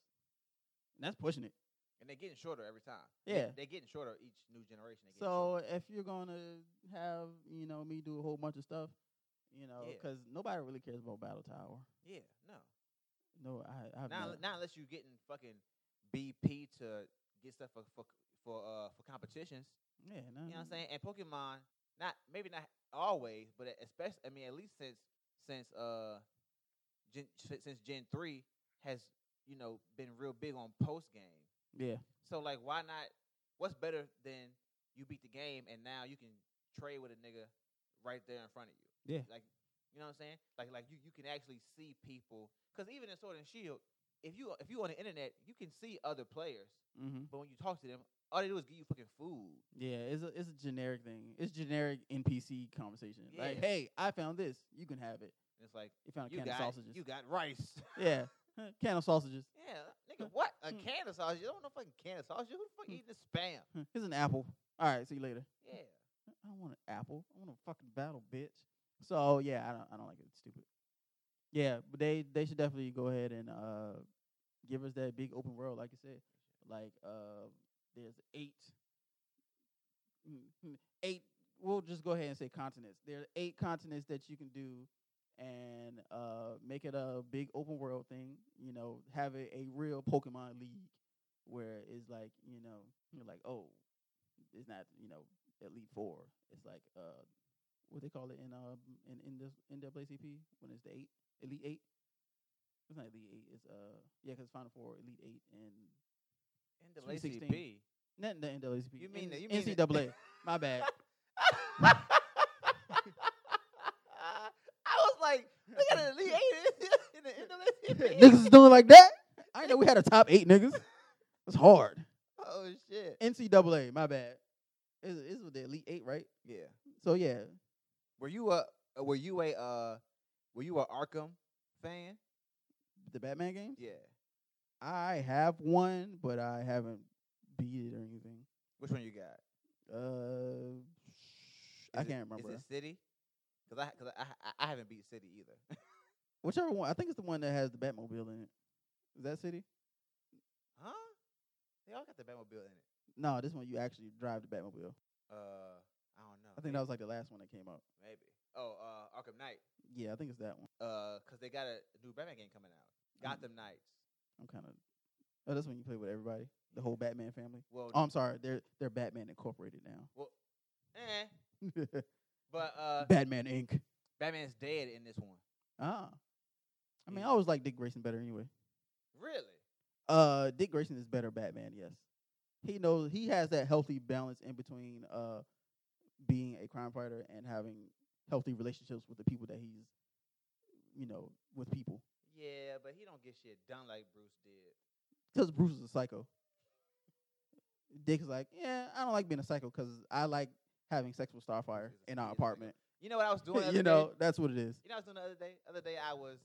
[SPEAKER 1] And that's pushing it.
[SPEAKER 2] and they're getting shorter every time.
[SPEAKER 1] Yeah.
[SPEAKER 2] they, are getting shorter each new generation. They
[SPEAKER 1] So if you're gonna have you know me do a whole bunch of stuff, you know,
[SPEAKER 2] Yeah.
[SPEAKER 1] because nobody really cares about Battle Tower.
[SPEAKER 2] yeah, no,
[SPEAKER 1] No, I, I have
[SPEAKER 2] not,
[SPEAKER 1] no.
[SPEAKER 2] unle- not unless you're getting fucking BP to get stuff for for for, uh, for competitions.
[SPEAKER 1] yeah, no.
[SPEAKER 2] You know what I'm saying? And Pokemon, not maybe not always, but especially I mean at least since since uh gen, si- since Gen three has you know been real big on post game.
[SPEAKER 1] Yeah,
[SPEAKER 2] So like, why not? What's better than you beat the game and now you can trade with a nigga right there in front of you?
[SPEAKER 1] Yeah.
[SPEAKER 2] Like, you know what I'm saying? Like, like you, you can actually see people because even in Sword and Shield, if you if you on the internet, you can see other players,
[SPEAKER 1] mm-hmm.
[SPEAKER 2] but when you talk to them, all they do is give you fucking food.
[SPEAKER 1] yeah. It's a it's a generic thing. It's generic NPC conversation. Like,
[SPEAKER 2] Yeah.
[SPEAKER 1] hey, I found this. You can have it.
[SPEAKER 2] And it's like
[SPEAKER 1] You found
[SPEAKER 2] you
[SPEAKER 1] a can of
[SPEAKER 2] got
[SPEAKER 1] sausages.
[SPEAKER 2] you got rice.
[SPEAKER 1] yeah, can of sausages.
[SPEAKER 2] yeah, nigga, what a
[SPEAKER 1] Mm.
[SPEAKER 2] Canada sausage. You don't know fucking Canada sausage. Who the fuck
[SPEAKER 1] Hmm.
[SPEAKER 2] eating this spam?
[SPEAKER 1] Huh, Here's an apple. All right, see you later.
[SPEAKER 2] Yeah.
[SPEAKER 1] I don't want an apple. I want a fucking battle, bitch. So oh, yeah, I don't, I don't like it. It's stupid. Yeah, but they they should definitely go ahead and uh give us that big open world, like you said. Like uh, there's eight, hmm, eight. We'll just go ahead and say continents. There are eight continents that you can do, and uh, make it a big open world thing. You know, have a, a real Pokemon league where it's like you know you're like oh, it's not you know Elite Four. It's like uh, what they call it in uh in in this NAACP when it's the eight Elite Eight. It's not Elite Eight. It's uh yeah, because Final Four, Elite Eight, and
[SPEAKER 2] NAACP.
[SPEAKER 1] not the NAACP.
[SPEAKER 2] You mean
[SPEAKER 1] N-
[SPEAKER 2] the- you mean the-
[SPEAKER 1] NCAA? My bad.
[SPEAKER 2] I was like, look at the Elite Eight in the NAACP.
[SPEAKER 1] niggas is doing like that. I didn't know we had a top eight niggas. It's hard.
[SPEAKER 2] Oh shit.
[SPEAKER 1] NCAA. My bad. It's, it's with the Elite Eight, right?
[SPEAKER 2] Yeah.
[SPEAKER 1] So yeah,
[SPEAKER 2] Were you a uh, were you a uh were you a Arkham fan?
[SPEAKER 1] the Batman games.
[SPEAKER 2] Yeah.
[SPEAKER 1] I have one, but I haven't beat it or anything.
[SPEAKER 2] Which one you got?
[SPEAKER 1] Uh,
[SPEAKER 2] Is
[SPEAKER 1] I
[SPEAKER 2] it-
[SPEAKER 1] can't remember.
[SPEAKER 2] Is it City? Because I, cause I, I I haven't beat City either.
[SPEAKER 1] Whichever one, I think it's the one that has the Batmobile in it. Is that city?
[SPEAKER 2] huh? They all got the Batmobile in it.
[SPEAKER 1] No, this one you actually drive the Batmobile.
[SPEAKER 2] Uh, I don't know.
[SPEAKER 1] I think that was like the last one that came out.
[SPEAKER 2] maybe. Oh, uh, Arkham Knight.
[SPEAKER 1] Yeah, I think it's that one.
[SPEAKER 2] Uh, because they got a new Batman game coming out.
[SPEAKER 1] Mm.
[SPEAKER 2] Gotham Knights.
[SPEAKER 1] I'm kind of. Oh, that's when you play with everybody, the whole Batman family.
[SPEAKER 2] Well,
[SPEAKER 1] Oh, I'm sorry, they're they're Batman Incorporated
[SPEAKER 2] well, eh.
[SPEAKER 1] now.
[SPEAKER 2] But uh,
[SPEAKER 1] Batman Inc.
[SPEAKER 2] Batman's dead in this one.
[SPEAKER 1] Ah, I mean,
[SPEAKER 2] Yeah.
[SPEAKER 1] I always like Dick Grayson better anyway.
[SPEAKER 2] Really?
[SPEAKER 1] Uh, Dick Grayson is better Batman. Yes, he knows he has that healthy balance in between uh being a crime fighter and having healthy relationships with the people that he's, you know, with people.
[SPEAKER 2] Yeah, but he don't get shit done like Bruce did.
[SPEAKER 1] Because Bruce is a psycho. Dick is like, yeah, I don't like being a psycho because I like having sex with Starfire
[SPEAKER 2] He's a- he
[SPEAKER 1] in
[SPEAKER 2] is
[SPEAKER 1] our
[SPEAKER 2] a
[SPEAKER 1] apartment.
[SPEAKER 2] You know what I was doing? the other
[SPEAKER 1] you know,
[SPEAKER 2] day?
[SPEAKER 1] that's what it is.
[SPEAKER 2] You know what I was doing the other day? Other day I was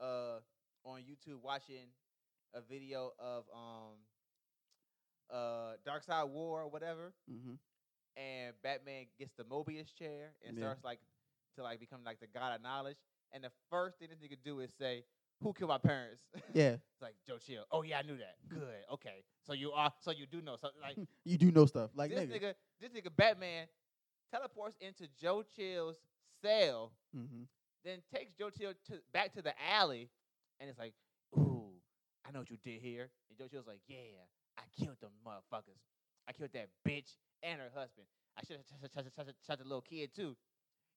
[SPEAKER 2] uh on YouTube watching a video of um uh Dark Side War or whatever,
[SPEAKER 1] hmm
[SPEAKER 2] and Batman gets the Mobius chair and
[SPEAKER 1] Yeah.
[SPEAKER 2] starts like to like become like the god of knowledge. And the first thing this nigga do is say, "Who killed my parents?"
[SPEAKER 1] Yeah,
[SPEAKER 2] it's like Joe Chill. Oh yeah, I knew that. Good. Okay. So you are. So you do know. So like
[SPEAKER 1] you do know stuff. Like,
[SPEAKER 2] this
[SPEAKER 1] nigga.
[SPEAKER 2] nigga, this nigga Batman teleports into Joe Chill's cell
[SPEAKER 1] hmm
[SPEAKER 2] then takes Joe Chill to, back to the alley, and it's like, ooh, I know what you did here. And Joe Chill's like, yeah, I killed them motherfuckers. I killed that bitch and her husband. I should have shot the little kid too.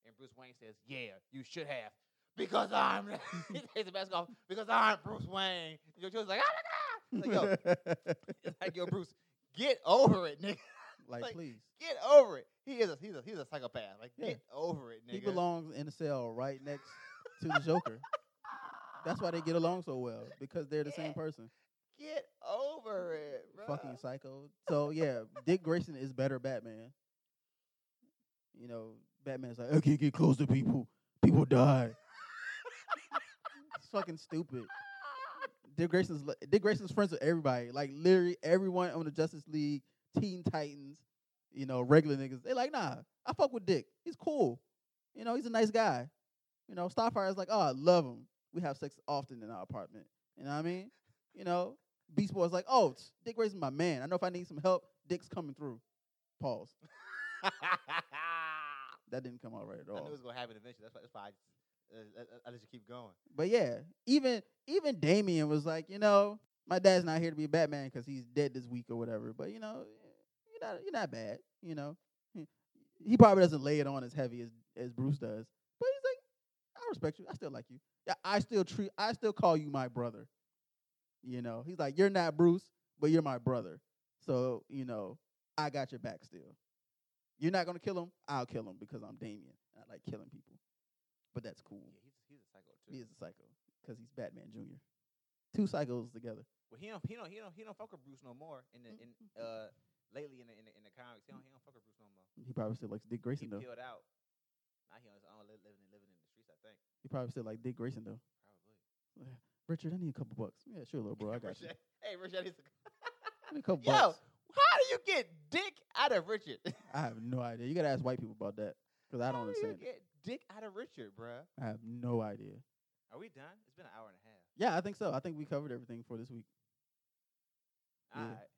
[SPEAKER 2] And Bruce Wayne says, yeah, you should have. Because I'm he takes the mask off. Because I'm Bruce Wayne. And Joe Chill's like, ah, nah, nah." It's like, yo, it's like yo, Bruce, get over it, nigga.
[SPEAKER 1] like,
[SPEAKER 2] like,
[SPEAKER 1] please.
[SPEAKER 2] Get over it. He is a he's a he's a psychopath. Like,
[SPEAKER 1] Yeah.
[SPEAKER 2] get over it, nigga.
[SPEAKER 1] He belongs in a cell right next to the Joker. That's why they get along so well because they're the same
[SPEAKER 2] Yeah. Uh.
[SPEAKER 1] person.
[SPEAKER 2] Get over it, bro.
[SPEAKER 1] Fucking psycho. So yeah, Dick Grayson is better Batman. You know, Batman's like, I can't get close to people. People die. it's fucking stupid. Dick Grayson's li- Dick Grayson's friends with everybody. Like literally everyone on the Justice League, Teen Titans, you know, regular niggas. They like, nah, I fuck with Dick. He's cool. You know, he's a nice guy. You know, Starfire's like, oh, I love him. We have sex often in our apartment. You know what I mean? You know, Beast Boy's like, oh, tch, Dick Grayson's my man. I know if I need some help, Dick's coming through. Pause.
[SPEAKER 2] I
[SPEAKER 1] That didn't come out right at all.
[SPEAKER 2] knew it was gonna happen eventually. That's why, that's why I, just, uh, I, I let you keep going.
[SPEAKER 1] But yeah, even even Damien was like, you know, my dad's not here to be Batman because he's dead this week or whatever. But you know, you're not you're not bad. You know, He- he probably doesn't lay it on as heavy as as Bruce does. But he's like, I respect you. I still like you. Yeah, I still treat. I still call you my brother. You know, he's like, you're not Bruce, but you're my brother. So you know, I got your back still. You're not gonna kill him. I'll kill him because I'm Damien. I like killing people, but that's cool.
[SPEAKER 2] Yeah, he's he's a psycho too.
[SPEAKER 1] He is a psycho because he's Batman Junior. Two psychos together.
[SPEAKER 2] Well, he don't he don't he don't he don't fuck with Bruce no more. In the in uh lately in the in the, in the comics, he don't he don't fuck with Bruce no more.
[SPEAKER 1] He probably still likes
[SPEAKER 2] He
[SPEAKER 1] Dick Grayson though.
[SPEAKER 2] peeled out. Now he on his own, li- living living in the streets. I think
[SPEAKER 1] He probably still like Dick Grayson though.
[SPEAKER 2] probably.
[SPEAKER 1] Richard, I need a couple bucks. Yeah, sure, little bro. I got you.
[SPEAKER 2] Richard- Hey, Richard. He's
[SPEAKER 1] I need a couple
[SPEAKER 2] Yo.
[SPEAKER 1] bucks.
[SPEAKER 2] How do you get dick out of Richard?
[SPEAKER 1] I have no idea. You gotta ask white people about that because I
[SPEAKER 2] How
[SPEAKER 1] don't
[SPEAKER 2] do
[SPEAKER 1] understand.
[SPEAKER 2] you get dick out of Richard, bruh?
[SPEAKER 1] I have no idea.
[SPEAKER 2] Are we done? It's been an hour and a half.
[SPEAKER 1] Yeah, I think so. I think we covered everything for this week.
[SPEAKER 2] All
[SPEAKER 1] Yeah.
[SPEAKER 2] right.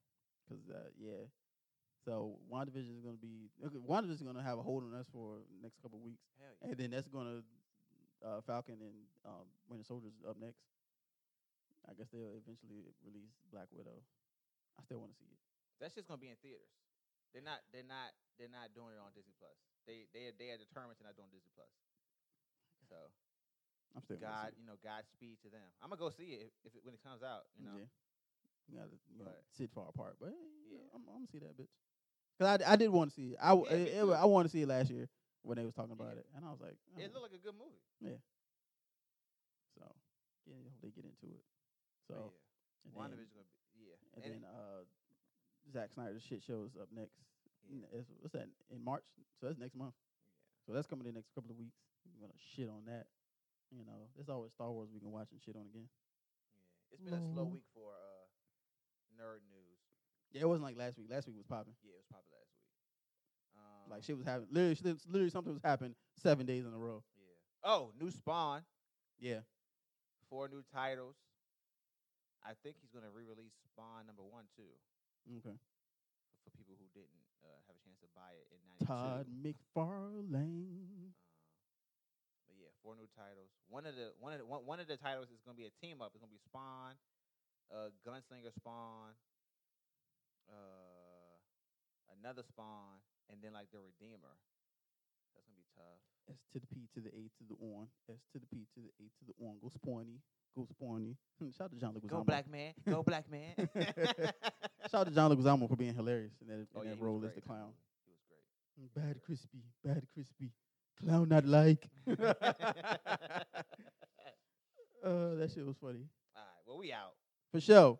[SPEAKER 1] Cause uh, yeah, so WandaVision is gonna be okay, WandaVision is gonna have a hold on us for next couple weeks,
[SPEAKER 2] Hell yeah.
[SPEAKER 1] and then that's gonna uh, Falcon and um, Winter Soldier's up next. I guess they'll eventually release Black Widow. I still want to see it.
[SPEAKER 2] That's just gonna be in theaters. They're not. They're not. They're not doing it on Disney Plus. They they they are determined to not doing Disney Plus. So
[SPEAKER 1] I'm still
[SPEAKER 2] God,
[SPEAKER 1] Gonna see
[SPEAKER 2] you know, Godspeed to them. I'm gonna go see it if, if it, when it comes out.
[SPEAKER 1] it.
[SPEAKER 2] You know,
[SPEAKER 1] yeah, you gotta you know,
[SPEAKER 2] But-
[SPEAKER 1] sit far apart, but yeah,
[SPEAKER 2] Yeah.
[SPEAKER 1] I'm, I'm gonna see that bitch. Cause I, d- I did want to see it. I w-
[SPEAKER 2] Yeah, me
[SPEAKER 1] it- it
[SPEAKER 2] too.
[SPEAKER 1] wa- I wanted to see it last year when they was talking about
[SPEAKER 2] Yeah.
[SPEAKER 1] it, and I was like, I
[SPEAKER 2] it
[SPEAKER 1] don't know.
[SPEAKER 2] looked like a good movie.
[SPEAKER 1] so yeah, I hope they get into it.
[SPEAKER 2] But
[SPEAKER 1] So. and
[SPEAKER 2] yeah,
[SPEAKER 1] then-
[SPEAKER 2] WandaVision's gonna be yeah.
[SPEAKER 1] And,
[SPEAKER 2] And
[SPEAKER 1] then uh, Zack Snyder's shit show is up next.
[SPEAKER 2] Yeah.
[SPEAKER 1] n- is- what's that? In March? So that's next month. So that's coming in the next couple of weeks. We're gonna shit on that. You know, there's always Star Wars we can watch and shit on again.
[SPEAKER 2] yeah, it's been a slow
[SPEAKER 1] Lol.
[SPEAKER 2] week for uh, nerd news.
[SPEAKER 1] Yeah, it wasn't like last week. Last week was popping.
[SPEAKER 2] Yeah, it was probably last week. Um,
[SPEAKER 1] Like shit was happening. Literally, shit- literally something was happening seven days in a row.
[SPEAKER 2] Yeah. Oh, new Spawn.
[SPEAKER 1] Yeah.
[SPEAKER 2] Four new titles. I think he's gonna re-release Spawn number one too
[SPEAKER 1] Okay.
[SPEAKER 2] for people who didn't uh, have a chance to buy it in Uh, '92.
[SPEAKER 1] Todd McFarlane.
[SPEAKER 2] But yeah, four new titles. One of the one of the, one, one of the titles is gonna be a team up. It's gonna be Spawn, uh, Gunslinger Spawn, uh, another Spawn, and then like the Redeemer. That's gonna be tough.
[SPEAKER 1] S to the P to the A to the on. S to the P to the A to the on. Go spawny. Go spawny. Hmm, Shout out to John Leguizamo.
[SPEAKER 2] Go black man. Go black man.
[SPEAKER 1] Shout out to John Leguizamo for being hilarious in that, in
[SPEAKER 2] Oh, yeah,
[SPEAKER 1] that
[SPEAKER 2] he was
[SPEAKER 1] role as
[SPEAKER 2] great in
[SPEAKER 1] the
[SPEAKER 2] that
[SPEAKER 1] clown.
[SPEAKER 2] movie. He was great.
[SPEAKER 1] Mm, Bad crispy, bad crispy, clown not like.
[SPEAKER 2] All
[SPEAKER 1] uh, that shit was funny
[SPEAKER 2] right, well, we out.
[SPEAKER 1] for sure.